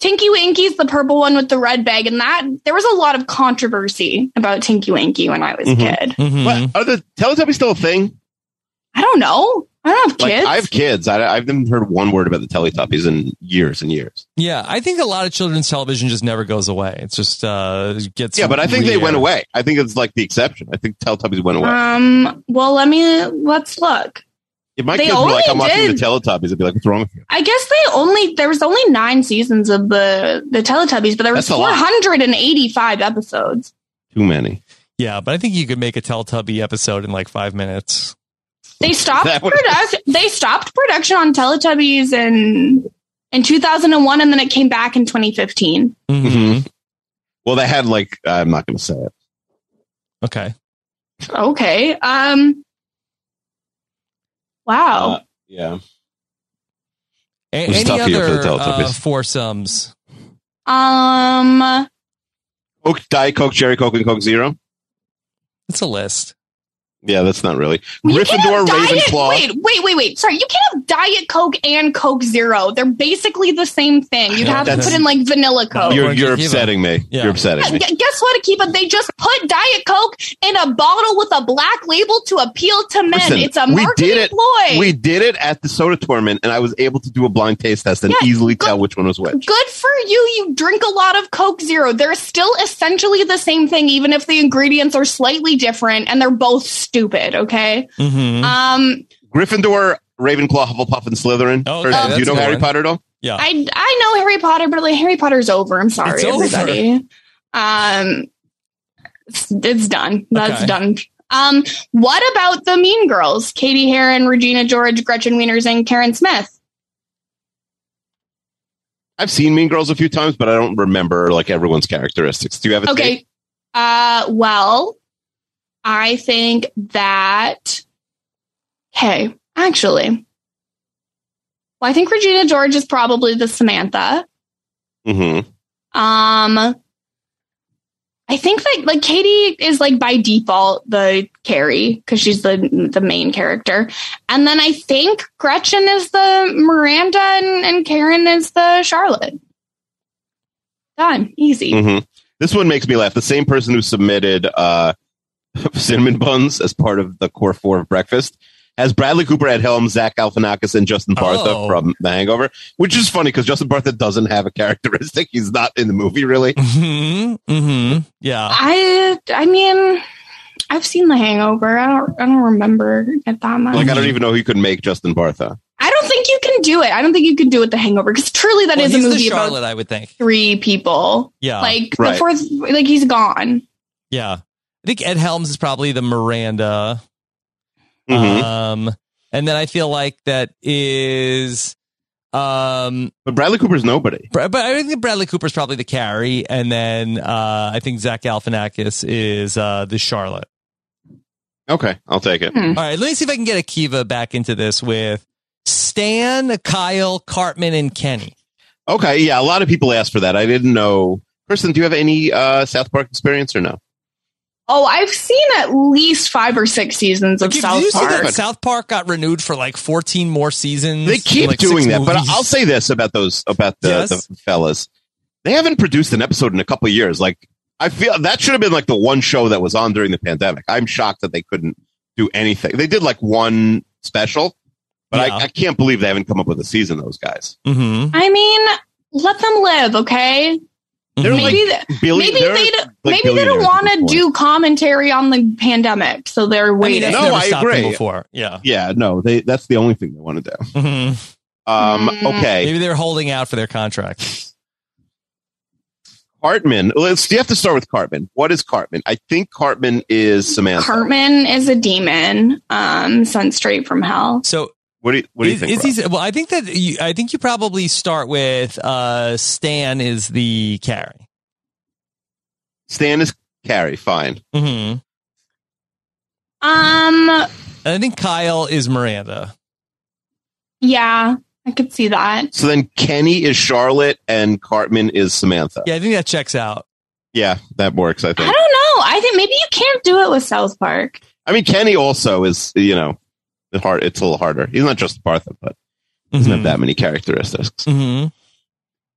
D: Tinky Winky's the purple one with the red bag, and that there was a lot of controversy about Tinky Winky when I was
C: Mhm.
D: a kid.
B: Mhm.
C: What are the Teletubbies still a thing?
D: I don't know. I don't have
C: Like
D: kids.
C: I have kids. I, I've never heard one word about the Teletubbies in years and years.
B: Yeah, I think a lot of children's television just never goes away. It's just uh it gets
C: Yeah, but I think they
B: weird.
C: went away. I
D: Uh,
C: think it's like the exception. I think Teletubbies went away.
D: um. Well, let me let's look.
C: If my
D: They
C: kids were like,
D: only
C: I'm watching the
D: did-
C: Teletubbies, I'd be like, what's wrong with you?
D: I guess they only there was only nine seasons of the the Teletubbies, but there was
C: That's a lot.
D: 485 episodes.
C: Too many.
B: Yeah, but I think you could make a Teletubby episode in like five minutes.
D: They stopped
C: That would-
D: production. They stopped production on Teletubbies in in 2001, and then it came back in 2015.
B: Mm-hmm.
C: hmm Well, they had like, I'm not going to say it.
B: Okay.
D: Okay. Um. Wow.
C: Uh, yeah.
B: A-
C: was
B: any
C: tough year for
B: other
C: the Teletubbies.
B: uh, foursomes?
C: Uh,
D: um.
C: Coke, Diet Coke, Jerry Coke, and Coke Zero.
B: It's a list.
C: Yeah, that's not really.
D: You can't have
C: Gryffindor,
D: diet,
C: Ravenclaw.
D: Wait, wait, wait, wait. Sorry, you can't have Diet Coke and Coke Zero. They're basically the same thing. You'd
B: Yeah,
D: have to
B: that's-
D: put in like vanilla Coke.
C: You're,
B: Orange
C: you're
B: Akiva.
C: upsetting me.
B: Yeah.
C: You're upsetting me.
D: Gu- Guess what, Akiba? They just put Diet Coke in a bottle with a black label to appeal to men.
C: Listen,
D: it's a
C: we
D: marketing
C: did it.
D: ploy.
C: We did it at the soda tournament, and I was able to do a blind taste test and
D: Yeah,
C: easily
D: go-
C: tell which one was which.
D: Good for you. You drink a lot of Coke Zero. They're still essentially the same thing, even if the ingredients are slightly different and they're both stupid. Okay.
C: Hmm.
B: Mm-hmm.
D: Um,
C: Gryffindor, Ravenclaw, Hufflepuff, and Slytherin.
B: Oh, okay,
C: First,
B: that's
C: do you know
B: a good
C: Harry
B: one.
C: Potter at all?
B: yeah.
D: I I know Harry Potter, but like Harry Potter's over. I'm sorry,
B: It's over.
D: everybody. Um, it's, it's done. That's
B: Okay.
D: done. Um, what about the Mean Girls? Katie Heron, Regina George, Gretchen Wieners, and Karen Smith.
C: I've seen Mean Girls a few times, but I don't remember like everyone's characteristics. Do you have a take?
D: Okay. Uh, well, I think that. Hey, actually, well, I think Regina George is probably the Samantha.
C: Mm-hmm.
D: Um, I think that like Katie is like by default the Carrie because she's the the main character, and then I think Gretchen is the Miranda and, and Karen is the Charlotte. Done, easy.
C: Mm-hmm. This one makes me laugh. The same person who submitted uh, <laughs> cinnamon buns as part of the core four of breakfast has Bradley Cooper, Ed Helms, Zach Galifianakis, and Justin Bartha
B: Oh.
C: from The Hangover, which is funny because Justin Bartha doesn't have a characteristic. <laughs> He's not in the movie really.
B: <laughs> Mm-hmm. Mm-hmm. Yeah.
D: I I mean, I've seen The Hangover. I don't I don't remember it that much.
C: Like I don't even know who could make Justin Bartha.
D: I don't think you can do it. I don't think you can do it. The Hangover because truly that
B: Well,
D: is
B: he's
D: a
B: the
D: movie
B: Charlotte,
D: about
B: I would think.
D: three people.
B: Yeah.
D: like
C: Ah, right.
D: the fourth, like he's gone.
B: yeah. I think Ed Helms is probably the Miranda.
C: Mhm.
B: Um, and then I feel like that is, um,
C: but Bradley Cooper's nobody.
B: Bra- but I think Bradley Cooper's probably the Carrie, and then uh, I think Zach Galifianakis is uh, the Charlotte.
C: Okay, I'll take it.
D: Hmm.
B: All right, let me see if I can get Akiva back into this with Stan, Kyle, Cartman, and Kenny.
C: Okay, yeah, a lot of people asked for that. I didn't know. Kristen, do you have any uh, South Park experience or no?
D: Oh, I've seen at least five or six seasons of
B: Akiva, did you
D: South
B: see that
D: Park.
B: South Park got renewed for like 14 more seasons.
C: They keep
B: Like, six
C: doing that, but
B: movies.
C: I'll say this about those about the,
B: Yes?
C: the fellas. They haven't produced an episode in a couple of years. Like I feel that should have been like the one show that was on during the pandemic. I'm shocked that they couldn't do anything. They did like one special, but
B: Yeah.
C: I, I can't believe they haven't come up with a season. Those guys,
B: Mhm.
D: I mean, let them live, okay?
C: they're
B: Mhm.
C: like
D: Maybe th-
C: billion.
D: maybe
C: they're,
D: they d-
C: like,
D: maybe they
C: billionaires
D: don't
C: at
D: want
C: this
D: to
C: point.
D: do commentary on the pandemic, so they're
B: I mean,
D: waiting.
B: that's
C: No,
B: never
C: I
B: stopped them
C: agree.
B: Before, yeah.
C: Yeah, no, they. That's the only thing they want to do.
B: Mhm.
C: Um,
D: Mm.
C: okay,
B: Maybe they're holding out for their contract.
C: Cartman. Let's. You have to start with Cartman. What is Cartman? I think Cartman is Samantha.
D: Cartman is a demon, um, sent straight from hell.
B: So,
C: What do you, what do you
B: is-
C: think? Rob?
B: is he- well, I think that you, I think you probably start with uh, Stan is the Carrie.
C: Stan is Carrie. Fine.
B: Mhm.
D: Um,
B: And I think Kyle is Miranda.
D: yeah, I could see that.
C: So then Kenny is Charlotte and Cartman is Samantha. Yeah,
B: Yeah, I think that checks out.
C: that works. I
D: I
C: think.
D: don't know. I think maybe you can't do it with South Park.
C: I mean, Kenny also is. You know, the hard. It's a little harder. He's not just Bartha, but he
B: Mm-hmm.
C: doesn't have that many characteristics.
B: Mhm.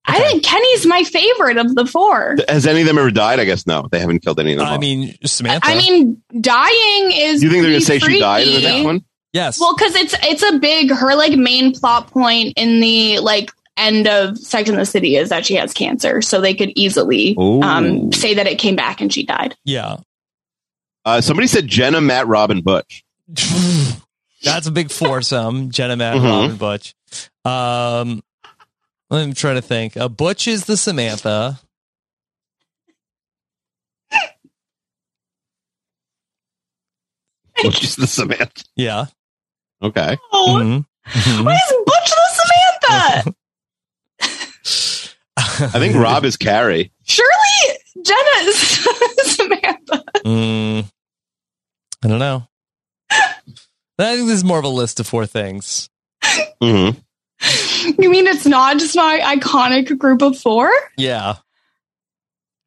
D: I think Kenny's my favorite of the four.
C: Has any of them ever died? I guess no. They haven't killed any of them.
B: I
C: off.
B: mean, Samantha.
D: I mean, dying is.
C: do you think they're going to say
D: pretty
C: she died in the
D: freaky.
C: next one?
B: yes.
D: Well, because it's it's a big her like main plot point in the like end of Sex in the City is that she has cancer, so they could easily
C: Ooh.
D: um, say that it came back and she died.
B: yeah. <laughs>
C: Uh, somebody said Jenna, Matt, Robin, Butch.
B: That's a big foursome. Jenna, Matt,
C: Mhm.
B: Robin, Butch. Um, I'm trying to think. Uh, Butch is the Samantha.
C: Which is the Samantha.
B: Yeah.
C: Okay.
D: Oh,
B: Mhm.
D: what
B: Mhm.
D: is Butch the
B: <laughs>
D: Samantha?
C: I think Rob is Carrie.
D: Surely Jenna is <laughs> Samantha.
B: Mm, I don't know. I think this is more of a list of four things.
C: Mm-hmm.
D: You mean it's not just my iconic group of four?
B: Yeah.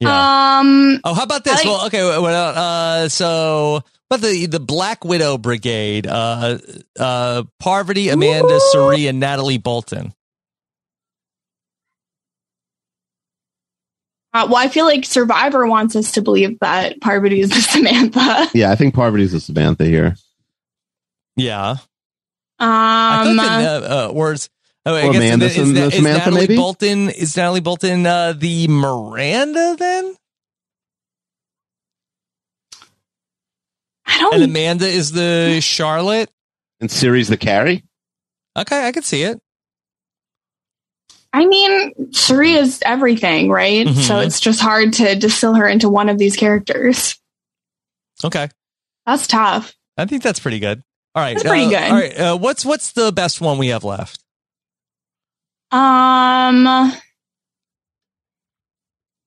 B: Yeah.
D: Um,
B: oh, how about this?
D: I-
B: well, okay. Well, uh, so, but the the Black Widow Brigade, uh, uh, Parvati, Amanda, Suri, and Natalie Bolton.
D: uh, well, I feel like Survivor wants us to believe that Parvati is the <laughs> Samantha.
C: Yeah, I think Parvati's the Samantha here.
B: Yeah. I
D: Um,
B: think that, uh, uh, words. Oh, I
C: Or
B: guess
C: Amanda
B: is,
C: Sam-
B: is, is
C: Samantha,
B: Natalie
C: maybe?
B: Bolton is Natalie Bolton uh, the Miranda then,
D: I
B: and
D: don't.
B: Amanda is the Charlotte.
C: And Siri's the Carrie?
B: Okay, I could see it.
D: I mean, Suri is everything, right?
C: Mm-hmm.
B: Mhm.
D: So it's just hard to distill her into one of these characters.
B: Okay,
D: That's tough.
B: I think that's pretty good. All right,
D: That's pretty
B: uh,
D: good.
B: All right, uh, what's what's the best one we have left?
D: Um,
C: I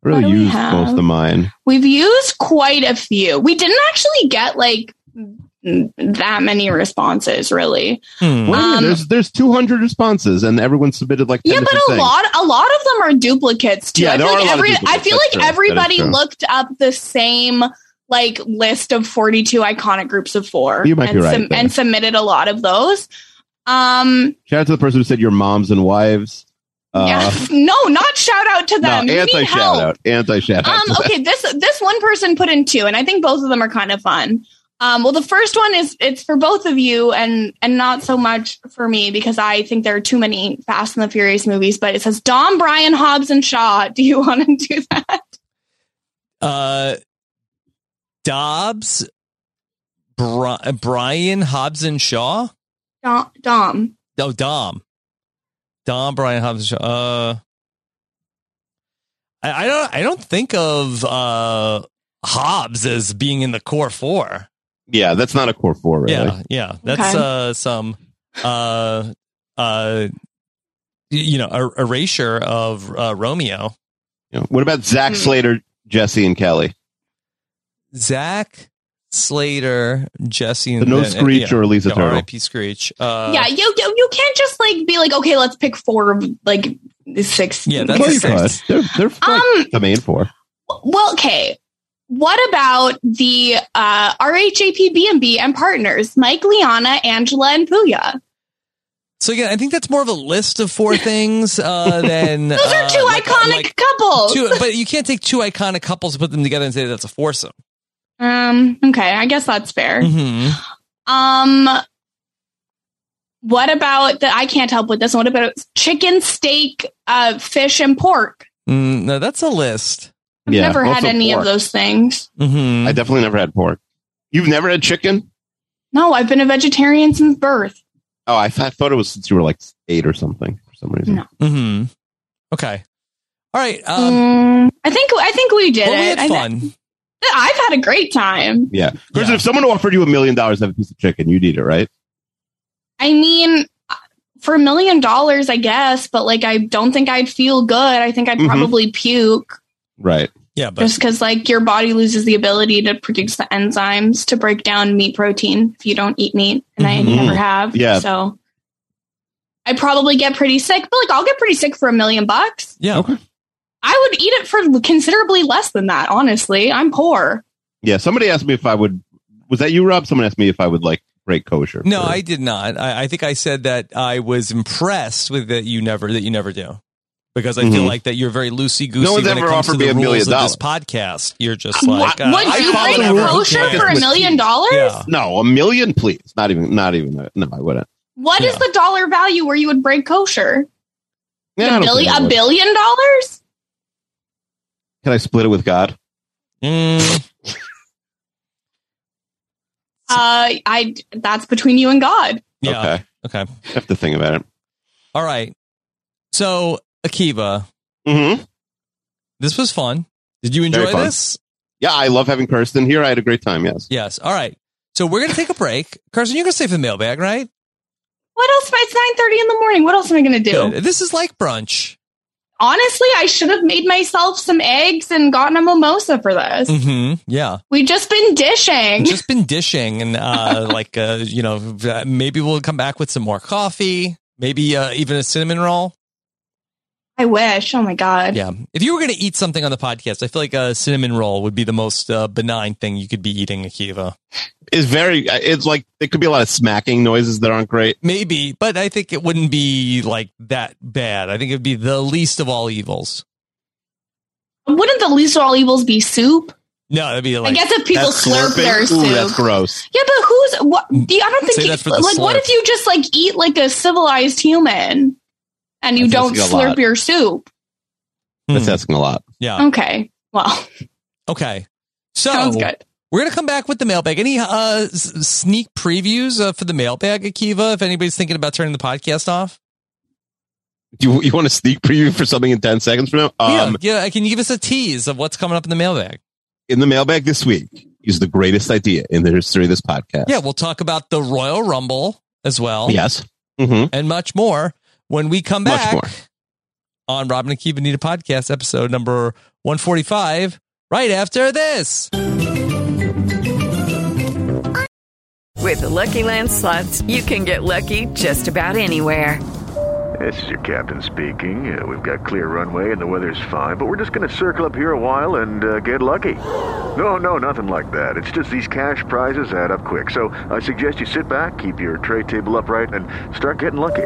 C: really
D: What do we
C: used
D: have?
C: most of mine.
D: we've used quite a few. We didn't actually get like m- that many responses, really.
B: Hmm.
C: What do you mean?
D: Um,
C: there's there's 200 responses and everyone submitted like 10
D: Yeah, but
C: different
D: a
C: things.
D: lot, a lot of them are duplicates too.
C: Yeah,
D: I
C: there
D: feel
C: are a
D: like
C: lot of
D: every, I
C: duplicates.
D: feel
C: That's
D: like
C: true. That is
D: everybody
C: true.
D: looked up the same like list of 42 iconic groups of four
C: You might be
D: and,
C: right there.
D: and submitted a lot of those. Um,
C: Shout out to the person who said your moms and wives.
D: yeah. <laughs>
C: Uh, <laughs>
D: no, not shout out to
C: no,
D: them. You
C: anti
D: need
C: shout
D: help.
C: out. Anti shout out.
D: Um, okay, this this one person put in two, and I think both of them are kind of fun. Um, well, the first one is it's for both of you, and and not so much for me because I think there are too many Fast and the Furious movies. But it says Dom, Brian, Hobbs, and Shaw. <laughs> Do you want to do that?
B: Uh, Dobbs, Bri- Brian Hobson Shaw.
D: Dom, Dom.
B: Oh, Dom. Dom Brian Hobbs. Uh, I, I don't. I don't think of uh Hobbs as being in the core four.
C: <laughs> yeah, that's not a core four, really.
B: Yeah, yeah.
D: Okay.
B: That's uh some uh uh y- you know er- erasure of uh, Romeo.
C: You know, what about Zach
D: Hmm.
C: Slater, Jesse, and Kelly?
B: Zach Slater, Jesse, and
C: The no
B: and- and-
C: Screech or Lisa
B: yeah,
C: Turtle.
B: R.I.P. Screech. Uh,
D: yeah, you, you you can't just like be like, okay, let's pick four of like the six.
B: Yeah, that's
C: Well,
B: a
C: you
B: six.
C: could. They're, they're like,
D: um.
C: the main four.
D: Well, okay. What about the uh, RHAP B&B and partners, Mike, Liana, Angela, and Puya?
B: So again, I think that's more of a list of four
C: <laughs>
B: things uh, than
D: Those are
B: uh,
D: two
B: like-
D: iconic
B: like
D: couples.
B: two, but you can't take two iconic couples and put them together and say that's a foursome.
D: Um, okay, I guess that's fair.
B: Mm-hmm.
D: Um what about the I can't help with this one. What about chicken, steak, uh, fish, and pork?
B: Mm, no, that's a list.
D: I've
C: Yeah,
D: never had
C: also
D: any
C: pork.
D: of those things.
B: Mm-hmm.
C: I definitely never had pork. You've never had chicken?
D: No, I've been a vegetarian since birth.
C: Oh, I, th- I thought it was since you were like eight or something for some reason.
D: No.
B: Mm-hmm. Okay. All right. Um,
D: Um, I think I think we did
B: well, we
D: it.
B: had
D: I
B: fun.
D: thi- I've had a great time.
C: Yeah. Kristen,
B: Yeah.
C: if someone offered you a million dollars to have a piece of chicken, you'd eat it, right?
D: I mean, for a million dollars, I guess, but like I don't think I'd feel good. I think I'd
C: Mhm.
D: probably puke
C: Right.
B: yeah, but
D: just because like your body loses the ability to produce the enzymes to break down meat protein if you don't eat meat, and
B: Mhm.
D: I never have.
C: Mm-hmm. Yeah.
D: so I probably get pretty sick, but like I'll get pretty sick for a million bucks.
B: yeah.
C: Okay.
D: I would eat it for considerably less than that. Honestly, I'm poor.
C: Yeah. Somebody asked me if I would. Was that you, Rob? Someone asked me if I would like break kosher.
B: No,
C: for-
B: I did not. I, I think I said that I was impressed with that you never that you never do because I feel
C: Mhm.
B: like that you're very loosey goosey.
C: No one's
B: when it
C: ever
B: comes to
C: offered
B: the
C: me a
B: rules
C: million
B: of this
C: dollars.
B: podcast. You're just like, uh,
D: would
B: I
D: you
B: follow
D: break
B: the rules.
D: kosher
C: Yeah.
D: for a million dollars?
B: Yeah.
C: No, a million, please. Not even. Not even. uh, A, no, I wouldn't.
D: What is
B: Yeah.
D: the dollar value where you would break kosher?
C: Yeah, I
D: a,
C: don't think
D: billion,
C: I
D: a
C: would.
D: billion dollars?
C: Can I split it with God?
B: Mm.
D: Uh, I that's between you and God.
B: Yeah.
C: Okay.
B: Okay.
C: I have to think about it.
B: All right. So Akiva,
C: Mm-hmm.
B: this was fun. Did you
C: Very
B: enjoy
C: fun.
B: this?
C: Yeah, I love having Kirsten here. I had a great time. Yes.
B: Yes. All right. So we're gonna take a break. Carson, you're gonna stay for the mailbag, right?
D: What else? It's nine thirty in the morning. What else am I gonna do?
B: Good. This is like brunch.
D: Honestly, I should have made myself some eggs and gotten a mimosa for this.
B: Mm-hmm. Yeah.
D: We've just been dishing.
B: Just been dishing and uh <laughs> like uh you know v- maybe we'll come back with some more coffee, maybe uh even a cinnamon roll.
D: I wish. Oh my god.
B: Yeah. If you were going to eat something on the podcast, I feel like a cinnamon roll would be the most uh, benign thing you could be eating, Akiva.
C: It's very. uh, It's like there could be a lot of smacking noises that aren't great.
B: Maybe, but I think it wouldn't be like that bad. I think it'd be the least of all evils.
D: Wouldn't the least of all evils be soup?
B: No, it'd be like
D: I guess if people
C: That
D: slurp
C: slurping?
D: their soup.
C: Ooh, that's gross.
D: Yeah, but who's what? do you- I don't think
B: Say
D: you-
B: that for the
D: like what
B: slurp.
D: if you just like eat like a civilized human and you
C: That's
D: don't
C: asking a lot.
D: slurp your soup?
C: That's
B: Hmm.
C: asking a lot.
B: yeah.
D: Okay, well, <laughs>
B: Okay. So
D: sounds good.
B: we're gonna come back with the mailbag. Any uh, s- sneak previews uh, for the mailbag, Akiva? If anybody's thinking about turning the podcast off,
C: Do you, you want to sneak preview for something in ten seconds from now? Um,
B: yeah, yeah. Can you give us a tease of what's coming up in the mailbag?
C: in the mailbag this week is the greatest idea in the history of this podcast.
B: Yeah, we'll talk about the Royal Rumble as well.
C: Yes. hmm
B: and much more when we come
C: Much
B: back
C: more.
B: on Robin and Keith Anita podcast episode number 145 right after this.
A: With the Lucky Land slots, you can get lucky just about anywhere.
J: This is your captain speaking. Uh, we've got clear runway and the weather's fine, but we're just going to circle up here a while and uh, get lucky. No, no, nothing like that. It's just these cash prizes add up quick. So I suggest you sit back, keep your tray table upright, and start getting lucky.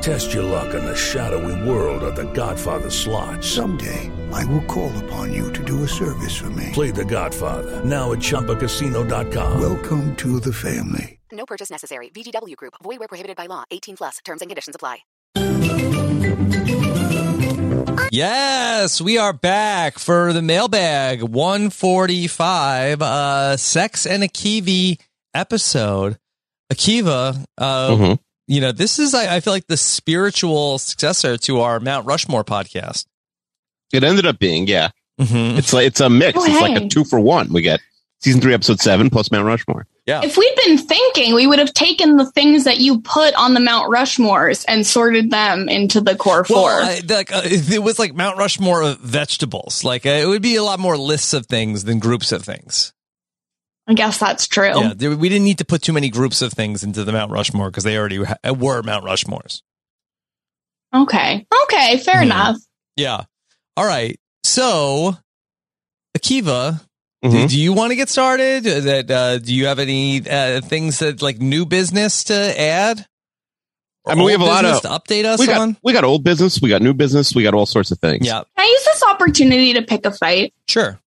J: Test your luck in the shadowy world of The Godfather slot. Someday, I will call upon you to do a service for me. Play The Godfather now at ChumbaCasino.com. Welcome to the family.
H: No purchase necessary. VGW Group. Void where prohibited by law. 18 plus. Terms and conditions apply.
B: Yes, we are back for the mailbag 145 uh Sex and Akivi episode. Akiva, uh
C: Mhm.
B: you know, this is I, I feel like the spiritual successor to our Mount Rushmore podcast.
C: It ended up being yeah.
B: Mhm.
C: It's like it's a mix.
D: Oh,
C: it's like
D: hey.
C: a two for one. We get season three, episode seven, plus Mount Rushmore.
B: Yeah.
D: If we'd been thinking, we would have taken the things that you put on the Mount Rushmores and sorted them into the core four.
B: Well, I, like uh, it was like Mount Rushmore of vegetables. Like uh, it would be a lot more lists of things than groups of things.
D: I guess that's true.
C: Oh.
B: Yeah, there, we didn't need to put too many groups of things into the Mount Rushmore because they already ha- uh, were Mount Rushmores.
D: Okay. Okay. Fair
B: Yeah.
D: enough.
B: Yeah. All right. So, Akiva,
C: Mhm.
B: do, do you want to get started? Uh, That uh, do you have any uh, things that like new business to add? Or
C: I mean, we
B: old
C: have a lot
B: business
C: of-
B: to update us
C: we got
B: on.
C: we got old business, we got new business, we got all sorts of things.
B: Yeah,
D: Can I use this opportunity to pick a fight?
B: sure.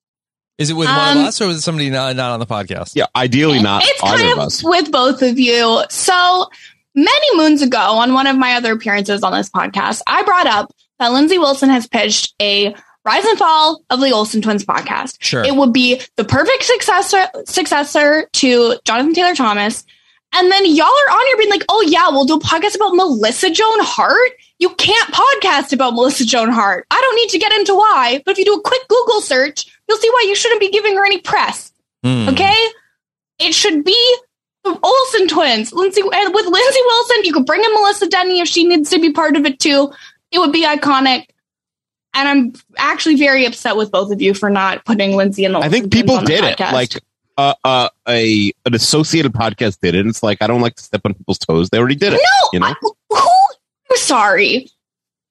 B: Is it with one of
D: Um,
B: us or is it somebody not, not on the podcast?
C: Yeah, ideally not
D: it's
C: either
D: kind
C: of
D: of
C: us.
D: with both of you. So many moons ago, on one of my other appearances on this podcast, I brought up that Lindsay Wilson has pitched a Rise and Fall of the Olsen Twins podcast.
B: Sure.
D: It would be the perfect successor successor to Jonathan Taylor Thomas. And then y'all are on here being like, oh yeah, we'll do a podcast about Melissa Joan Hart. You can't podcast about Melissa Joan Hart. I don't need to get into why, but if you do a quick Google search, you'll see why you shouldn't be giving her any press.
B: Hmm.
C: Mm.
D: Okay? It should be the Olsen twins. Lindsay and with Lindsay Wilson, you could bring in Melissa Denny if she needs to be part of it too. It would be iconic. And I'm actually very upset with both of you for not putting Lindsay in the
C: I
D: Olsen
C: think
D: twins
C: people
D: on the
C: did it.
D: podcast.
C: Like uh, uh, a an associated podcast did it. And it's like I don't like to step on people's toes. They already did it. you know?
D: I- who? I'm sorry.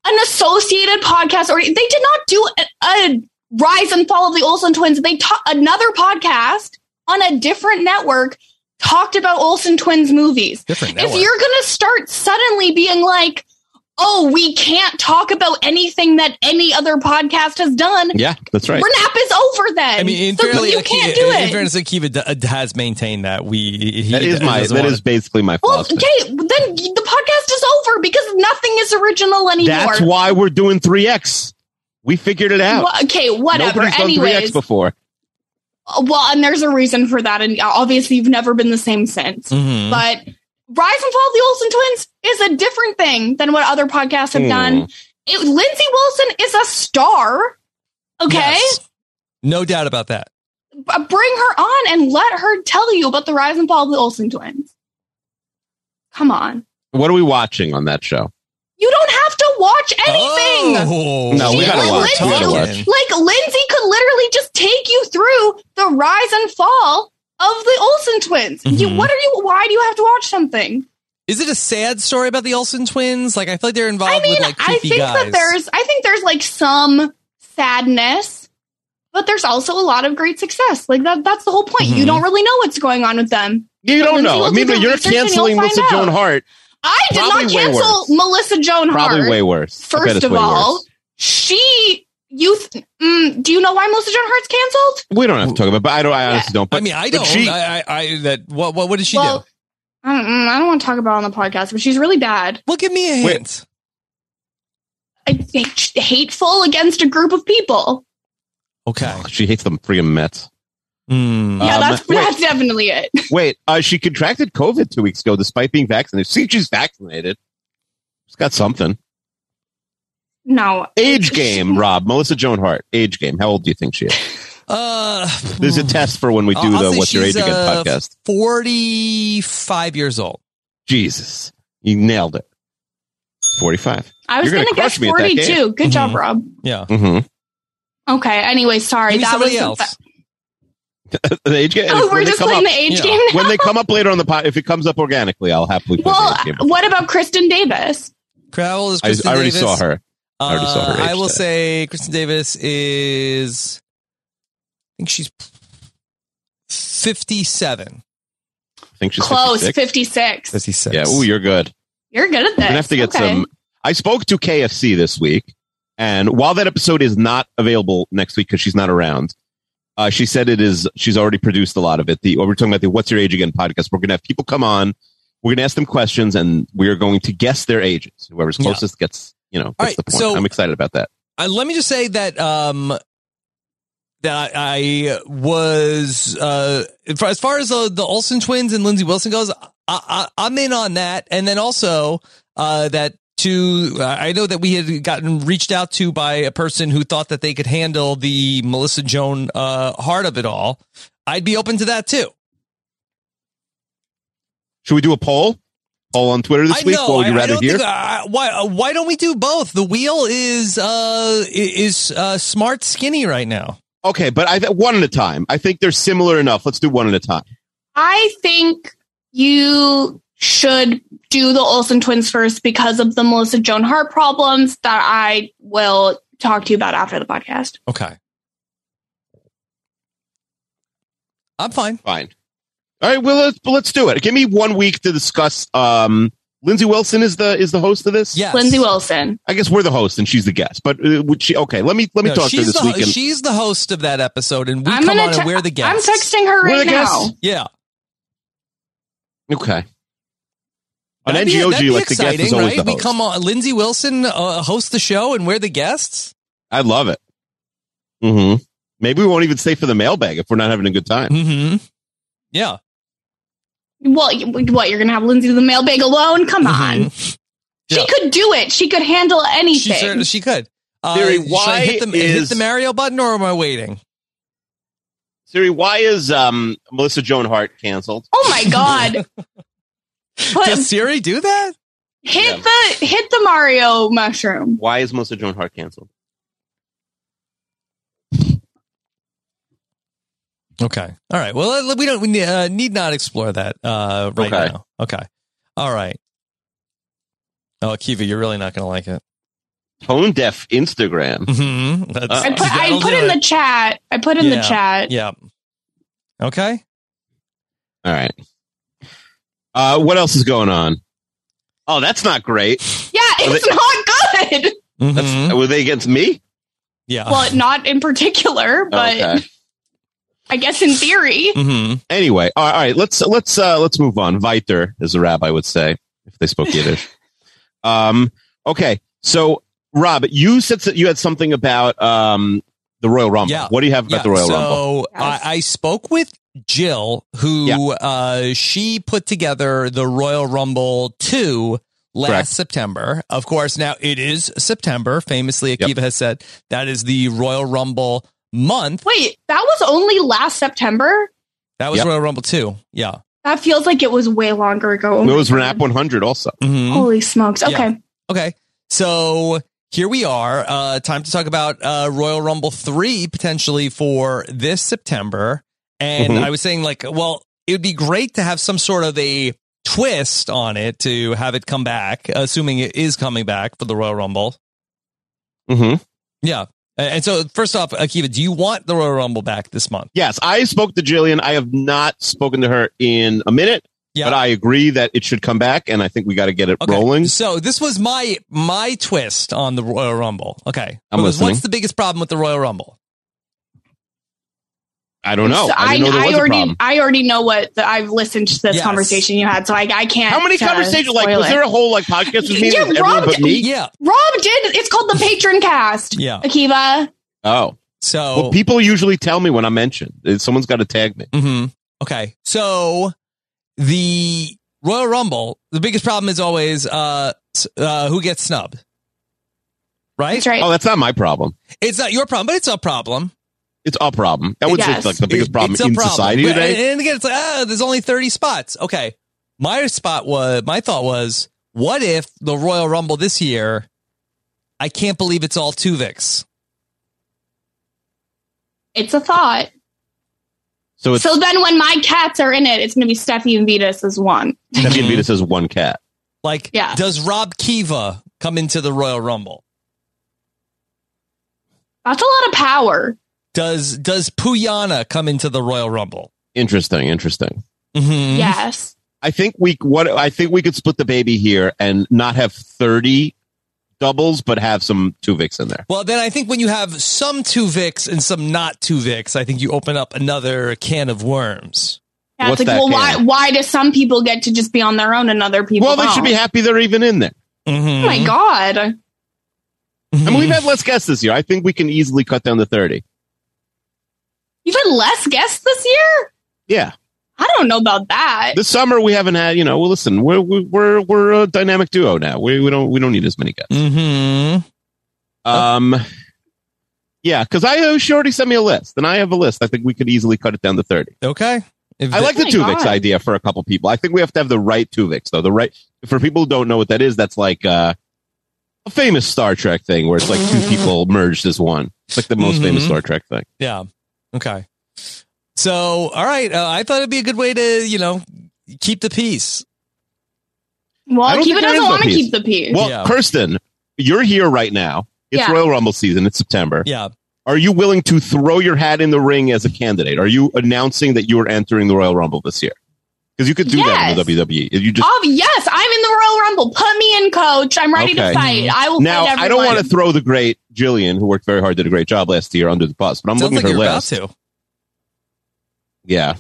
D: An associated podcast, or they did not do a, a rise and fall of the Olsen twins. They taught another podcast on a different network talked about Olsen twins movies.
B: Different
D: If
B: network.
D: you're gonna start suddenly being like, "Oh, we can't talk about anything that any other podcast has done,"
C: Yeah, that's right.
D: Renap is over then.
B: I mean, in
D: so
B: fairly-
D: you
B: Akiva-
D: can't do
B: In
D: it.
B: fairness, Akiva d- uh, has maintained that we. he
C: That is my.
B: doesn't
C: That
B: wanna-
C: is basically my
D: well,
C: philosophy.
D: okay, then the podcast is over because nothing is original anymore.
C: That's why we're doing three X. We figured it out.
D: Wha- okay, whatever.
C: Nobody's done three X
D: Anyways,
C: before.
D: well, and there's a reason for that, and obviously you've never been the same
B: Mm-hmm.
D: since.
C: Mhm.
D: But Rise and Fall of the Olsen Twins is a different thing than what other podcasts have
B: Hmm.
D: done. It, Lindsay Wilson is a star. Okay,
B: No doubt about that.
D: B- bring her on and let her tell you about the Rise and Fall of the Olsen Twins. Come on,
C: What are we watching on that show?
D: you don't have to watch anything.
C: Oh,
B: Oh.
C: no, we
D: She-
C: gotta
D: like,
C: watch. We gotta watch.
D: Lindsay, like Lindsay could literally just take you through the rise and fall of the Olsen twins. You,
C: Mm-hmm.
B: Mhm.
D: what are you? Why do you have to watch something?
B: Is it a sad story about the Olsen twins? Like I feel like they're involved
D: I mean,
B: with like
D: I
B: creepy
D: think
B: guys.
D: that there's, I think there's like some sadness, but there's also a lot of great success. Like that, that's the whole point. You
B: Mm-hmm.
C: Mhm.
D: don't really know what's going on with them.
C: You
D: But
C: don't
D: Lindsay
C: know.
D: will
C: I
D: do
C: mean,
D: the
C: but you're
D: research and you'll
C: canceling
D: find
C: Melissa
D: out.
C: Joan Hart.
D: I did
C: Probably
D: not
C: way
D: cancel
C: worse.
D: Melissa Joan Hart.
C: Probably way worse. I bet
D: First
C: it's
D: of
C: way
D: all,
C: worse.
D: she you th- mm, do you know why Melissa Joan Hart's canceled?
C: we don't have to talk about. it, But I don't. I honestly don't. But
B: I mean, I
C: but
B: don't.
C: She,
B: I, I, I that what what what did she do?
D: I don't, mm, I don't want to talk about it on the podcast, but she's really bad.
B: Well, give me a hint.
D: I think she's hateful against a group of people.
B: okay. Hmm.
C: She hates them freaking Mets.
D: Yeah,
C: Um,
D: that's
C: wait,
D: that's definitely it. <laughs>
C: Wait, uh, she contracted COVID two weeks ago despite being vaccinated. See, she's vaccinated. She's got something.
D: No, <laughs>
C: Age game, Rob. Melissa Joan Hart. Age game. How old do you think she is?
B: Uh,
C: There's
D: Hmm.
C: a test for when we do
B: I'll- I'll
C: the
B: say
C: What's Your Age
B: she's,
C: Again
B: uh,
C: podcast.
B: Forty-five years old.
C: Jesus. You nailed it. 45.
D: I was
C: You're
D: going to
C: crush
D: guess
C: me at that game.
D: 42. Good
B: Mm-hmm.
D: job, Rob.
B: Yeah.
C: Mhm.
D: Okay. Anyway, sorry.
B: Give
D: that
B: me
D: was
B: somebody
D: the
B: else.
D: fa-
C: the age game.
D: Oh,
C: when
D: we're
C: they
D: just
C: come
D: playing the age Yeah. game now?
C: When they come up later on the pod, if it comes up organically, I'll happily play
D: well,
C: the age game.
D: what about Kristen Davis?
B: Crowell is
C: I,
B: Kristen
C: I already
B: Davis.
C: saw her. I already saw her.
B: Uh,
C: age
B: I will
C: today.
B: say Kristen Davis is. I think she's fifty-seven.
C: I think she's
D: Close,
C: 56.
D: 56.
B: 56.
C: Yeah. Oh, you're good.
D: You're good at this.
C: We're gonna have to get
D: Okay.
C: some. I spoke to KFC this week, and while that episode is not available next week because she's not around, uh, she said it is. She's already produced a lot of it. The we're talking about the "What's Your Age Again" podcast. We're gonna have people come on. We're gonna ask them questions, and we are going to guess their ages. Whoever's
B: Yeah.
C: closest gets, you know, gets
B: All right,
C: the point.
B: so-
C: I'm excited about that.
B: Uh, let me just say that um that I, I was uh for- as far as the, the Olsen twins and Lindsay Wilson goes, I, I I'm in on that, and then also uh that. To uh, I know that we had gotten reached out to by a person who thought that they could handle the Melissa Joan uh, heart of it all. I'd be open to that too.
C: Should we do a poll? Poll on Twitter this
B: I
C: week.
B: know.
C: what would you
B: I- I
C: rather
B: don't
C: hear?
B: think- I- I- why uh, Why don't we do both? The wheel is uh, i- is uh, smart skinny right now.
C: okay, but I th- one at a time. I think they're similar enough. Let's do one at a time.
D: I think you should do the Olsen twins first because of the Melissa Joan Hart problems that I will talk to you about after the podcast.
B: Okay. I'm fine.
C: Fine. All right. Well, let's well, let's do it. Give me one week to discuss. Um, Lindsay Wilson is the is the host of this.
B: Yes.
D: Lindsay Wilson.
C: I guess we're the host and she's the guest. But uh, would she? Okay. Let me let me
B: No,
C: talk to her
B: she's
C: this
B: the,
C: week. And
B: She's the host of that episode, and we
D: I'm
B: come
D: gonna
B: on
D: te-
B: and we're the
D: I'm
B: guests.
D: texting her
C: We're
D: right
C: the
D: now.
C: guests.
B: Yeah.
C: okay. On
B: That'd be-
C: NGOG,
B: that'd be
C: like the guest is
B: exciting,
C: always
B: right?
C: the
B: We
C: host.
B: come on. Lindsay Wilson uh, hosts the show, and we're the guests.
C: I love it. Hmm. Maybe we won't even stay for the mailbag if we're not having a good time.
B: Mm-hmm. Yeah.
D: Well, you- what you're gonna have Lindsay do the mailbag alone? Come on,
B: Mm-hmm. Yeah.
D: she could do it. She could handle
B: She,
D: anything.
B: cer- she could. Uh,
C: Theory,
B: should I
C: why
B: hit the, hit
C: is-
B: the Mario button, or am I waiting?
C: Siri, why is um, Melissa Joan Hart canceled?
D: oh
C: <laughs>
D: my god! Put,
B: <laughs> Does Siri do that?
D: hit the hit the Mario mushroom.
C: Why is Melissa Joan Hart canceled?
B: Okay. All right. Well, uh, we don't we ne- uh, need not explore that uh, right
C: Okay.
B: now. Okay. All right. Oh, Akiva, you're really not going to like <laughs> it.
C: Tone deaf Instagram.
B: Mm-hmm.
C: Uh-oh.
D: I put I put in the chat. I put in the chat.
B: Yeah. Okay.
C: All right. Uh, what else is going on? Oh, that's not great.
D: Yeah, it's not
C: <laughs>
D: good.
B: <laughs>
C: That's, were they against me?
B: Mm-hmm. Yeah.
D: Well, not in particular, but I guess in theory.
B: Mm-hmm.
C: Anyway, all all right, let's let's uh, let's move on. Viter, as the rabbi would say, if they spoke
B: <laughs>
C: Yiddish. um, okay, so Rob, you said that you had something about um, the Royal Rumble.
B: Yeah.
C: What do you have about
B: Yeah,
C: the Royal
B: so
C: Rumble?
B: I, I spoke with Jill, who uh, she put together the Royal Rumble 2 last
C: Correct.
B: September. Of course, now it is September. Famously, Akiva has said that is the Royal Rumble month.
D: Wait, that was only last September?
B: That was Royal Rumble 2. Yeah.
D: That feels like it was way longer ago.
C: it was hmm? Renap 100 also.
B: Mm-hmm.
D: Holy smokes. Okay.
B: Yeah. Okay. So here we are. Uh, time to talk about uh, Royal Rumble 3 potentially for this September. And
C: Mhm.
B: I was saying, like, well, it would be great to have some sort of a twist on it to have it come back, assuming it is coming back for the Royal Rumble.
C: Mm-hmm.
B: Yeah. And and so, first off, Akiva, do you want the Royal Rumble back this month?
C: Yes, I spoke to Jillian. I have not spoken to her in a minute, but I agree that it should come back, and I think we got to get it rolling.
B: So this was my my twist on the Royal Rumble. Okay,
C: I'm
B: Because
C: listening.
B: what's the biggest problem with the Royal Rumble?
C: I don't know.
D: So
C: I, didn't know there was a
D: already,
C: problem.
D: I already know what the, I've listened to this
C: Yes.
D: conversation you had, so I, I can't.
C: How many
D: uh,
C: conversations? Like,
D: spoil
C: was
D: it.
C: there a whole like podcast with me?
D: Yeah,
C: and everyone
D: Rob,
C: but me?
D: Rob did. It's called the Patron Cast.
B: Yeah.
D: Akiva.
C: Oh,
B: so
C: well, people usually tell me when I'm mentioned. Uh, Someone's got to tag me.
B: Mm-hmm. Okay. So the Royal Rumble, the biggest problem is always uh, s- uh, who gets snubbed, right? That's
C: Oh, that's not my problem.
B: It's not your problem, but it's a problem.
C: It's a problem. That was
B: Yes.
C: like the biggest
B: It-
C: problem
B: it's a
C: in
B: problem.
C: society
B: But-
C: today.
B: And, and again, it's like, ah, there's only 30 spots. Okay. My spot was, my thought was, what if the Royal Rumble this year, I can't believe it's all Tuvix.
D: It's a thought.
C: so it's
D: So then when my cats are in it, it's going to be Steffi and Vetus as one.
C: Steffi and Vita says one cat.
B: Like, does Rob Kiva come into the Royal Rumble?
D: That's a lot of power.
B: Does does Puyana come into the Royal Rumble?
C: Interesting. Interesting.
B: Mm-hmm.
D: Yes.
C: I think we what I think we could split the baby here and not have thirty doubles, but have some Tuvics in there.
B: Well, then I think when you have some Tuvix and some not Tuvix, I think you open up another can of worms.
D: Yeah, it's like, well, why, why do some people get to just be on their own and other people
C: Well, they should be
D: don't?
C: happy they're even in there.
D: Oh
B: Mm-hmm.
D: my God.
C: I mean, we've had less guests this year. I think we can easily cut down to thirty.
D: You've had less guests this year?
C: Yeah.
D: I don't know about that.
C: This summer we haven't had. You know, well, listen, we're we're we're, we're a dynamic duo now. We, we don't we don't need as many guests.
B: Mm-hmm.
C: Um, yeah, because I uh, she already sent me a list, and I have a list. I think we could easily cut it down to thirty.
B: Okay. If
C: I
B: the-
C: like the
B: Oh my
C: Tuvix
B: God.
C: idea for a couple people. I think we have to have the right Tuvix though. The right for people who don't know what that is, that's like uh, a famous Star Trek thing where it's like two
B: Mm-hmm.
C: people merged as one. It's like the most famous
B: Mhm.
C: Star Trek thing.
B: Yeah. Okay. So, all right. Uh, I thought it'd be a good way to, you know, keep the peace.
C: I
D: Well,
C: don't
D: Akiva
C: think there
D: doesn't
C: is no
D: want to
C: peace.
D: keep the peace.
C: Well, Kirsten, you're here right now. It's
D: Yeah.
C: Royal Rumble season. It's September.
B: Yeah.
C: Are you willing to throw your hat in the ring as a candidate? Are you announcing that you are entering the Royal Rumble this year? Because you could do that in the WWE. You just
D: oh, yes, I'm in the Royal Rumble. Put me in, coach. I'm ready
C: Okay.
D: to fight. I will
C: now.
D: fight
C: I don't
D: everyone.
C: want to throw the great Jillian, who worked very hard, did a great job last year, under the bus. But I'm
B: Sounds
C: looking
B: like
C: at her
B: you're about
C: list.
B: to.
C: Yeah,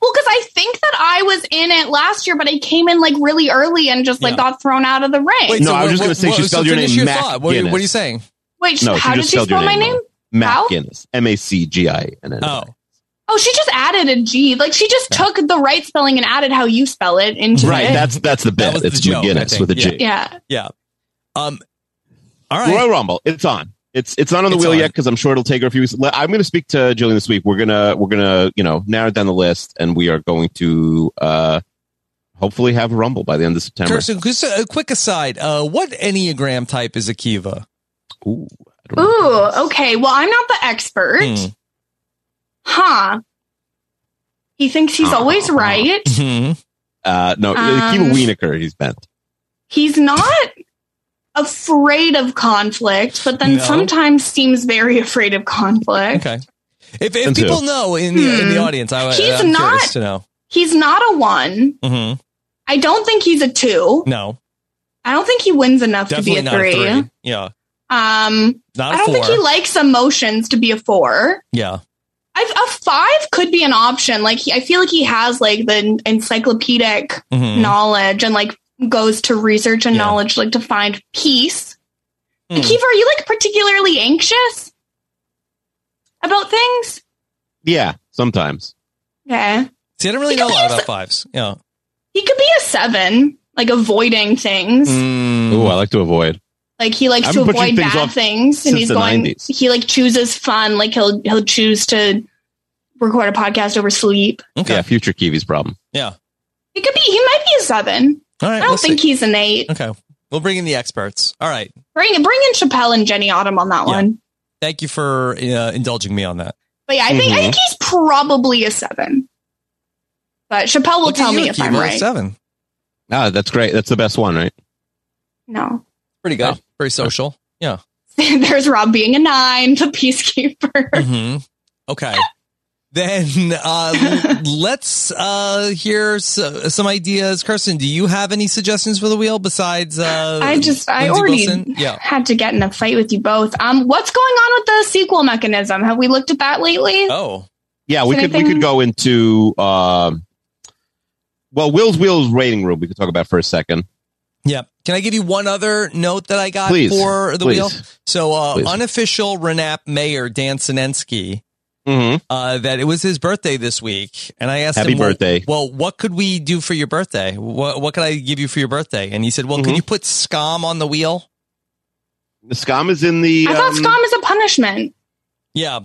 D: Well, because I think that I was in it last year, but I came in like really early and just like
C: Yeah.
D: got thrown out of the ring.
C: Wait, No, so I was just
B: What-
C: gonna say
B: what-
C: she spelled your
B: finish
C: name Mac
B: thought. What, are you, what are you
C: Guinness.
B: saying?
D: Wait,
C: No, she
D: how did
C: just
D: she
C: spelled your
D: spell my
C: name
D: name?
C: Mac
D: How?
C: Guinness, M A C G I N N.
B: Oh,
D: Oh, she just added a G. Like she just took the right spelling and added how you spell it into
C: right.
D: it.
C: That's that's the bit.
B: was the
C: it's
B: joke, I
C: McGuinness
B: think.
C: with a G.
D: yeah.
B: Yeah. Um, all right.
C: Royal Rumble. It's on. It's it's not on the
B: It's
C: wheel
B: on.
C: yet because I'm sure it'll take her a few weeks. Le- I'm going to speak to Jillian this week. We're gonna we're gonna you know narrow down the list, and we are going to uh hopefully have a Rumble by the end of September.
B: Kirsten, just a a quick aside. Uh, what Enneagram type is Akiva?
C: Ooh.
D: Ooh, okay. Well, I'm not the expert.
C: Hmm.
D: Huh. He thinks
C: Uh-huh.
D: he's always right.
C: Uh, no,
D: Um,
C: Akiva Wienerker. He's bent.
D: He's not afraid of conflict, but then
B: No.
D: sometimes seems very afraid of conflict.
B: Okay. If, if
C: And two.
B: people know in the, in the
D: Hmm.
B: audience, I,
D: He's
B: I'm
D: not-
B: curious to know.
D: He's not a one.
B: Mm-hmm.
D: I don't think he's a two.
B: No,
D: I don't think he wins enough
B: definitely
D: to be a
B: not
D: three.
B: a three. Yeah,
D: Um,
B: Not a
D: I don't think
B: four.
D: he likes emotions to be a four.
B: yeah.
D: I've, a five could be an option. Like he, I feel like he has like the encyclopedic
B: Mhm.
D: knowledge and like goes to research and knowledge like to find peace.
B: Hmm.
D: Kiefer, are you like particularly anxious about things?
C: Yeah, sometimes.
D: Okay,
B: See, I don't really know a lot about fives. Yeah.
D: he could be a seven, like avoiding things.
B: Mm.
C: Oh, I like to avoid.
D: Like he likes
C: I've
D: to
C: been pushing
D: avoid
C: things
D: bad
C: off
D: things, and
C: since
D: he's
C: the
D: going.
C: 90s.
D: He like chooses fun. Like he'll he'll choose to record a podcast over sleep.
C: Yeah, future Kiwi's problem.
B: Yeah.
D: He could be. He might be a seven.
B: All right,
D: I don't
B: we'll
D: think
B: see.
D: he's an eight.
B: Okay. We'll bring in the experts. All right.
D: Bring bring in Chappelle and Jenny Autumn on that one.
B: Thank you for uh, indulging me on that.
D: But yeah, I think I think
B: Mhm.
D: he's probably a seven. But Chappelle will
B: Look at
D: tell
B: you,
D: me if I'm
B: Akiva,
D: right.
B: Seven.
C: Ah, that's great. That's the best one, right?
D: No, <laughs>
B: Pretty good. Very social. Yeah.
D: there's Rob being a nine, the peacekeeper.
B: <laughs> hmm Okay. then uh, let's uh, hear so, some ideas. Kirsten, do you have any suggestions for the wheel besides? Uh,
D: I just I
B: Lindsay
D: already
B: Wilson? Yeah.
D: had to get in a fight with you both. Um, what's going on with the sequel mechanism? Have we looked at that lately?
B: Oh,
C: Yeah, we
D: Is
C: could we
D: anything-
C: could go into um well, Will's Will's rating room we could talk about for a second.
B: Yeah. Can I give you one other note that I got
C: Please.
B: for the
C: Please.
B: wheel? So, uh,
C: Please.
B: unofficial Renap Mayor Dan Sinensky, uh, that it was his birthday this week, and I asked
C: Happy
B: him, well-
C: birthday.
B: Well, what could we do for your birthday? What what could I give you for your birthday? And he said, Well,
C: Mm-hmm.
B: could you put scum on the wheel?
C: The scum is in the
D: I thought
C: um,
D: scum is a punishment.
B: Yeah,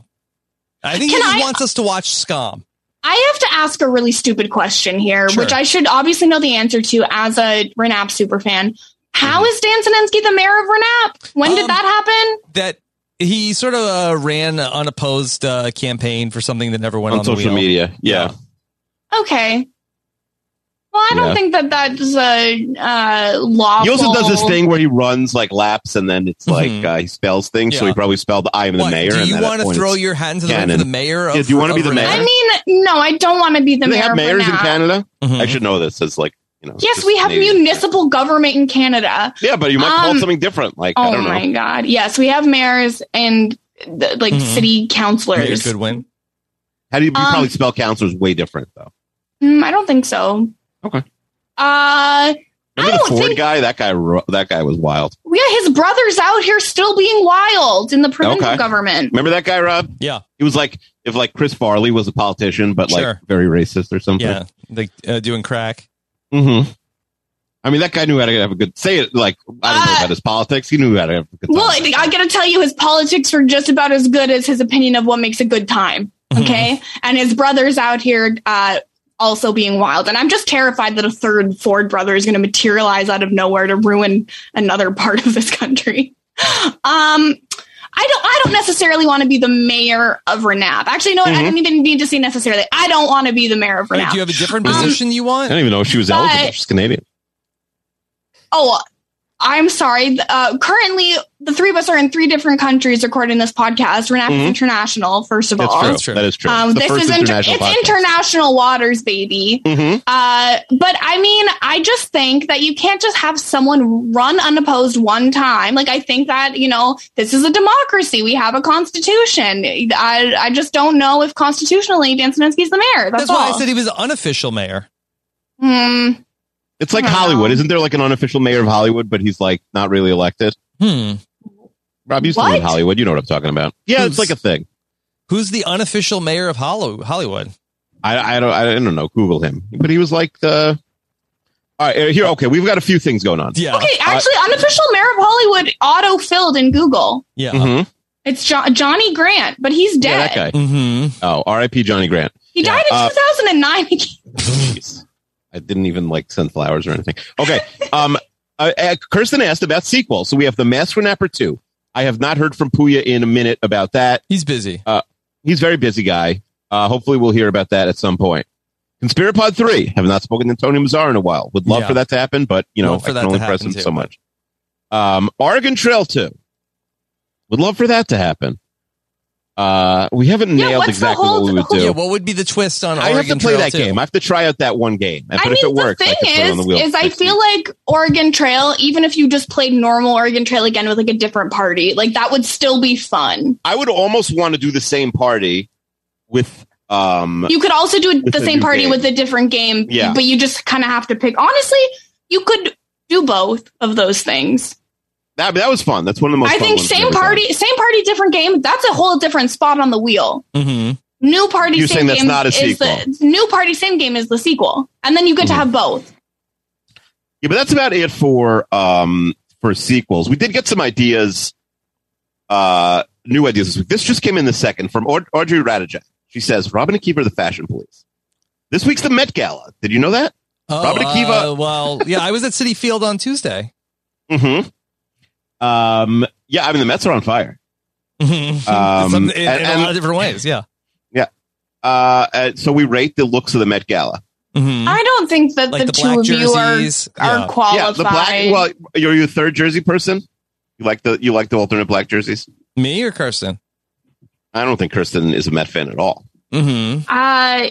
B: I think
D: Can
B: he just
D: I-
B: wants us to watch scum.
D: I have to ask a really stupid question here,
B: Sure.
D: which I should obviously know the answer to as a Renap superfan.
C: Mm-hmm.
D: How is Dan Sinensky the mayor of Renap? When
C: Um,
D: did that happen?
B: That he sort of uh, ran an unopposed uh, campaign for something that never went on,
C: on social
B: the wheel.
C: media. Yeah.
D: Okay. Well, I don't
C: Yeah.
D: think that that's a uh, lawful.
C: He also does this thing where he runs like laps and then it's like uh, he spells things. So
B: Mm-hmm. Yeah.
C: he probably spelled I am the
B: What,
C: mayor.
B: do
C: and
B: you
C: then at
B: wanna
C: point
B: throw
C: it's
B: your hand to the- to the mayor
C: Yeah,
B: of-
C: do you want to be
B: of
C: the mayor?
B: Rennes?
D: I mean, no, I don't want to be the
C: do they
D: mayor
C: have
D: of
C: mayors in
D: Renap.
C: Canada? I
B: Mm-hmm.
C: should know this. It's like you know.
D: Yes,
C: just
D: we have
C: Canadian.
D: municipal government in Canada.
C: Yeah, but you might call
D: Um,
C: it something different. Like I
D: oh
C: don't know.
D: my god! Yes, we have mayors and the, like
C: Mhm.
D: city
C: Mayor
D: councilors.
C: could
B: win.
C: How do you, you
D: Um,
C: probably spell counselors way different though?
D: Mm, I don't think so.
C: Okay.
D: Uh, I
C: Remember the
D: don't
C: Ford
D: think.
C: guy? That guy. ro- That guy was wild.
D: Yeah, his brother's out here still being wild in the provincial government.
C: Remember that guy, Rob?
B: Yeah.
C: He was like if like Chris Farley was a politician, but like
B: Sure.
C: very racist or something.
B: Yeah, like uh, doing crack.
C: hmm I mean, that guy knew how to have a good say it. Like I don't know about his politics. He knew how to have a good.
D: Uh, Well, I, I gotta tell you, his politics are just about as good as his opinion of what makes a good time.
B: Mm-hmm.
D: Okay, and his brother's out here uh, also being wild, and I'm just terrified that a third Ford brother is going to materialize out of nowhere to ruin another part of this country. <laughs> Um, I don't. I don't necessarily want to be the mayor of Renap. Actually, no, I
C: Mhm.
D: didn't even need to say necessarily. I don't want to be the mayor of Renap.
B: Like, Mm-hmm. do you have a different
C: Um,
B: position you
C: I
B: want?
C: don't even know if she was
D: But-
C: eligible. She's Canadian.
D: Oh, I'm sorry. Uh, currently, the three of us are in three different countries recording this podcast. We're not
C: Mhm.
D: international, first of
C: That's
D: all.
C: true. That's true. That is true.
D: Um,
C: It's the
D: this
C: first
D: is inter-
C: international
D: it's
C: podcast.
D: international waters, baby.
C: Mhm.
D: Uh, but I mean, I just think that you can't just have someone run unopposed one time. Like, I think that, you know, this is a democracy. We have a constitution. I, I just don't know if constitutionally Dan Sinensky's the mayor. That's,
B: That's why
D: all.
B: I said he was unofficial mayor.
D: Hmm.
C: It's like
D: Um,
C: Hollywood. Isn't there like an unofficial mayor of Hollywood, but he's like not really elected?
B: Hmm.
C: Rob, you used to live in
B: What?
C: Hollywood. You know what I'm talking about. Yeah, it's like a thing.
B: Who's the unofficial mayor of Hollow- Hollywood?
C: I, I don't I don't know. Google him. But he was like the. All right, uh, here. Okay, we've got a few things going on.
B: Yeah.
D: Okay, actually, unofficial mayor of Hollywood auto filled in Google.
B: Yeah.
C: Mm-hmm.
D: It's jo- Johnny Grant, but he's dead.
C: Yeah, that guy.
B: Mm-hmm.
C: Oh, R.I.P. Johnny Grant.
D: He died in
C: Yeah, uh,
D: <laughs> 2009.
C: I didn't even like send flowers or anything. Okay. <laughs> um, uh, uh, Kirsten asked about sequels, so we have the Master Napper two. I have not heard from Puya in a minute about that.
B: He's busy.
C: Uh, he's a very busy guy. Uh, hopefully, we'll hear about that at some point. Conspirapod three. Have not spoken to Tony Mazzar in a while. Would love
B: Yeah.
C: for that to happen, but you know,
B: Love for
C: I
B: that
C: can
B: to
C: only press
B: happen
C: him
B: too.
C: so much. Um, Oregon Trail two. Would love for that to happen. Uh, we haven't nailed exactly what we would do.
B: Yeah, what would be the twist on?
C: I have to
B: Oregon
C: play
B: Trail
C: that
B: too?
C: game. I have to try out that one game. But
D: I
C: if
D: mean,
C: it works,
D: thing
C: I can put it on the wheel.
D: is, is I feel like Oregon Trail, even if you just played normal Oregon Trail again with like a different party, like that would still be fun.
C: I would almost want to do the same party with. Um,
D: You could also do
C: It's
D: the
C: a
D: same
C: new
D: party
C: game.
D: with a different game,
C: Yeah.
D: but you just kind of have to pick. Honestly, you could do both of those things.
C: that, that was fun. That's one of the most.
D: I
C: fun
D: think
C: ones I've
D: same
C: ever done.
D: party, same party, different game. That's a whole different spot on the wheel.
B: Mm-hmm.
D: New party,
C: You're
D: same
C: saying that's
D: game
C: not a
D: is the new party, same game is the sequel, and then you get to
C: Mm-hmm.
D: have both.
C: Yeah, but that's about it for um for sequels. We did get some ideas, uh, new ideas this week. This just came in the second from Aud- Audrey Radijak. She says Robin Akiva are the fashion police. This week's the Met Gala. Did you know that?
B: Oh,
C: Robin
B: uh,
C: Akiva.
B: well, yeah, I was at City Field on Tuesday.
C: hmm Um. Yeah, I mean the Mets are on fire. <laughs> Um,
B: Some- in,
C: and-
B: in a
C: and-
B: lot of different ways. Yeah.
C: Yeah. Uh, uh, so we rate the looks of the Met Gala.
B: Hmm?
C: Mm-hmm.
D: I don't think that
C: Like
D: the,
C: the
D: two
C: black
D: of you are,
C: jerseys.
D: are
C: Yeah.
D: qualified.
C: Yeah, the black. Well, you're you a third jersey person. You like the you like the alternate black jerseys.
B: Me or Kirsten?
C: I don't think Kirsten is a Met fan at all.
B: Mm-hmm.
D: Uh,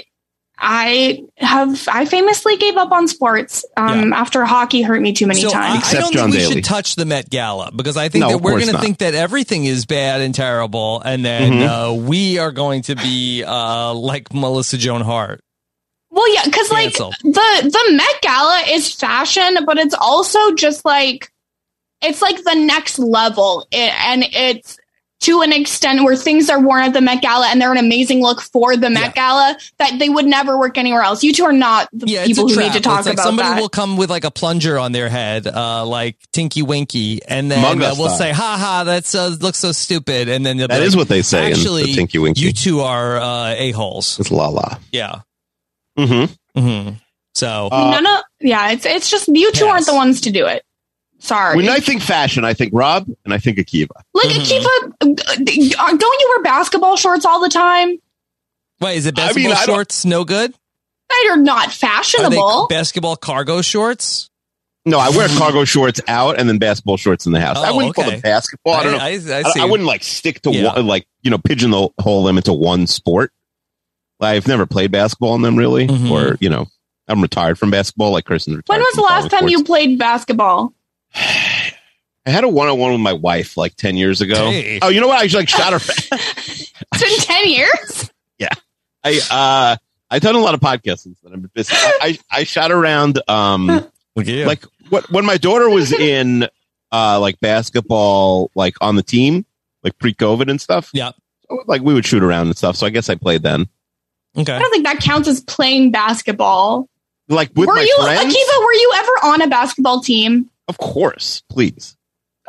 D: I have I famously gave up on sports um, after hockey hurt me too many
B: So I,
D: times.
B: I don't think we should touch the Met Gala because I think
C: No,
B: that
C: of
B: we're
C: course
B: going to
C: not.
B: think that everything is bad and terrible, and then
C: Mhm.
B: uh, we are going to be uh, like Melissa Joan Hart.
D: well, yeah, because like
B: Cancel.
D: the the Met Gala is fashion, but it's also just like it's like the next level, I and it's to an extent where things are worn at the Met Gala and they're an amazing look for the Met Gala that they would never work anywhere else. You two are not the
B: Yeah,
D: people
B: it's a
D: who
B: trap.
D: need to talk
B: it's like
D: about
B: somebody
D: that.
B: will come with like a plunger on their head, uh, like Tinky Winky, and then
C: Among
B: uh,
C: Us
B: we'll
C: style.
B: say, "Ha ha, that uh, looks so stupid." And then they'll be
C: That
B: like,
C: is what they say in the
B: Actually,
C: Tinky Winky."
B: you two are uh,
C: <laughs>
B: a holes.
C: It's la la.
B: Yeah.
C: Mm-hmm.
B: Mm-hmm. So
C: Uh,
D: no, no, yeah, it's it's just you two aren't the ones to do it. Sorry.
C: When I think fashion, I think Rob and I think Akiva.
D: Like Akiva, uh, don't you wear basketball shorts all the time?
B: Wait, is it
C: I mean,
B: basketball
C: I don't-
B: shorts no good?
D: They're not
B: Are they
D: fashionable.
B: basketball cargo shorts?
C: No,
D: <laughs>
C: I wear cargo shorts out and then basketball shorts in the house. I
B: Oh,
C: wouldn't call
B: okay.
C: them basketball. I, don't know.
B: I- I- I
C: I,
B: see.
C: I wouldn't like stick to
B: Yeah.
C: one, like you know pigeonhole them into one sport. I've never played basketball in them really,
B: Mm-hmm.
C: or you know, I'm retired from basketball. Like Kirsten's retired.
D: when was the
C: from
D: last
C: college
D: time you
C: sports.
D: played basketball?
C: I had a one on one with my wife like ten years ago.
B: Hey.
C: Oh, you know what? I just like shot her. <laughs>
D: It's been ten years.
C: yeah. I uh I done a lot of podcasts since then. I'm busy. I, I I shot around um like what when my daughter was in uh like basketball like on the team, like pre COVID and stuff.
B: Yeah.
C: Like we would shoot around and stuff. So I guess I played then.
B: Okay.
D: I don't think that counts as playing basketball.
C: Like with
D: were
C: my
D: you,
C: friends?
D: Akiva? Were you ever on a basketball team?
C: Of course, please.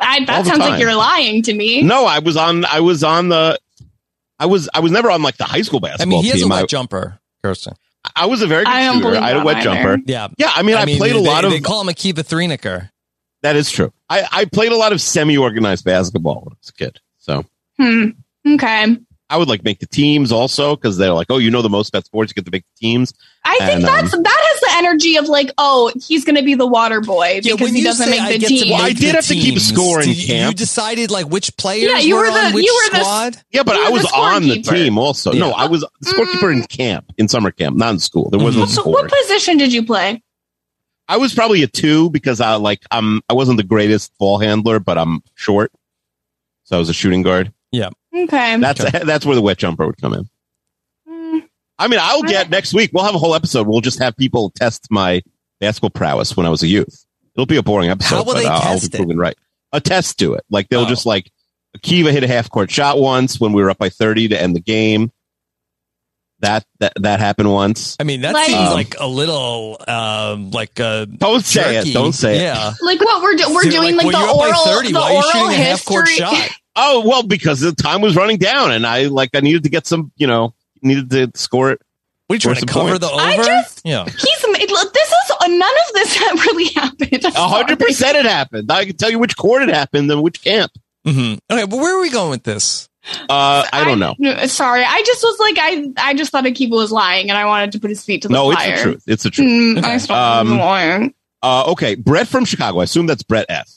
D: I, that
C: All the
D: sounds
C: time.
D: like you're lying to me.
C: No, I was on I was on the I was I was never on like the high school
B: I
C: basketball
B: mean, he has a
C: team.
B: wet
C: I,
B: jumper, Kirsten.
C: I was a very good
D: I don't
C: shooter.
D: believe
C: I had a
D: that
C: wet
D: either.
C: jumper.
B: Yeah.
C: Yeah, I mean I, played a
B: they-
C: lot of
B: They call him Akiva Thrinicker.
C: That is true. I, I played a lot of semi organized basketball when I was a kid. So
D: Hmm. Okay.
C: I would like make the teams also because they're like, oh, you know the most about sports, you get to make the teams.
D: I think
C: And, um,
D: that's that has the energy of like, oh, he's gonna be the water boy
B: Yeah,
D: because
B: when
D: he
B: you
D: doesn't
B: say
D: make the
B: get to
D: team.
B: make
C: Well, I
B: the
C: did have to keep
B: teams,
C: score in
B: did you- You
C: camp.
B: decided like which players
D: Yeah, you
B: were,
D: were the-
B: on which
D: you were the-
B: squad.
C: Yeah, but
D: You
C: I
D: were
C: was
D: the
C: on the
D: scorekeeper.
C: team also. No, I was the scorekeeper in camp, in summer camp, not in school. There was no
D: What,
C: score.
D: what position did you play?
C: I was probably a two because I like um I wasn't the greatest ball handler, but I'm short. So I was a shooting guard.
B: yeah.
D: Okay.
C: That's <laughs> that's where the wet jumper would come in.
B: Mm.
C: I mean, I'll get next week. We'll have a whole episode. We'll just have people test my basketball prowess when I was a youth. It'll be a boring episode.
B: How will
C: but uh,
B: they
C: I'll,
B: test
C: be
B: it? Oh.
C: proven right. A test to it. Like they'll just like Akiva hit a half court shot once when we were up by thirty to end the game. That that that happened once.
B: I mean, that
D: Like-
B: seems
C: Um,
B: like a little um, like uh,
C: Don't say it.
B: jerky.
C: Don't say it.
B: Yeah.
D: Like what we're do- we're
B: Dude,
D: doing like,
B: when
D: the
B: you're up by
D: oral
B: 30,
D: the
B: why are you
D: oral
B: shooting a half-court
D: history.
B: shot?
C: Oh well, because the time was running down, and I like I needed to get some. You know, needed to score it.
B: What are you
C: score
B: trying to
C: some
B: cover
C: points.
B: the over?
D: I just- <laughs>
B: yeah.
D: He's it, look, this is uh, none of this <laughs> really happened. I'm
C: A hundred
D: sorry.
C: percent it happened. I can tell you which court it happened and which camp.
B: hmm Okay, but where are we going with this?
C: Uh, I don't know.
D: No, Sorry, I just was like I I just thought Akiva was lying and I wanted to put his feet to the
C: No, it's
D: fire.
C: the truth. It's the truth.
D: Mm, I still think he's
C: Um,
D: lying.
C: Uh, okay, Brett from Chicago. I assume that's Brett F.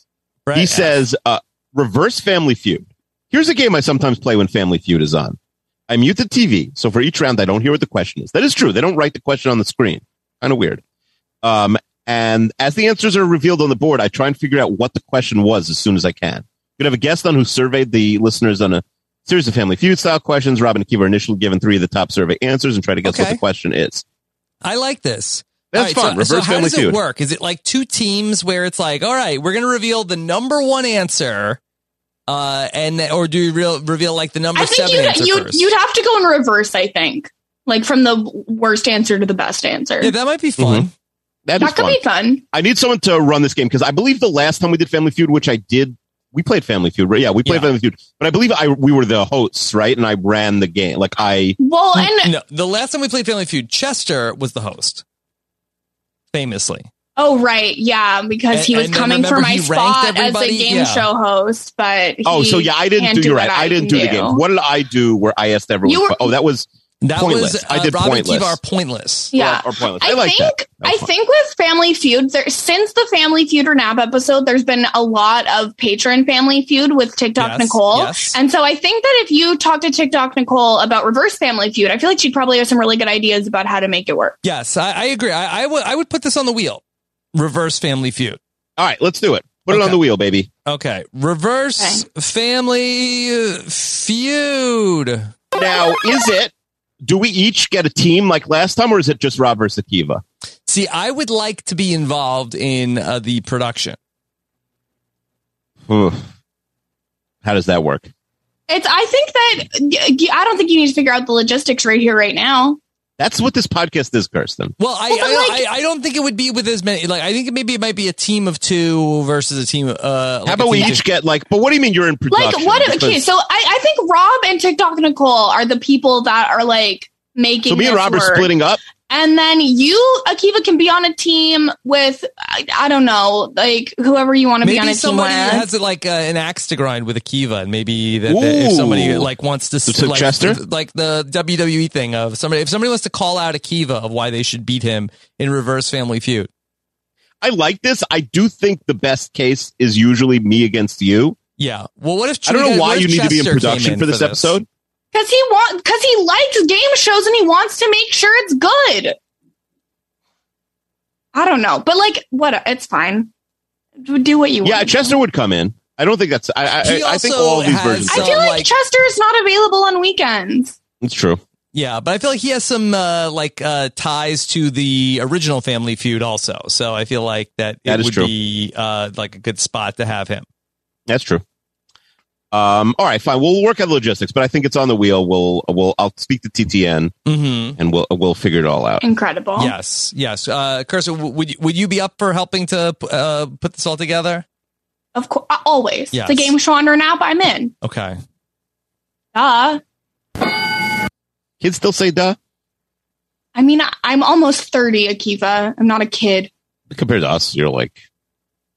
B: Brett
C: he
B: F.
C: says, uh, "Reverse Family Feud." Here's a game I sometimes play when Family Feud is on. I mute the TV, so for each round I don't hear what the question is. That is true. They don't write the question on the screen. Kind of weird. Um, and as the answers are revealed on the board, I try and figure out what the question was as soon as I can. You could have a guest on who surveyed the listeners on a series of Family Feud style questions. Robin and Akiva are initially given three of the top survey answers and try to guess what the question is.
B: I like this.
C: That's
B: All
C: fun. Reverse
B: so how
C: Family
B: does
C: Feud.
B: it work? Is it like two teams where it's like, all right, we're going to reveal the number one answer, uh, and or do you real, reveal like the number
D: I think
B: seven answer
D: you'd, you'd,
B: first?
D: you'd have to go in reverse, I think. Like from the worst answer to the best answer.
B: Yeah, that might be
C: Mm-hmm.
B: fun.
C: That,
D: that could be fun.
C: I need someone to run this game because I believe the last time we did Family Feud, which I did, we played Family Feud. right? Yeah, we played Family Feud, but I believe I we were the hosts, right? And I ran the game. Like I,
D: Well, and
B: no, the last time we played Family Feud, Chester was the host, famously.
D: oh right, yeah, because he
B: And-
D: was
B: and then
D: coming for
B: remember
D: my
B: he ranked
D: spot as a
B: everybody?
D: game
B: Yeah.
D: show host, but
C: oh,
D: he
C: so yeah, I didn't
D: can't
C: do. You're
D: what
C: right. I didn't do the game.
D: do.
C: What did I do? Where I asked everyone?
D: You were-
C: que- oh, that was
B: That
C: pointless.
B: was uh,
C: I did
B: Robin
C: pointless.
B: Kivar pointless.
D: Yeah.
C: or pointless.
D: I
C: I, like
D: think
C: that.
D: I think with Family Feud, there, since the Family Feud or Nap episode, there's been a lot of patron Family Feud with TikTok
B: Yes,
D: Nicole,
B: yes.
D: and so I think that if you talk to TikTok Nicole about reverse Family Feud, I feel like she'd probably have some really good ideas about how to make it work.
B: Yes, I, I agree. I, I would I would put this on the wheel. Reverse Family Feud.
C: All right, let's do it. Put it on the wheel, baby.
B: Okay, Reverse Family Feud.
C: Now, is it? Do we each get a team like last time, or is it just Rob versus Akiva?
B: See, I would like to be involved in uh, the production.
C: Oof. How does that work?
D: It's. I think that y- y- I don't think you need to figure out the logistics right here, right now.
C: That's what this podcast is, Kirsten.
B: Well, I, I, I I don't think it would be with as many. Like, I think maybe it might be a team of two versus a team. Uh, like
C: How
B: a
C: about we
B: team-
C: each get like? But what do you mean you're in production?
D: Like what? Okay,
C: Because-
D: so I, I think Rob and TikTok Nicole are the people that are like making.
C: so me and
D: this
C: Rob are
D: work.
C: splitting up.
D: and then you, Akiva, can be on a team with I, I don't know, like whoever you want to be on
B: Maybe
D: a team with.
B: somebody has like uh, an axe to grind with a kiva, and maybe that, that if
C: Ooh.
B: somebody like wants to s-
C: So
B: like,
C: Chester?
B: like the WWE thing of somebody if somebody wants to call out a kiva of why they should beat him in Reverse Family Feud.
C: I like this. I do think the best case is usually me against you.
B: Yeah. Well, what if
C: I don't know
B: Trina-
C: why
B: what if
C: you need to be in
B: Chester came
C: production
B: in
C: for this, episode.
D: Because he wants, because he likes game shows and he wants to make sure it's good. I don't know, but like, what? It's fine. Do what you
C: Yeah,
D: want.
C: Chester would come in. I don't think that's. I I,
B: He
C: I- I think
B: also
C: all these
B: has
C: versions.
D: I
B: some-
D: feel like,
B: like-
D: Chester is not available on weekends.
C: it's true.
B: Yeah, but I feel like he has some uh, like uh, ties to the original Family Feud also. So I feel like that,
C: That
B: it
C: is
B: would
C: true.
B: be uh, like a good spot to have him.
C: That's true. Um. All right. Fine. We'll work on logistics, but I think it's on the wheel. We'll. We'll. I'll speak to TTN
B: Mm-hmm.
C: and we'll. We'll figure it all out.
D: Incredible.
B: Yes, yes. Uh, Kirsten, w- would you, would you be up for helping to uh, put this all together?
D: Of course, always.
B: Yes.
D: The game show under an app, I'm in.
B: Okay.
D: Duh.
C: Kids still say duh
D: I mean, I- I'm almost 30, Akiva. I'm not a kid.
C: compared to us. You're like,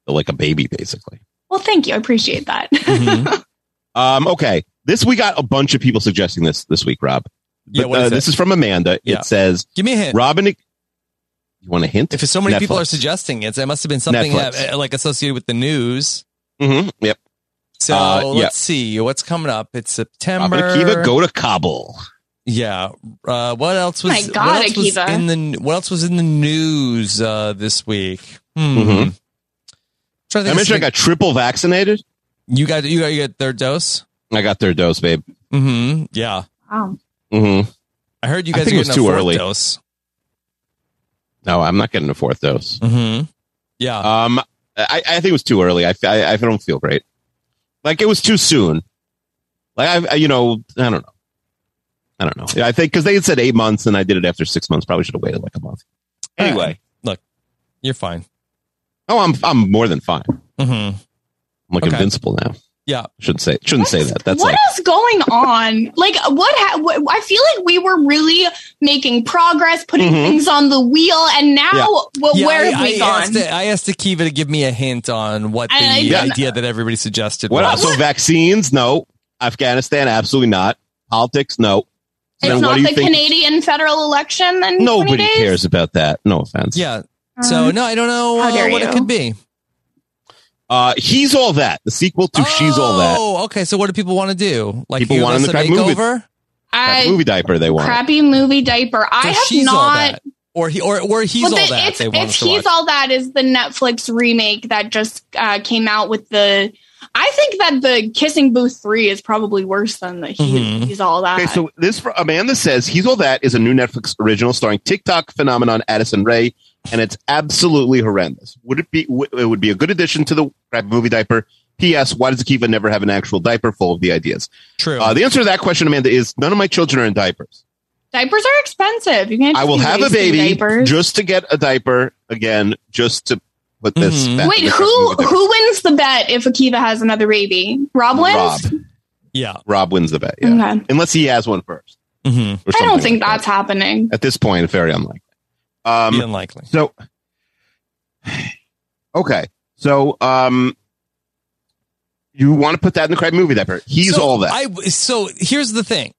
C: like a baby basically.
D: Well, thank you. I appreciate that.
C: Mm-hmm.
D: <laughs>
C: Um, okay. This we got a bunch of people suggesting this this week, Rob.
B: Yeah,
C: But,
B: what is
C: uh, this
B: it?
C: is from Amanda.
B: Yeah.
C: It says
B: Give me a hint.
C: Robin. You want a hint?
B: If so many people
C: Netflix.
B: are suggesting it, it must have been something
C: Netflix.
B: uh, like associated with the news.
C: Mhm, Yep.
B: So
C: Uh, yeah.
B: let's see what's coming up. It's September.
C: Robin Akiva, go to Kabul.
B: Yeah. Uh, what else was?
D: Oh My God,
B: what else was
D: Akiva.
B: in the What else was in the news uh, this week? Hmm.
C: Mhm.
B: Trying to
C: I
B: think of
C: mentioned I got triple vaccinated.
B: something- you got you got you got third dose.
C: I got third dose, babe.
B: Mm-hmm. Yeah,
D: wow.
C: hmm
B: I heard you
C: I think it
B: guys are getting
C: was
B: a
C: too
B: fourth
C: early.
B: dose.
C: No, I'm not getting a fourth dose.
B: Mm-hmm. Yeah.
C: Um, I, I think it was too early. I, f- I, I don't feel great. Like it was too soon. Like I, I you know, I don't know. I don't know. Yeah, I think because they had said eight months, and I did it after six months. Probably should have waited like a month. Anyway,
B: Look, you're fine.
C: oh, I'm I'm more than fine.
B: Mm-hmm.
C: I'm like
B: Okay.
C: invincible now.
B: Yeah.
C: Shouldn't say shouldn't say that. That's
D: What
C: like
D: is going on? Like, what, ha- what? I feel like we were really making progress, putting
C: Mhm.
D: things on the wheel, and now
C: Yeah.
D: what,
B: Yeah,
D: where
B: I,
D: have we
B: I
D: gone?
B: asked, I asked Akiva to give me a hint on what the
D: And I didn't-
B: idea that everybody suggested
C: what else?
B: was.
C: So vaccines? No. Afghanistan? Absolutely not. Politics? No. So
D: it's
C: then what
D: not
C: do you
D: the
C: think-
D: Canadian federal election. Then
C: Nobody cares about that. No offense.
B: Yeah. So no, I don't know
D: Uh-huh. How
B: uh,
D: dare
B: what
D: you.
B: it could be.
C: Uh, he's all that. The sequel to She's All That.
B: Oh, okay. So what do people want to do? Like
C: People
B: give
C: want
B: us
C: to
B: a
C: try to move it.
B: makeover?
C: That
D: Oh, I
C: movie diaper they want.
D: crappy movie diaper. I
B: So
D: have
B: she's
D: not.
B: all that, or he, or or he's
D: Well,
B: all
D: the-
B: that.
D: It's,
B: they want
D: it's
B: us to
D: he's
B: watch.
D: all that is the Netflix remake that just uh, came out with the. I think that the Kissing Booth three is probably worse than the he's,
C: Mhm.
D: he's all that.
C: Okay, so this for Amanda says he's all that is a new Netflix original starring TikTok phenomenon Addison Ray, and it's absolutely horrendous. Would it be? W- it would be a good addition to the crappy movie diaper. P.S. Why does Akiva never have an actual diaper full of the ideas?
B: True.
C: Uh, the answer to that question, Amanda, is none of my children are in diapers.
D: diapers are expensive. You can't.
C: I
D: just
C: will
D: be
C: have a
D: wasting
C: baby
D: diapers.
C: just to get a diaper again, just to put this.
B: Mm-hmm.
C: back in
D: Wait, who
C: the crappy movie diaper.
D: who wins the bet if Akiva has another baby? Rob wins.
C: Rob.
B: Yeah, Mm-hmm.
C: Rob wins the bet. Yeah,
D: Okay.
C: unless he has one first. Or
D: I don't
C: something
D: think
C: like
D: that's happening.
C: that. at this point very unlikely. Um,
B: Be unlikely.
C: So, okay. So, um, you want to put that in the crappy movie diaper? He's
B: So
C: all that.
B: I so here's the thing.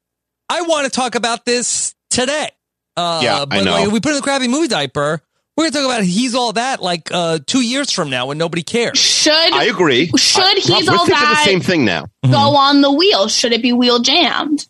B: I want to talk about this today. Uh,
C: Yeah, I
B: but
C: know.
B: Like, if we put in the crappy movie diaper. We're gonna talk about he's all that like uh, two years from now when nobody cares.
D: Should
C: I agree.
D: Should
C: I-
D: he's
C: Rob, we're
D: all
C: thinking
D: that
C: the same thing now.
D: go on the wheel? Should it be wheel jammed?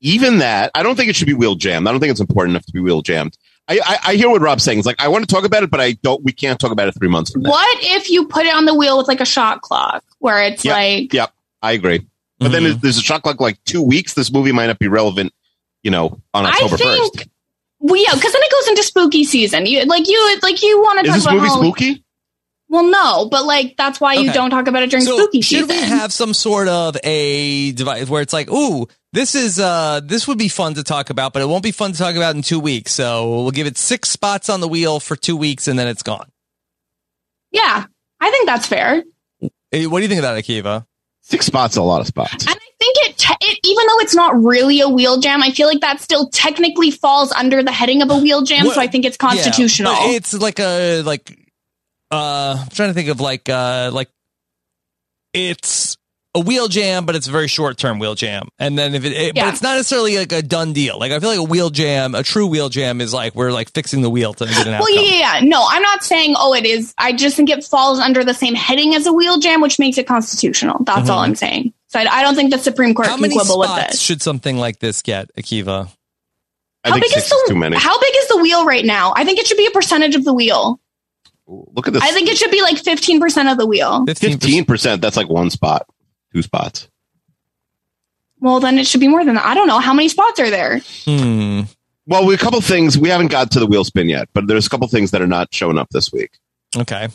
C: Even that, I don't think it should be wheel jammed. I don't think it's important enough to be wheel jammed. I, I, I hear what Rob's saying. It's like I want to talk about it, but I don't. We can't talk about it three months from now.
D: What if you put it on the wheel with like a shot clock where it's
C: Yep,
D: like
C: yep, I agree. But then there's- there's a shot clock like two weeks. This movie might not be relevant, you know, on
D: I
C: October
D: think-
C: first.
D: well yeah, because then it goes into spooky season. You like you like you want to
C: Is
D: talk
C: this
D: about
C: movie
D: Halloween.
C: spooky?
D: Well no, but like that's why you
B: Okay.
D: don't talk about it during
B: so
D: spooky season.
B: should we have some sort of a device where it's like, ooh, this is uh this would be fun to talk about, but it won't be fun to talk about in two weeks. So we'll give it six spots on the wheel for two weeks and then it's gone.
D: yeah. I think that's fair. And
B: Eh, What do you think about it, Akiva?
C: Six spots, a lot of spots.
D: I think it, te- it even though it's not really a wheel jam, I feel like that still technically falls under the heading of a wheel jam,
B: What-
D: so I think it's
B: Yeah,
D: constitutional.
B: but it's like a like uh I'm trying to think of like uh like it's a wheel jam, but it's a very short term wheel jam. And then if it, it
D: Yeah.
B: but it's not necessarily like a done deal. Like I feel like a wheel jam, a true wheel jam is like we're like fixing the wheel to get an outcome.
D: Well, yeah, yeah, yeah. No, I'm not saying, oh, it is. I just think it falls under the same heading as a wheel jam, which makes it constitutional. That's
C: Mm-hmm.
D: all I'm saying. So I, I don't think the Supreme Court
B: How
D: can
B: many
D: quibble with
B: spots
D: this.
B: should something like this get, Akiva?
C: I think six is
D: the,
C: too many.
D: How big is the wheel right now? I think it should be a percentage of the wheel.
C: Look at this.
D: I think it should be like 15% of the wheel.
B: 15%.
C: Fifteen percent. That's like one spot, two spots.
D: Well, then it should be more than that. I don't know. How many spots are there?
B: Hmm.
C: Well, we a couple things. We haven't got to the wheel spin yet, but there's a couple things that are not showing up this week.
B: Hmm, Okay.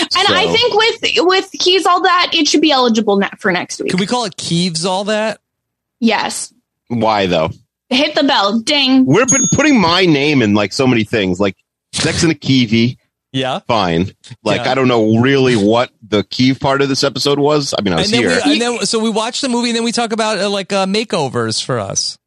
D: And I
C: So-
D: think with with he's all that, it should be eligible net for next week.
B: Can we call it Keeves all that?
D: yes.
C: Why though?
D: Hit the bell. Ding.
C: We've been putting my name in like so many things, like Sex and a Kiwi.
B: Yeah.
C: Fine. Like
B: Yeah.
C: I don't know really what the key part of this episode was. I mean, I was
B: And then,
C: here.
B: we, uh, and then so we watch the movie and then we talk about uh, like uh, makeovers for us.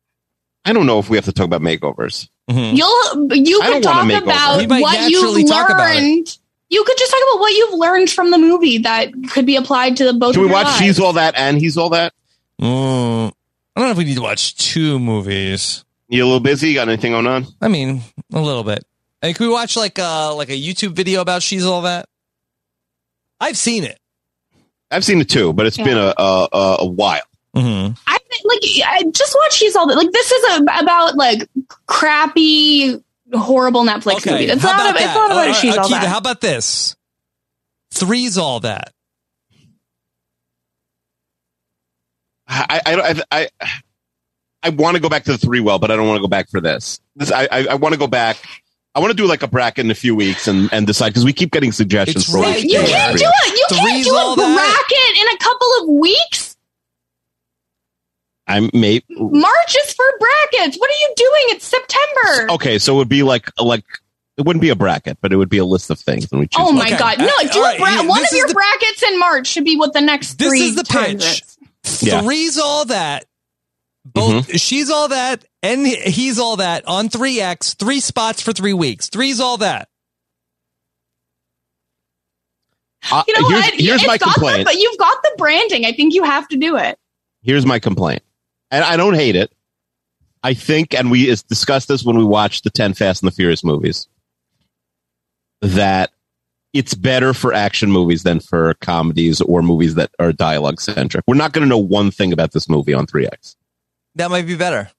C: I don't know if we have to talk about makeovers.
D: You'll you
C: I
D: could
C: don't wanna
D: talk
C: make over.
B: We
D: about
B: might
D: what you've
B: naturally
D: learned.
B: talk about it.
D: You could just talk about what you've learned from the movie that could be applied to the both.
C: Should
D: of
C: we
D: your
C: watch
D: lives.
C: She's All That and He's All That?
B: Mm. I don't know if we need to watch two movies.
C: You a little busy? Got anything going on?
B: I mean, a little bit. And can we watch like uh like a YouTube video about she's all that? I've seen it.
C: I've seen it too, but it's been a, a a a while.
B: Mm-hmm.
D: I think, like I just watch She's All That. Like this is a, about like crappy, horrible Netflix movie. It's not. A, it's not about a She's All That.
B: How about this? Three's all that.
C: I I don't- I I, I want to go back to the three well, but I don't want to go back for this. This I I, I want to go back. I want to do like a bracket in a few weeks and and decide because we keep getting suggestions
B: It's
C: for
B: right
C: what we
D: you
B: there.
C: should
D: can't
C: do.
D: do it. You
B: Three's
D: can't do
B: All
D: a
B: That.
D: bracket in a couple of weeks.
C: I'm mate.
D: March is for brackets. What are you doing? It's September.
C: Okay, so it would be like like it wouldn't be a bracket, but it would be a list of things, and we choose.
D: Oh my
B: Okay.
D: god! No,
B: Uh,
D: do
B: all right,
D: a bra-
B: you-
D: one
B: this
D: of
B: is
D: your
B: the-
D: brackets in March should be what the next
B: This
D: three
B: is the
D: times
B: pitch.
D: is.
C: Yeah.
B: Three's all that. Both she's all that and he- he's all that on 3x, three spots for 3 weeks. Three's all that.
C: Uh,
D: You know
C: here's,
D: what?
C: Here's
D: It's
C: my
D: got the-
C: complaint.
D: but you've got the branding. I think you have to do it.
C: here's my complaint, and I don't hate it. I think, and we is- discussed this when we watched the ten Fast and the Furious movies, that it's better for action movies than for comedies or movies that are dialogue centric. We're not going to know one thing about this movie on 3X.
B: That might be better.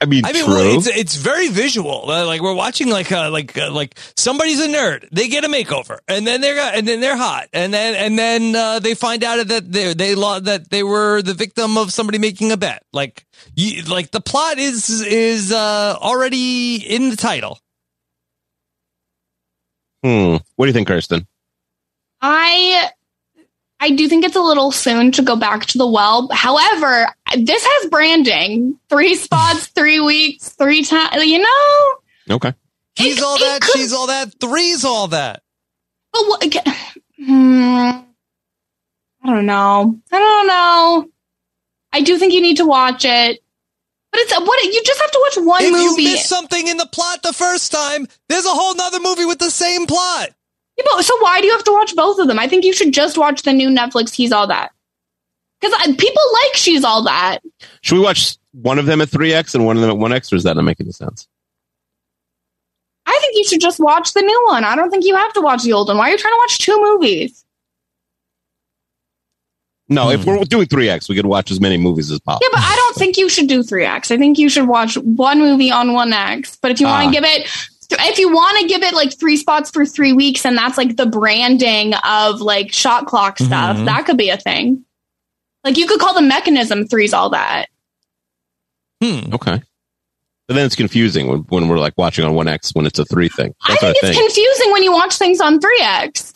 C: I mean,
B: I mean,
C: true.
B: well, it's it's very visual. Uh, like we're watching like uh, like uh, like somebody's a nerd. They get a makeover, and then they're and then they're hot, and then and then uh, they find out that they they lo- that they were the victim of somebody making a bet. Like you, like the plot is is uh, already in the title.
C: Hmm. What do you think, Kirsten?
D: I I do think it's a little soon to go back to the well. However, this has branding. Three
B: <laughs>
D: spots, three weeks, three times, you know?
C: Okay.
B: He's all that. she's all that. Three's all that.
D: But what, okay, hmm, I don't know. I don't know. I do think you need to watch it. But it's what you just have to watch one
B: if
D: movie.
B: you miss something in the plot the first time, there's a whole nother movie with the same plot.
D: Yeah, but- so why do you have to watch both of them? I think you should just watch the new Netflix He's All That. Because people like She's All That.
C: Should we watch one of them at 3X and one of them at 1X, or is that not making any sense?
D: I think you should just watch the new one. I don't think you have to watch the old one. Why are you trying to watch two movies?
C: No, if
B: Hmm.
C: we're doing 3X, we could watch as many movies as
D: Yeah,
C: possible.
D: but I don't think you should do three acts. I think you should watch one movie on one X. But if you want to
C: Ah.
D: give it, if you want to give it like three spots for three weeks, and that's like the branding of like shot clock stuff,
B: Mhm.
D: that could be a thing. Like you could call the mechanism threes all that.
C: Okay. But then it's confusing when, when we're like watching on 1X when it's a 3 thing. That's
D: I
C: our
D: think it's
C: thing.
D: confusing when you watch things on three X.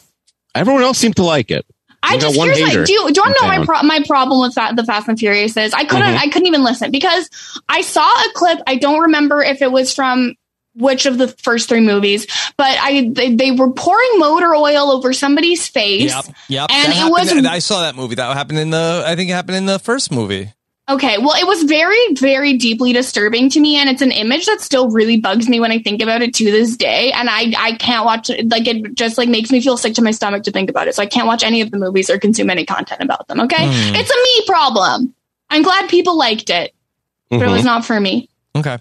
C: Everyone else seemed to like it.
D: I
C: We got
D: just here's my, do you, do you want to
C: in
D: know my
C: town.
D: pro- my problem with that, the Fast and Furious is I couldn't
C: Mhm.
D: I couldn't even listen because I saw a clip I don't remember if it was from which of the first three movies but I they, they were pouring motor oil over somebody's face
B: Yep, yep.
D: and
B: That
D: it was
B: happened- I saw that movie. That happened in the. I think it happened in the first movie.
D: Okay, well, it was very, very deeply disturbing to me, and it's an image that still really bugs me when I think about it to this day. And I, I can't watch it. Like it just like makes me feel sick to my stomach to think about it. So I can't watch any of the movies or consume any content about them. Okay,
B: Hmm.
D: it's a me problem. I'm glad people liked it, but it was
B: Mhm.
D: not for me.
B: Okay.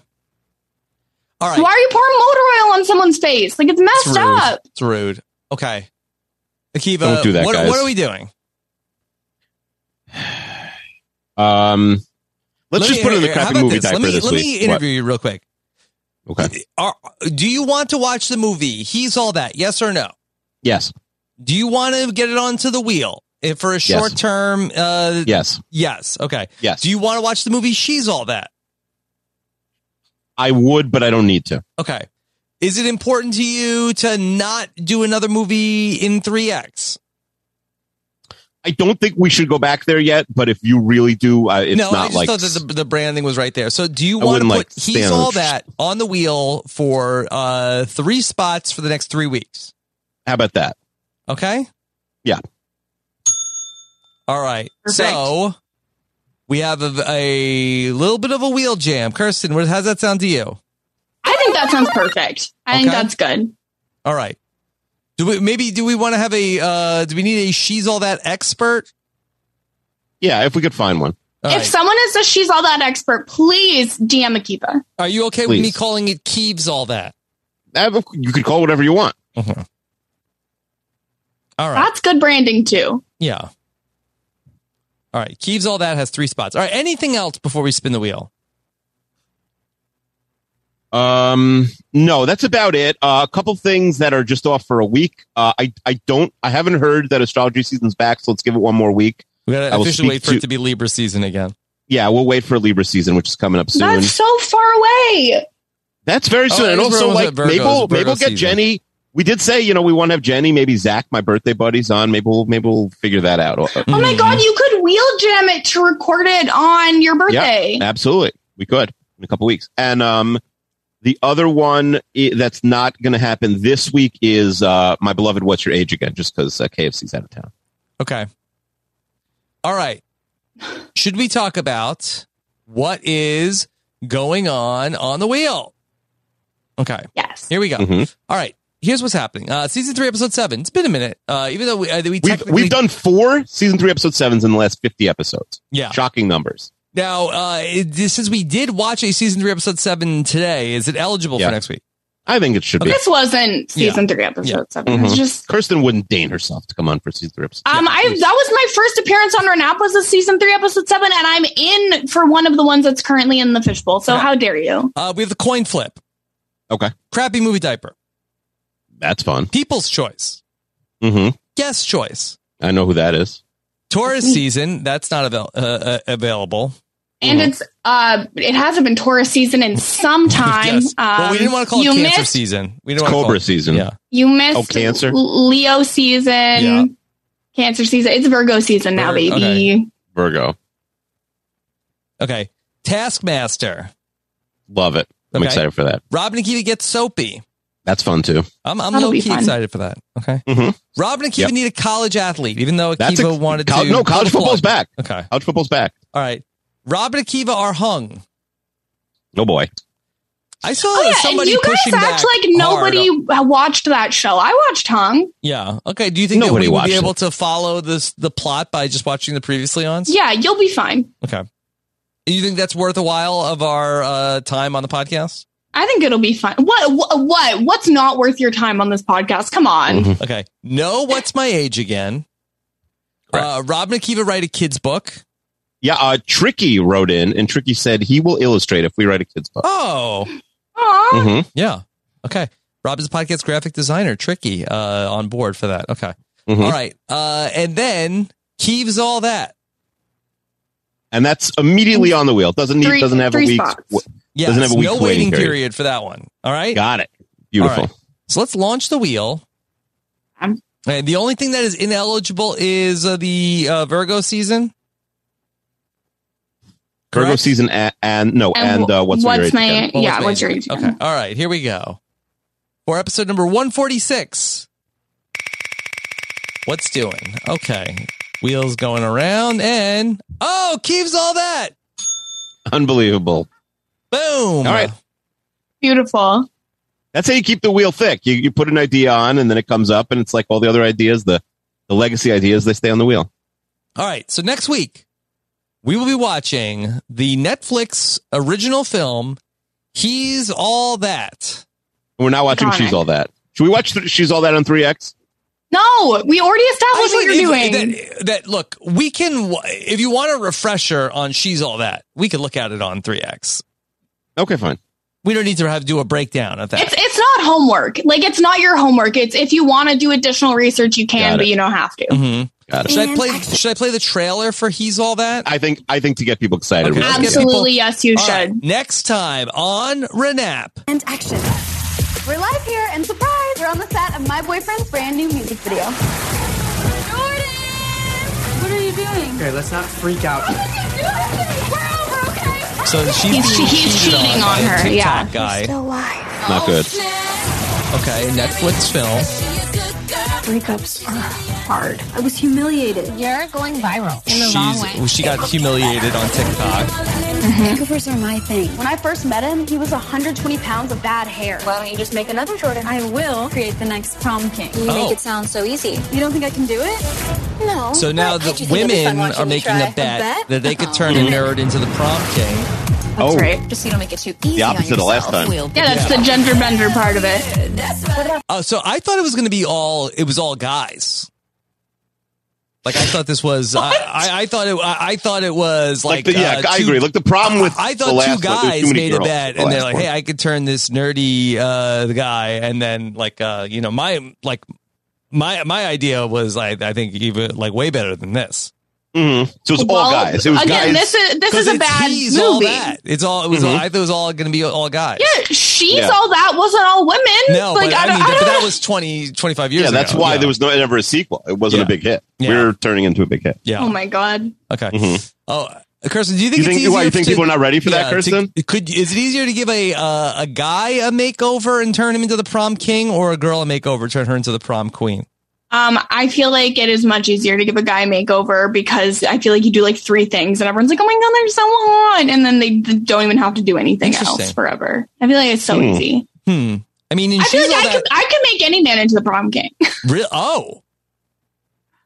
B: All right.
D: Why are you pouring motor oil on someone's face? Like it's messed
B: It's rude.
D: up.
B: It's rude. Okay. Akiva,
C: Don't do that,
B: what,
C: guys.
B: what are we doing?
C: Um, let's
B: Let
C: just
B: me-
C: put it in the
B: here, how
C: crappy
B: about
C: movie
B: this?
C: diaper
B: Let me,
C: this
B: let
C: week.
B: me
C: What?
B: interview you
C: <laughs>
B: real quick.
C: Okay.
B: Are, do you want to watch the movie? He's all that. Yes or no?
C: Yes.
B: Do you want to get it onto the wheel if for a short term? Uh,
C: Yes.
B: Yes. Okay.
C: Yes.
B: Do you want to watch the movie? She's all that.
C: I would, but I don't need to.
B: Okay. Is it important to you to not do another movie in 3X?
C: I don't think we should go back there yet, but if you really do, uh, it's
B: no, I
C: not
B: just
C: like.
B: thought that the, the branding was right there. So do you
C: I
B: want to
C: wouldn't,
B: put
C: like,
B: he's
C: stand-
B: all that on the wheel for uh three spots for the next three weeks?
C: How about that?
B: Okay.
C: Yeah.
B: All right. So we have a, a little bit of a wheel jam. Kirsten, what, how's that sound to you?
D: I think that sounds perfect. I think
B: Okay.
D: that's good.
B: All right. Do we maybe do we want to have a uh do we need a she's all that expert?
C: Yeah, if we could find one.
B: All
D: if
B: right.
D: someone is a she's all that expert, please DM Akiba.
B: Are you okay with me
C: Please.
B: calling it Keeves all that?
C: Uh, You could call it whatever you want.
B: All right.
D: That's good branding too.
B: Yeah. All right. Keeves all that has three spots. All right. Anything else before we spin the wheel?
C: Um, no, that's about it. Uh, a couple things that are just off for a week. Uh, I I don't I haven't heard that astrology season's back, so let's give it one more week.
B: We gotta
C: I will speak
B: officially wait for
C: to-
B: it to be Libra season again.
C: Yeah, we'll wait for Libra season, which is coming up soon.
D: That's so far away.
C: That's very
B: Oh,
C: soon. and
B: it is
C: also,
B: Virgo's-
C: like,
B: Virgo's-
C: maybe we'll, maybe
B: Virgo
C: we'll get
B: season.
C: Jenny. We did say, you know, we want to have Jenny, maybe Zach, my birthday buddies, on. Maybe we'll maybe we'll figure that out. Uh,
D: Oh
B: Mm-hmm.
D: my god, you could wheel jam it to record it on your birthday.
C: Yeah, absolutely. We could in a couple weeks. And um, the other one i- that's not going to happen this week is uh, my beloved. What's your age again? Just because uh, KFC's out of town.
B: Okay. All right. Should we talk about what is going on on the wheel? Okay.
D: Yes.
B: Here we go.
C: Mhm.
B: All right. Here's what's happening. Uh, season three, episode seven. It's been a minute. Uh, even though we uh, we
C: We've,
B: technically
C: we've done four season three episode sevens in the last fifty episodes.
B: Yeah.
C: shocking numbers.
B: now, uh, it, since we did watch a season three, episode seven today, is it eligible
C: Yeah.
B: for next week?
C: I think it should be.
D: This wasn't season three, episode seven. It's
C: Mhm.
B: Mm-hmm.
D: just
C: Kirsten wouldn't deign herself to come on for season three episode.
D: Um, I that was my first appearance on Renapolis of season three, episode seven, and I'm in for one of the ones that's currently in the fishbowl. So how dare you?
B: Uh, we have the coin flip.
C: Okay.
B: Crappy movie diaper.
C: That's fun.
B: People's choice.
C: Mm-hmm.
B: Guest choice.
C: I know who that is.
D: Mm-hmm.
B: Taurus season. That's not avail- uh, uh, available.
D: And it's uh, it hasn't been Taurus season in some time.
B: Mm-hmm. <laughs> Yes. well,
D: Um,
B: we didn't want to call it
D: you
B: cancer
D: missed,
B: season. We
C: It's
B: didn't wanna call
C: Cobra
B: it-
C: season.
B: Yeah.
D: You missed
C: Oh, Cancer?
D: L- Leo season,
C: Yeah.
D: Cancer season. It's Virgo season now,
B: Vir-
D: baby.
B: okay.
C: Virgo.
B: Okay. Taskmaster.
C: Love it. I'm
B: Okay.
C: excited for that.
B: Rob Nikita gets soapy.
C: That's fun too.
B: I'm, I'm
C: That'll
B: low
C: be
B: key
C: fun.
B: excited for that. Okay.
C: Mhm.
B: Rob and Akiva
C: Yep.
B: need a college athlete, even though
C: That's
B: Akiva
C: a-
B: wanted
C: col-
B: to.
C: no, college
B: Pull the
C: football's
B: plug.
C: back. Okay. College football's back.
B: All right. Rob and Akiva are hung.
C: No Oh, boy.
B: I saw
D: Oh, yeah, and
B: somebody
D: you guys
B: pushing back
D: act like nobody
B: hard.
D: watched that show. I watched Hung.
B: Yeah. Okay. Do you think
C: Nobody
B: that we would be
C: watched
B: able to follow this the plot by just watching the previously ons?
D: Yeah, you'll be fine.
B: Okay. You think that's worth a while of our uh, time on the podcast?
D: I think it'll be fun. What? wha- What? What's not worth your time on this podcast? Come on.
C: Hmm.
B: Okay. No, what's my age again? Uh, Rob and Akiva write a kid's book.
C: Yeah, uh, Tricky wrote in, and Tricky said he will illustrate if we write a kid's book.
B: Oh.
C: Mhm.
B: Yeah. Okay. Rob is a podcast graphic designer. Tricky uh, on board for that. Okay.
C: Mhm.
B: All right. Uh, and then Keeves all that.
C: And that's immediately on the wheel. Doesn't need,
B: Three-
C: doesn't have a
B: three
C: week.
B: spots.
C: Yeah,
B: Yes.
C: doesn't have a week's
B: no waiting, period. for that one. All right.
C: Got it. Beautiful.
B: All right. So let's launch the wheel. And the only thing that is ineligible is uh, the uh, Virgo season.
C: Virgo season and, and no and, uh, what's, my age again?
D: yeah, what's your age
B: Okay. All right. Here we go. For episode number 146. What's doing? Okay. Wheels going around and oh, Keeves all that.
C: Unbelievable.
B: Boom.
C: All right.
D: Beautiful.
C: That's how you keep the wheel thick. You, you put an idea on, and then it comes up, and it's like all the other ideas, the the legacy ideas, they stay on the wheel.
B: All right. So next week, we will be watching the Netflix original film, He's All That.
C: We're not watching.
B: Iconic.
C: She's all that. Should we watch? Th- She's all that on three X.
D: No, we already established what
B: Actually,
D: you're
B: if-
D: doing.
B: That, that- look, we can w- if you want a refresher on she's all that, we could look at it on 3x.
C: Okay, fine.
B: We don't need to have to do a breakdown of that.
D: it's it's not homework. Like it's not your homework. It's if you want to do additional research, you
B: Got
D: can, but
B: it.
D: you don't have to.
B: Mhm.
C: Got it.
B: Should I play? Should I play the trailer for He's All That?
C: I think. I think to get people excited. we should do that.
D: Absolutely, yes, you
B: All
D: should.
B: right, next time on Renap.
F: And action. We're live here, and surprise, we're on the set of my boyfriend's brand new music video.
A: What are you doing?
K: Okay, let's not freak out.
B: So
D: He's-
B: she's being
D: he's
B: cheated
D: cheating
B: by
D: on
B: a
D: her,
B: TikTok
D: yeah.
B: guy.
C: Not good.
B: Okay, Netflix film.
F: Breakups are hard. I was humiliated. You're going viral in the wrong way.
B: She's she got humiliated on TikTok.
F: Makeovers are my thing. When I first met him, he was 120 pounds of bad hair. Why don't you just make another Jordan? I will create the next prom king.
B: You make Oh. it
F: sound so easy. You don't think I can do it? No.
B: So now
F: but I do
B: the
F: think it'd be fun
B: women
F: watching
B: are
F: you
B: making
F: try.
B: a bet, that they could turn a nerd into the prom king.
F: That's
C: Oh.
F: right. Just so you don't make it too easy.
C: The opposite of last time.
D: Yeah, that's
B: Yeah.
D: the gender bender part of it.
B: Oh, so I thought it was going to be all it was all guys. Like I thought this was I, I, I thought it I, I thought it was
C: Like
B: like,
C: the- yeah,
B: uh,
C: I
B: two-
C: agree. Like the problem with
B: I
C: the
B: thought
C: last
B: two
C: one, there's too
B: guys
C: many
B: made a
C: girls
B: bet
C: the
B: and they're
C: last
B: like,
C: one.
B: hey, I could turn this nerdy uh the guy and then like uh you know my like my my idea was like I think even like way better than this.
C: Mm-hmm. So it was all
B: Well,
C: guys. It was
D: again,
C: guys.
D: this is this
B: 'Cause
D: is a
B: it's-
D: bad
B: he's all
D: movie.
B: that. It's all it was. All,
C: Mhm.
B: I thought it was all going to be all guys.
D: Yeah, she's
C: Yeah.
D: all that wasn't all women.
B: No,
D: like
B: but
D: I
B: I,
D: don't,
B: mean,
D: I
B: but
D: don't
B: that was 20, 25 years
C: yeah,
B: ago.
C: that's why
B: Yeah.
C: there was no ever a sequel. It wasn't a big hit.
B: Yeah.
C: We were turning into a big hit.
B: Yeah.
D: <laughs> Oh my god.
B: Okay. Oh, Kirsten, do you think
C: Mm-hmm. You
B: it's
C: think- why,
B: easier
C: you think
B: to-
C: people are not ready for that,
B: to-
C: Kirsten?
B: could is it easier to give a uh, a guy a makeover and turn him into the prom king, or a girl a makeover turn her into the prom queen?
D: Um, I feel like it is much easier to give a guy a makeover because I feel like you do like three things and everyone's like, oh my god, they're so hot, and then they d- don't even have to do anything
B: Interesting.
D: else forever. I feel like it's so
B: Hmm.
D: easy.
B: Hmm. I mean, and
D: I feel
B: she's
D: like
B: all
D: I
B: that.
D: could I could make any man into the prom king. <laughs>
B: Real, oh,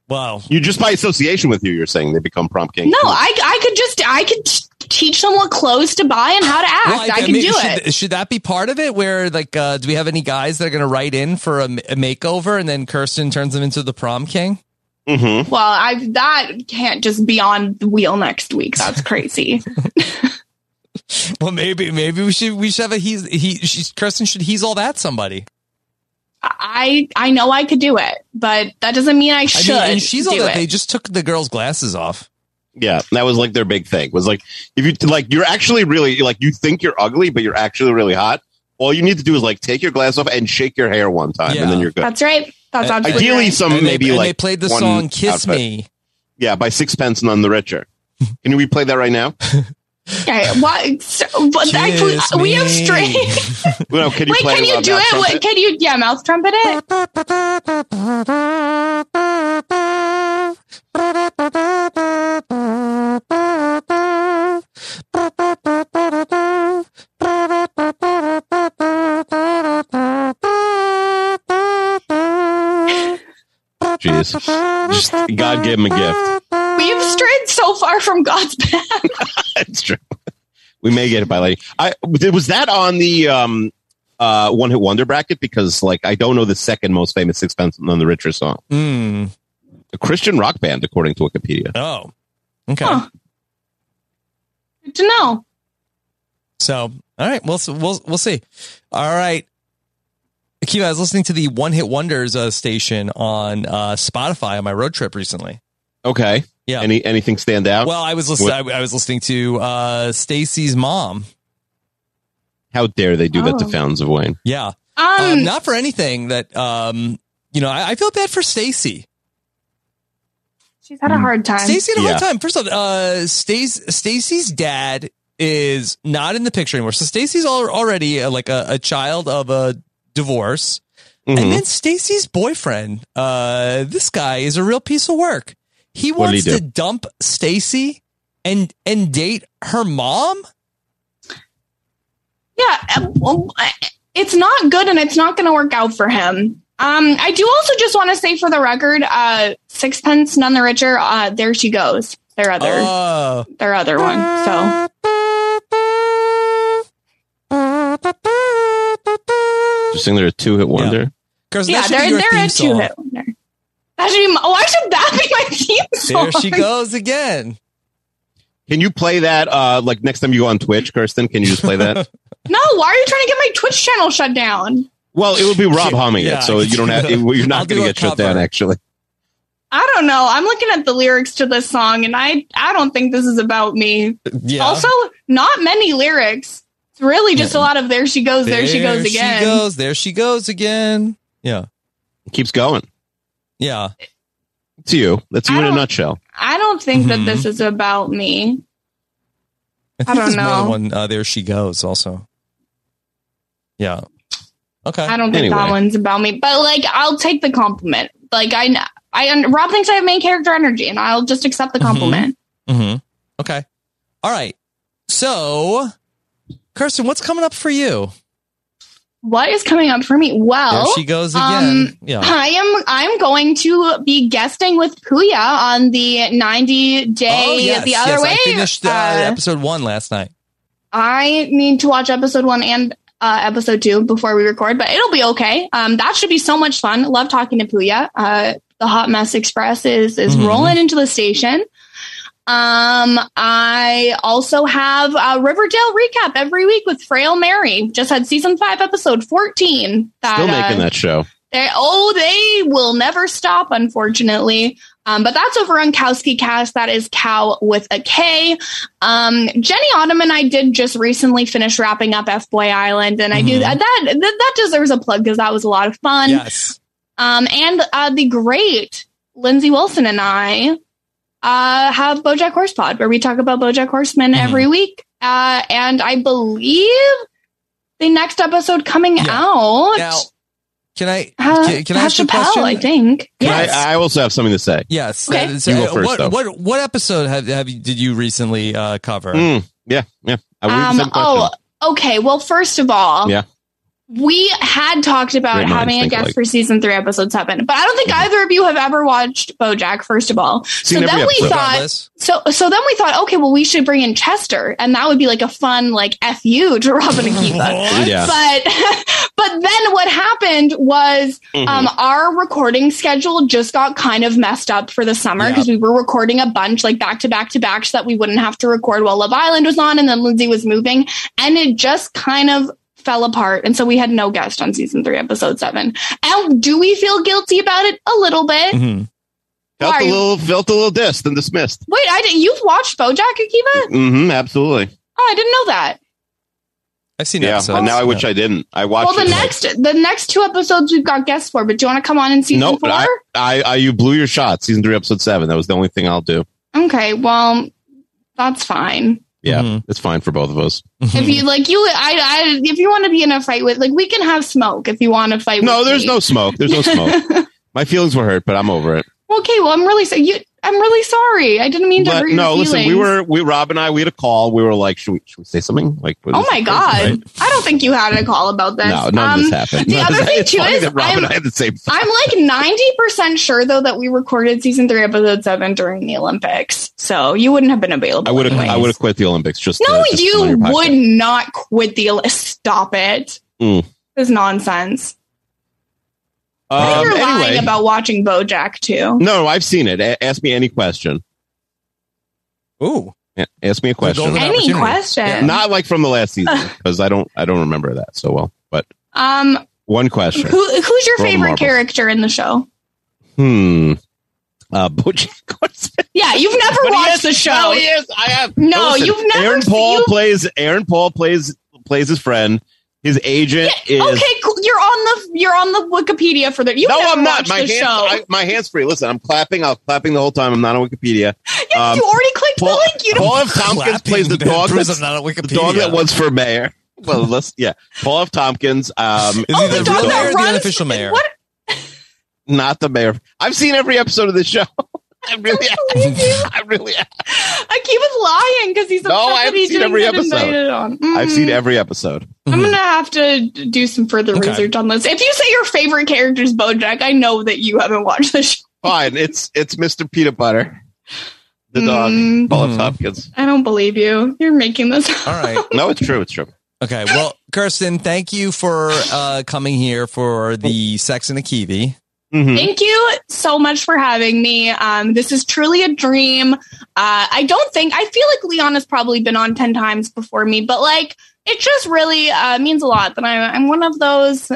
B: wow! Hmm.
C: You just by association with you, you're saying they become prom king.
D: no, I I could just I could teach them what clothes to buy and how to act.
B: Well,
D: I, can
B: mean,
D: do
B: should,
D: it.
B: Should that be part of it? Where like, uh, do we have any guys that are going to write in for a, m- a makeover, and then Kirsten turns them into the prom king? <laughs> Mm-hmm.
D: Well, I that can't just be on the wheel next week.
B: <laughs>
D: That's crazy.
B: Well, maybe maybe we should we should have a he's he she's Kirsten should he's all that somebody.
D: I I know I could do it, but that doesn't mean I
B: I mean,
D: should.
B: and she's all
D: do
B: that.
D: it.
B: They just took the girl's glasses off.
C: Yeah, that was like their big thing. Was like if you like you're actually really like you think you're ugly, but you're actually really hot. All you need to do is like take your glass off and shake your hair one time, and then you're good.
D: That's right. That's
C: And-
D: absolutely
C: ideally
D: right.
C: some
B: And they-
C: Uh, maybe
B: and
C: like
B: they played the
C: one
B: song Kiss
C: outfit.
B: Me.
C: Yeah, by sixpence none the
B: <laughs>
C: richer. Can we play that right now?
D: Okay, what? So, but actually,
C: Kiss
D: we have
C: me.
D: string.
C: Well, can you
D: <laughs> Wait,
C: play
D: can
C: it
D: you
C: without
D: do
C: mouth
D: it? What,
C: trumpet?
D: can you? Yeah, mouth trumpet it.
C: Jeez, Just- God gave him a gift.
D: We have strayed so far from God's <laughs> path.
C: It's true. We may get it by lady. I was that on the um uh one hit wonder bracket because like I don't know the second most famous sixpence none the richer song.
B: Mm.
C: A Christian rock band, according to Wikipedia.
B: Oh, okay.
D: Good to know.
B: So, all right, we'll s- we'll we'll see. All right, Akiva, I was listening to the One Hit Wonders uh, station on uh, Spotify on my road trip recently.
C: Okay.
B: Yeah.
C: Any anything stand out?
B: Well, I was listening. I, I was listening to uh, Stacy's mom.
C: How dare they do that to
B: Oh.
C: Fountains of Wayne?
B: Yeah, Um, not for anything that um, you know. I, I feel bad for Stacy.
D: She's had a hard time.
B: Stacy had a hard time. First off, uh, Stace- Stacy's dad is not in the picture anymore. So Stacy's al- already uh, like a, a child of a divorce, and then Stacy's boyfriend, uh, this guy, is a real piece of work. He
C: What did
B: wants
C: he do?
B: to dump Stacy and and date her mom.
D: Yeah, uh, well, I- it's not good, and it's not going to work out for him. Um, I do also just want to say, for the record, uh, Sixpence None the Richer. Uh, there she goes. Their other,
B: Oh.
D: their other one. So
C: Just think they're a two hit wonder.
D: yeah, they're they're a two hit wonder. That should be. my- Why should that be my theme song?
C: There
D: <laughs>
C: she
B: goes again.
C: Can you play that uh like next time you go on Twitch, Kirsten? Can you just play
B: <laughs>
C: that?
D: No, why are you trying to get my Twitch channel shut down?
C: well, it would be Rob humming
B: Yeah.
C: it, so you don't have it- you're
B: I'll
C: not
B: do
C: going
B: a
C: to get shut down
B: cover.
C: actually.
D: I don't know. I'm looking at the lyrics to this song, and I I don't think this is about me.
B: Yeah.
D: Also, not many lyrics. It's really just a lot of "There she goes, there, she goes again."
B: She goes. There she goes again. Yeah.
C: Keeps going.
B: Yeah.
C: It's you. That's you in a nutshell.
D: I don't think
B: Mhm.
D: that this is about me. I
B: I, think
D: don't
B: there's More
D: know.
B: than one, uh, there she goes. Also, yeah. Okay.
D: I don't think that
B: Anyway.
D: one's about me. But like, I'll take the compliment. Like, I kn- I un- Rob thinks I have main character energy, and I'll just accept the compliment.
B: hmm Okay. All right. So, Kirsten, what's coming up for you?
D: What is coming up for me? Well, um,
B: there she goes again. yeah.
D: I am. I'm going to be guesting with Puya on the 90 day the other way.
B: Oh, I finished uh,
D: uh,
B: episode one last night.
D: I need to watch episode one and uh, episode two before we record, but it'll be okay. Um, that should be so much fun. Love talking to Puya. Uh, the Hot Mess Express is is
L: Mhm.
C: Mm-hmm.
D: rolling into the station. Um, I also have a Riverdale recap every week with Frail Mary. Just had season five, episode fourteen. That,
C: Still
D: uh,
C: making that show.
D: they, oh, they will never stop, unfortunately. Um, but that's over on Kowski Cast. That is cow with a K. Um, Jenny Autumn and I did just recently finish wrapping up F Boy Island, and I do that, that. That deserves a plug because that was a lot of fun.
B: Yes.
D: Um, and uh, the great Lindsay Wilson and I uh, have BoJack Horse Pod, where we talk about BoJack Horseman every week. Uh, and I believe the next episode coming out.
B: Now, Can I?
D: Uh,
B: can, can I ask you a
D: Chappelle,
B: question?
D: I think.
C: Can
D: Yes.
C: I, I also have something to say.
B: Yes.
C: Okay.
B: Uh, so,
C: You go
B: uh,
C: first,
B: what,
C: though.
B: what what episode have have you, did you recently uh, cover?
C: Mm, yeah. Yeah. I
D: oh,
C: would
D: um, oh, okay. Well, first of all,
B: Yeah.
D: we had talked about
A: Great
D: having
A: minds
D: a
A: think
D: guest
A: alike.
D: for season three, episode seven, but I don't think either of you have ever watched BoJack. First of all, so
A: Seen every
D: then we
A: episode.
D: thought,
A: Regardless.
D: so so then we thought, okay, well, we should bring in Chester, and that would be like a fun like fu to Robin and Akiva.
A: What? Yeah.
D: But <laughs> but then what happened was
A: Mhm.
D: um, our recording schedule just got kind of messed up for the summer because we were recording a bunch like back to back to back so that we wouldn't have to record while Love Island was on, and then Lindsay was moving, and it just kind of fell apart. And so we had no guest on season three, episode seven. And do we feel guilty about it? A little bit.
C: Felt
D: Why?
C: a little, felt a little dissed and dismissed.
D: Wait, I didn't. You've watched BoJack Akiva?
C: Mm-hmm. Absolutely.
D: Oh, I didn't know that.
C: I've seen. Yeah, and now I wish I didn't. I watched.
D: well, the
C: it, like,
D: next the next two episodes we've got guests for, but do you want to come on in season
C: Nope,
D: four?
C: I, I, I, you blew your shot. Season three, episode seven. That was the only thing I'll do.
D: okay, well, that's fine.
C: Yeah, it's fine for both of us.
D: if you like, you I, I if you want to be in a fight with, like, we can have smoke if you want to fight.
C: No,
D: with
C: there's
D: me.
C: no smoke. There's no smoke.
D: <laughs>
C: My feelings were hurt, but I'm over it.
D: Okay, well, I'm really sorry. You, I'm really sorry. I didn't mean to
C: But
D: hurt your
C: no,
D: feelings.
C: listen, we were we Rob and I we had a call. We were like, should we should we say something? Like, what
D: Oh
C: is
D: my
C: it?
D: god!
C: Right?
D: I don't think you had a call about this. Um,
C: No, none of this happened.
D: The
C: No,
D: other
C: it's
D: thing too
C: funny
D: is
C: that Rob
D: I'm-
C: and I had the same.
D: <laughs> I'm like ninety percent sure though that we recorded season three, episode seven during the Olympics, so you wouldn't have been available.
C: I would have
D: anyways.
C: I would have quit the Olympics just.
D: No,
C: to- just to be on
D: you
C: your podcast.
D: would not quit the Olympics. <laughs> Stop it!
C: Mm.
D: This is nonsense. I
C: Um,
D: think you're
C: anyway.
D: lying about watching BoJack too.
C: No, I've seen it. A- ask me any question.
M: Ooh.
C: Yeah, ask me a question.
D: golden Any opportunity. question. Yeah.
C: Not like from the last season
D: <laughs>
C: because I don't I don't remember that so well. But
D: Um,
C: one question.
D: who, who's your
C: Roll the
D: favorite
C: marbles.
D: character in the show?
C: Hmm. Uh, <laughs> Bojack.
D: Yeah, you've never
C: But he
D: watched
C: is-
D: the show.
C: no, he is. I have.
D: No,
C: Listen,
D: you've never.
C: Aaron Paul plays. Aaron Paul plays plays his friend. His agent is.
D: okay, cool. You're on the you're on the Wikipedia for the. You've
C: no,
D: never
C: I'm not.
D: watched
C: My
D: the
C: hands,
D: show.
C: I, my hands free. Listen, I'm clapping. I'm clapping the whole time. I'm not on Wikipedia.
D: Yes, <laughs> you already clicked
C: um, Paul,
D: the link. You
C: Paul
D: don't.
C: F. Tompkins
M: Clapping
C: plays the
M: that
C: dog.
M: proves
C: that's-
M: I'm not on
C: The dog
M: Wikipedia.
C: that was for mayor. Well, let's yeah. Paul F. Tompkins. Um,
M: Is he the
D: Oh, dog
M: real
D: that
M: mayor or the
D: runs-
M: unofficial mayor?
D: What?
C: not the mayor. I've seen every episode of the show. <laughs> I really, I really.
D: Akiva's lying because he's upset
C: No, I
D: that he
C: haven't seen
D: didn't
C: every
D: get
C: episode.
D: invited on.
C: I've seen
D: Mm.
C: every episode.
M: Mm-hmm.
D: I'm gonna have to do some further
C: Okay.
D: research on this. If you say your favorite character is BoJack, I know that you haven't watched the show.
C: Fine. It's it's Mr. Peanut Butter, the
D: Mm.
C: dog. Paul F. Tompkins.
D: I don't believe you. You're making this. up.
M: All right.
C: No, it's true. It's true.
M: Okay. Well, Kirsten, thank you for uh, coming here for the Sex and the Kiwi.
C: Mm-hmm.
D: Thank you so much for having me. Um, this is truly a dream. Uh, I don't think I feel like Leanna's probably been on ten times before me, but like it just really uh, means a lot that I'm, I'm one of those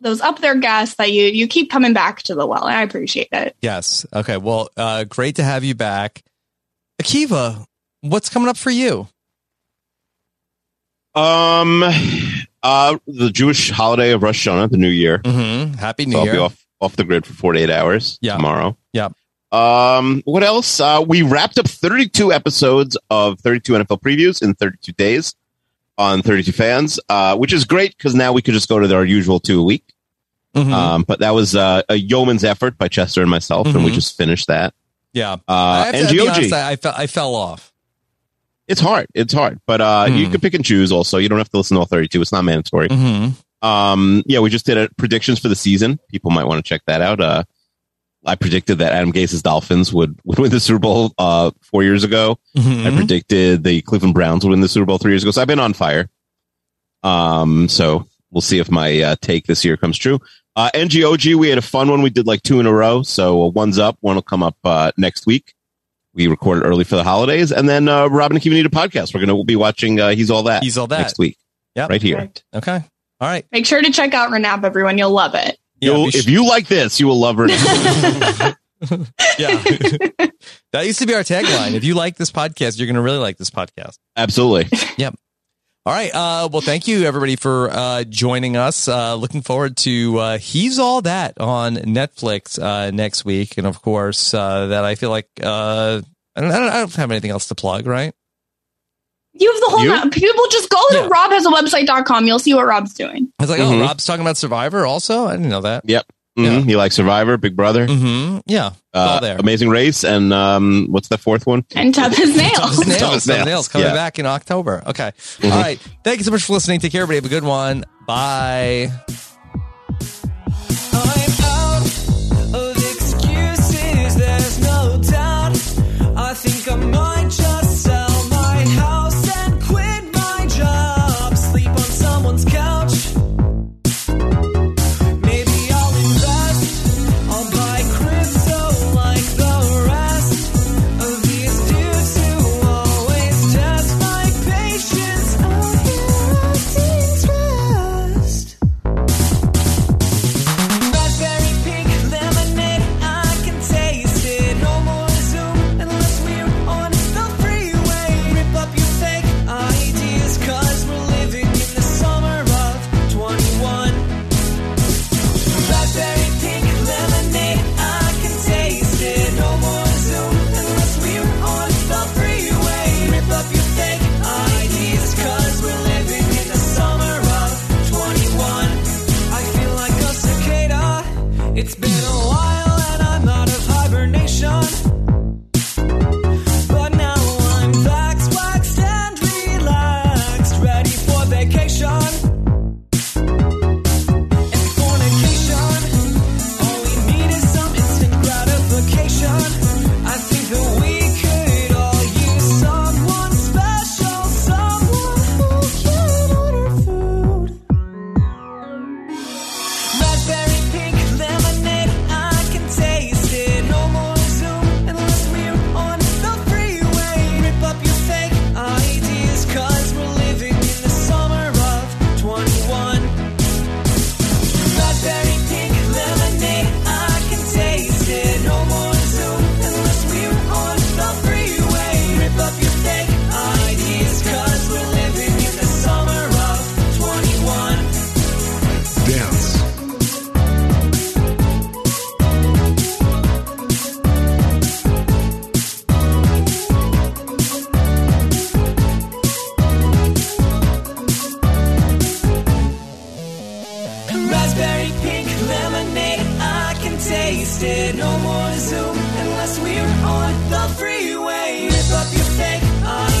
D: those up there guests that you you keep coming back to the well. And I appreciate it.
M: Yes. Okay. Well, uh, great to have you back. Akiva, what's coming up for you?
C: Um, uh, the Jewish holiday of Rosh Hashanah, the New Year.
M: Mm-hmm. Happy New
C: so
M: Year.
C: I'll be off off the grid for 48 hours tomorrow.
M: Yeah.
C: Um, what else? Uh, we wrapped up 32 episodes of 32 NFL previews in 32 days on 32 fans, uh, which is great because now we could just go to our usual two a week.
M: Mm-hmm.
C: Um, but that was uh, a yeoman's effort by Chester and myself, and we
M: Mhm.
C: just finished that.
M: Yeah. I
C: Uh,
M: have
C: and
M: to be
C: GOG.
M: honest, I, I, fell, I fell off.
C: It's hard. It's hard, but uh, you
M: Mm-hmm.
C: can pick and choose. Also, you don't have to listen to all thirty-two. It's not mandatory. Um, yeah, we just did a, predictions for the season. People might want to check that out. Uh, I predicted that Adam Gase's Dolphins would, <laughs> would win the Super Bowl uh, four years ago.
M: Mhm.
C: I predicted the Cleveland Browns would win the Super Bowl three years ago. So I've been on fire. Um, so we'll see if my uh, take this year comes true. Uh, NGOG, we had a fun one. We did like two in a row. So uh, one's up, one will come up uh, next week. We recorded early for the holidays, and then uh, Robin and Community podcast. We're going to be watching. Uh, He's all that.
M: He's All That.
C: next week.
M: Yeah,
C: right here.
M: Okay. All right.
D: Make sure to check out Renap, everyone. You'll love it.
C: You'll- if you like this, you
M: <laughs>
C: will love her.
M: Yeah. <laughs> that used to be our tagline. If you like this podcast, you're going to really like this podcast.
C: Absolutely.
M: Yep. All right. Uh, well, thank you everybody for uh, joining us. Uh, looking forward to uh, He's All That on Netflix uh, next week, and of course uh, that I feel like uh, I, don't, I don't I don't have anything else to plug, right?
D: You have the whole
M: You?
D: map. People just go to robhasawebsite.com. You'll see what Rob's doing.
M: I was like,
C: Mhm.
M: oh, Rob's talking about Survivor also. I didn't know that.
C: Yep. hmm You like Survivor, Big Brother, uh,
M: mm-hmm. yeah, it's all there.
C: Amazing Race, and um, what's the fourth one?
D: And tough as
F: <laughs>
D: nails.
M: Tough as nails. Tough as nails coming
C: Yeah.
M: back in October. Okay. All right. Thank you so much for listening. Take care, everybody. Have a good one. Bye.
B: Bye.
A: of excuses, there's no doubt. I think I might just sell my house and quit my job. Sleep on someone's couch. Maybe I'll invest. I'll buy crypto like the rest of these dudes who always test my patience. Out here acting stressed. Raspberry pink lemonade, I can taste it. No more Zoom unless we're on the freeway. Rip up your fake ideas, cause we're living in the summer of 21. Raspberry pink lemonade, I can taste it. No more Zoom unless we're on the freeway. Rip up your fake ideas, cause we're living in the summer of 21. I feel like a cicada. It's been a while and I'm out of hibernation. But now I'm vax, waxed and relaxed, ready for vacation. And fornication. All we need is some instant gratification. I think that we could all use someone special, someone who can order food. Raspberry pink lemonade, I can taste it. No more Zoom unless we're on the freeway. Rip up your fake ideas, cause we're living in the summer of 21. Raspberry pink lemonade, I can taste it. No more Zoom unless we're on the freeway. Rip up your fake ideas, cause we're living in the summer of 21.
J: Dance.
A: Raspberry pink lemonade, I can taste it. No more Zoom unless we're on the freeway. Rip up your fake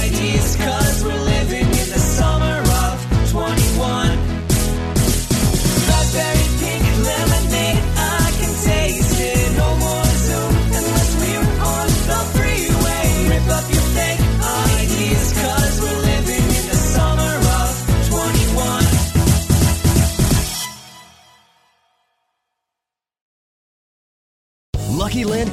A: IDs, cause we're living in the summer of 21. Raspberry pink lemonade, I can taste it. No more Zoom unless we're on the freeway. Rip up your fake IDs, cause we're living in the summer of 21.
L: Lucky Land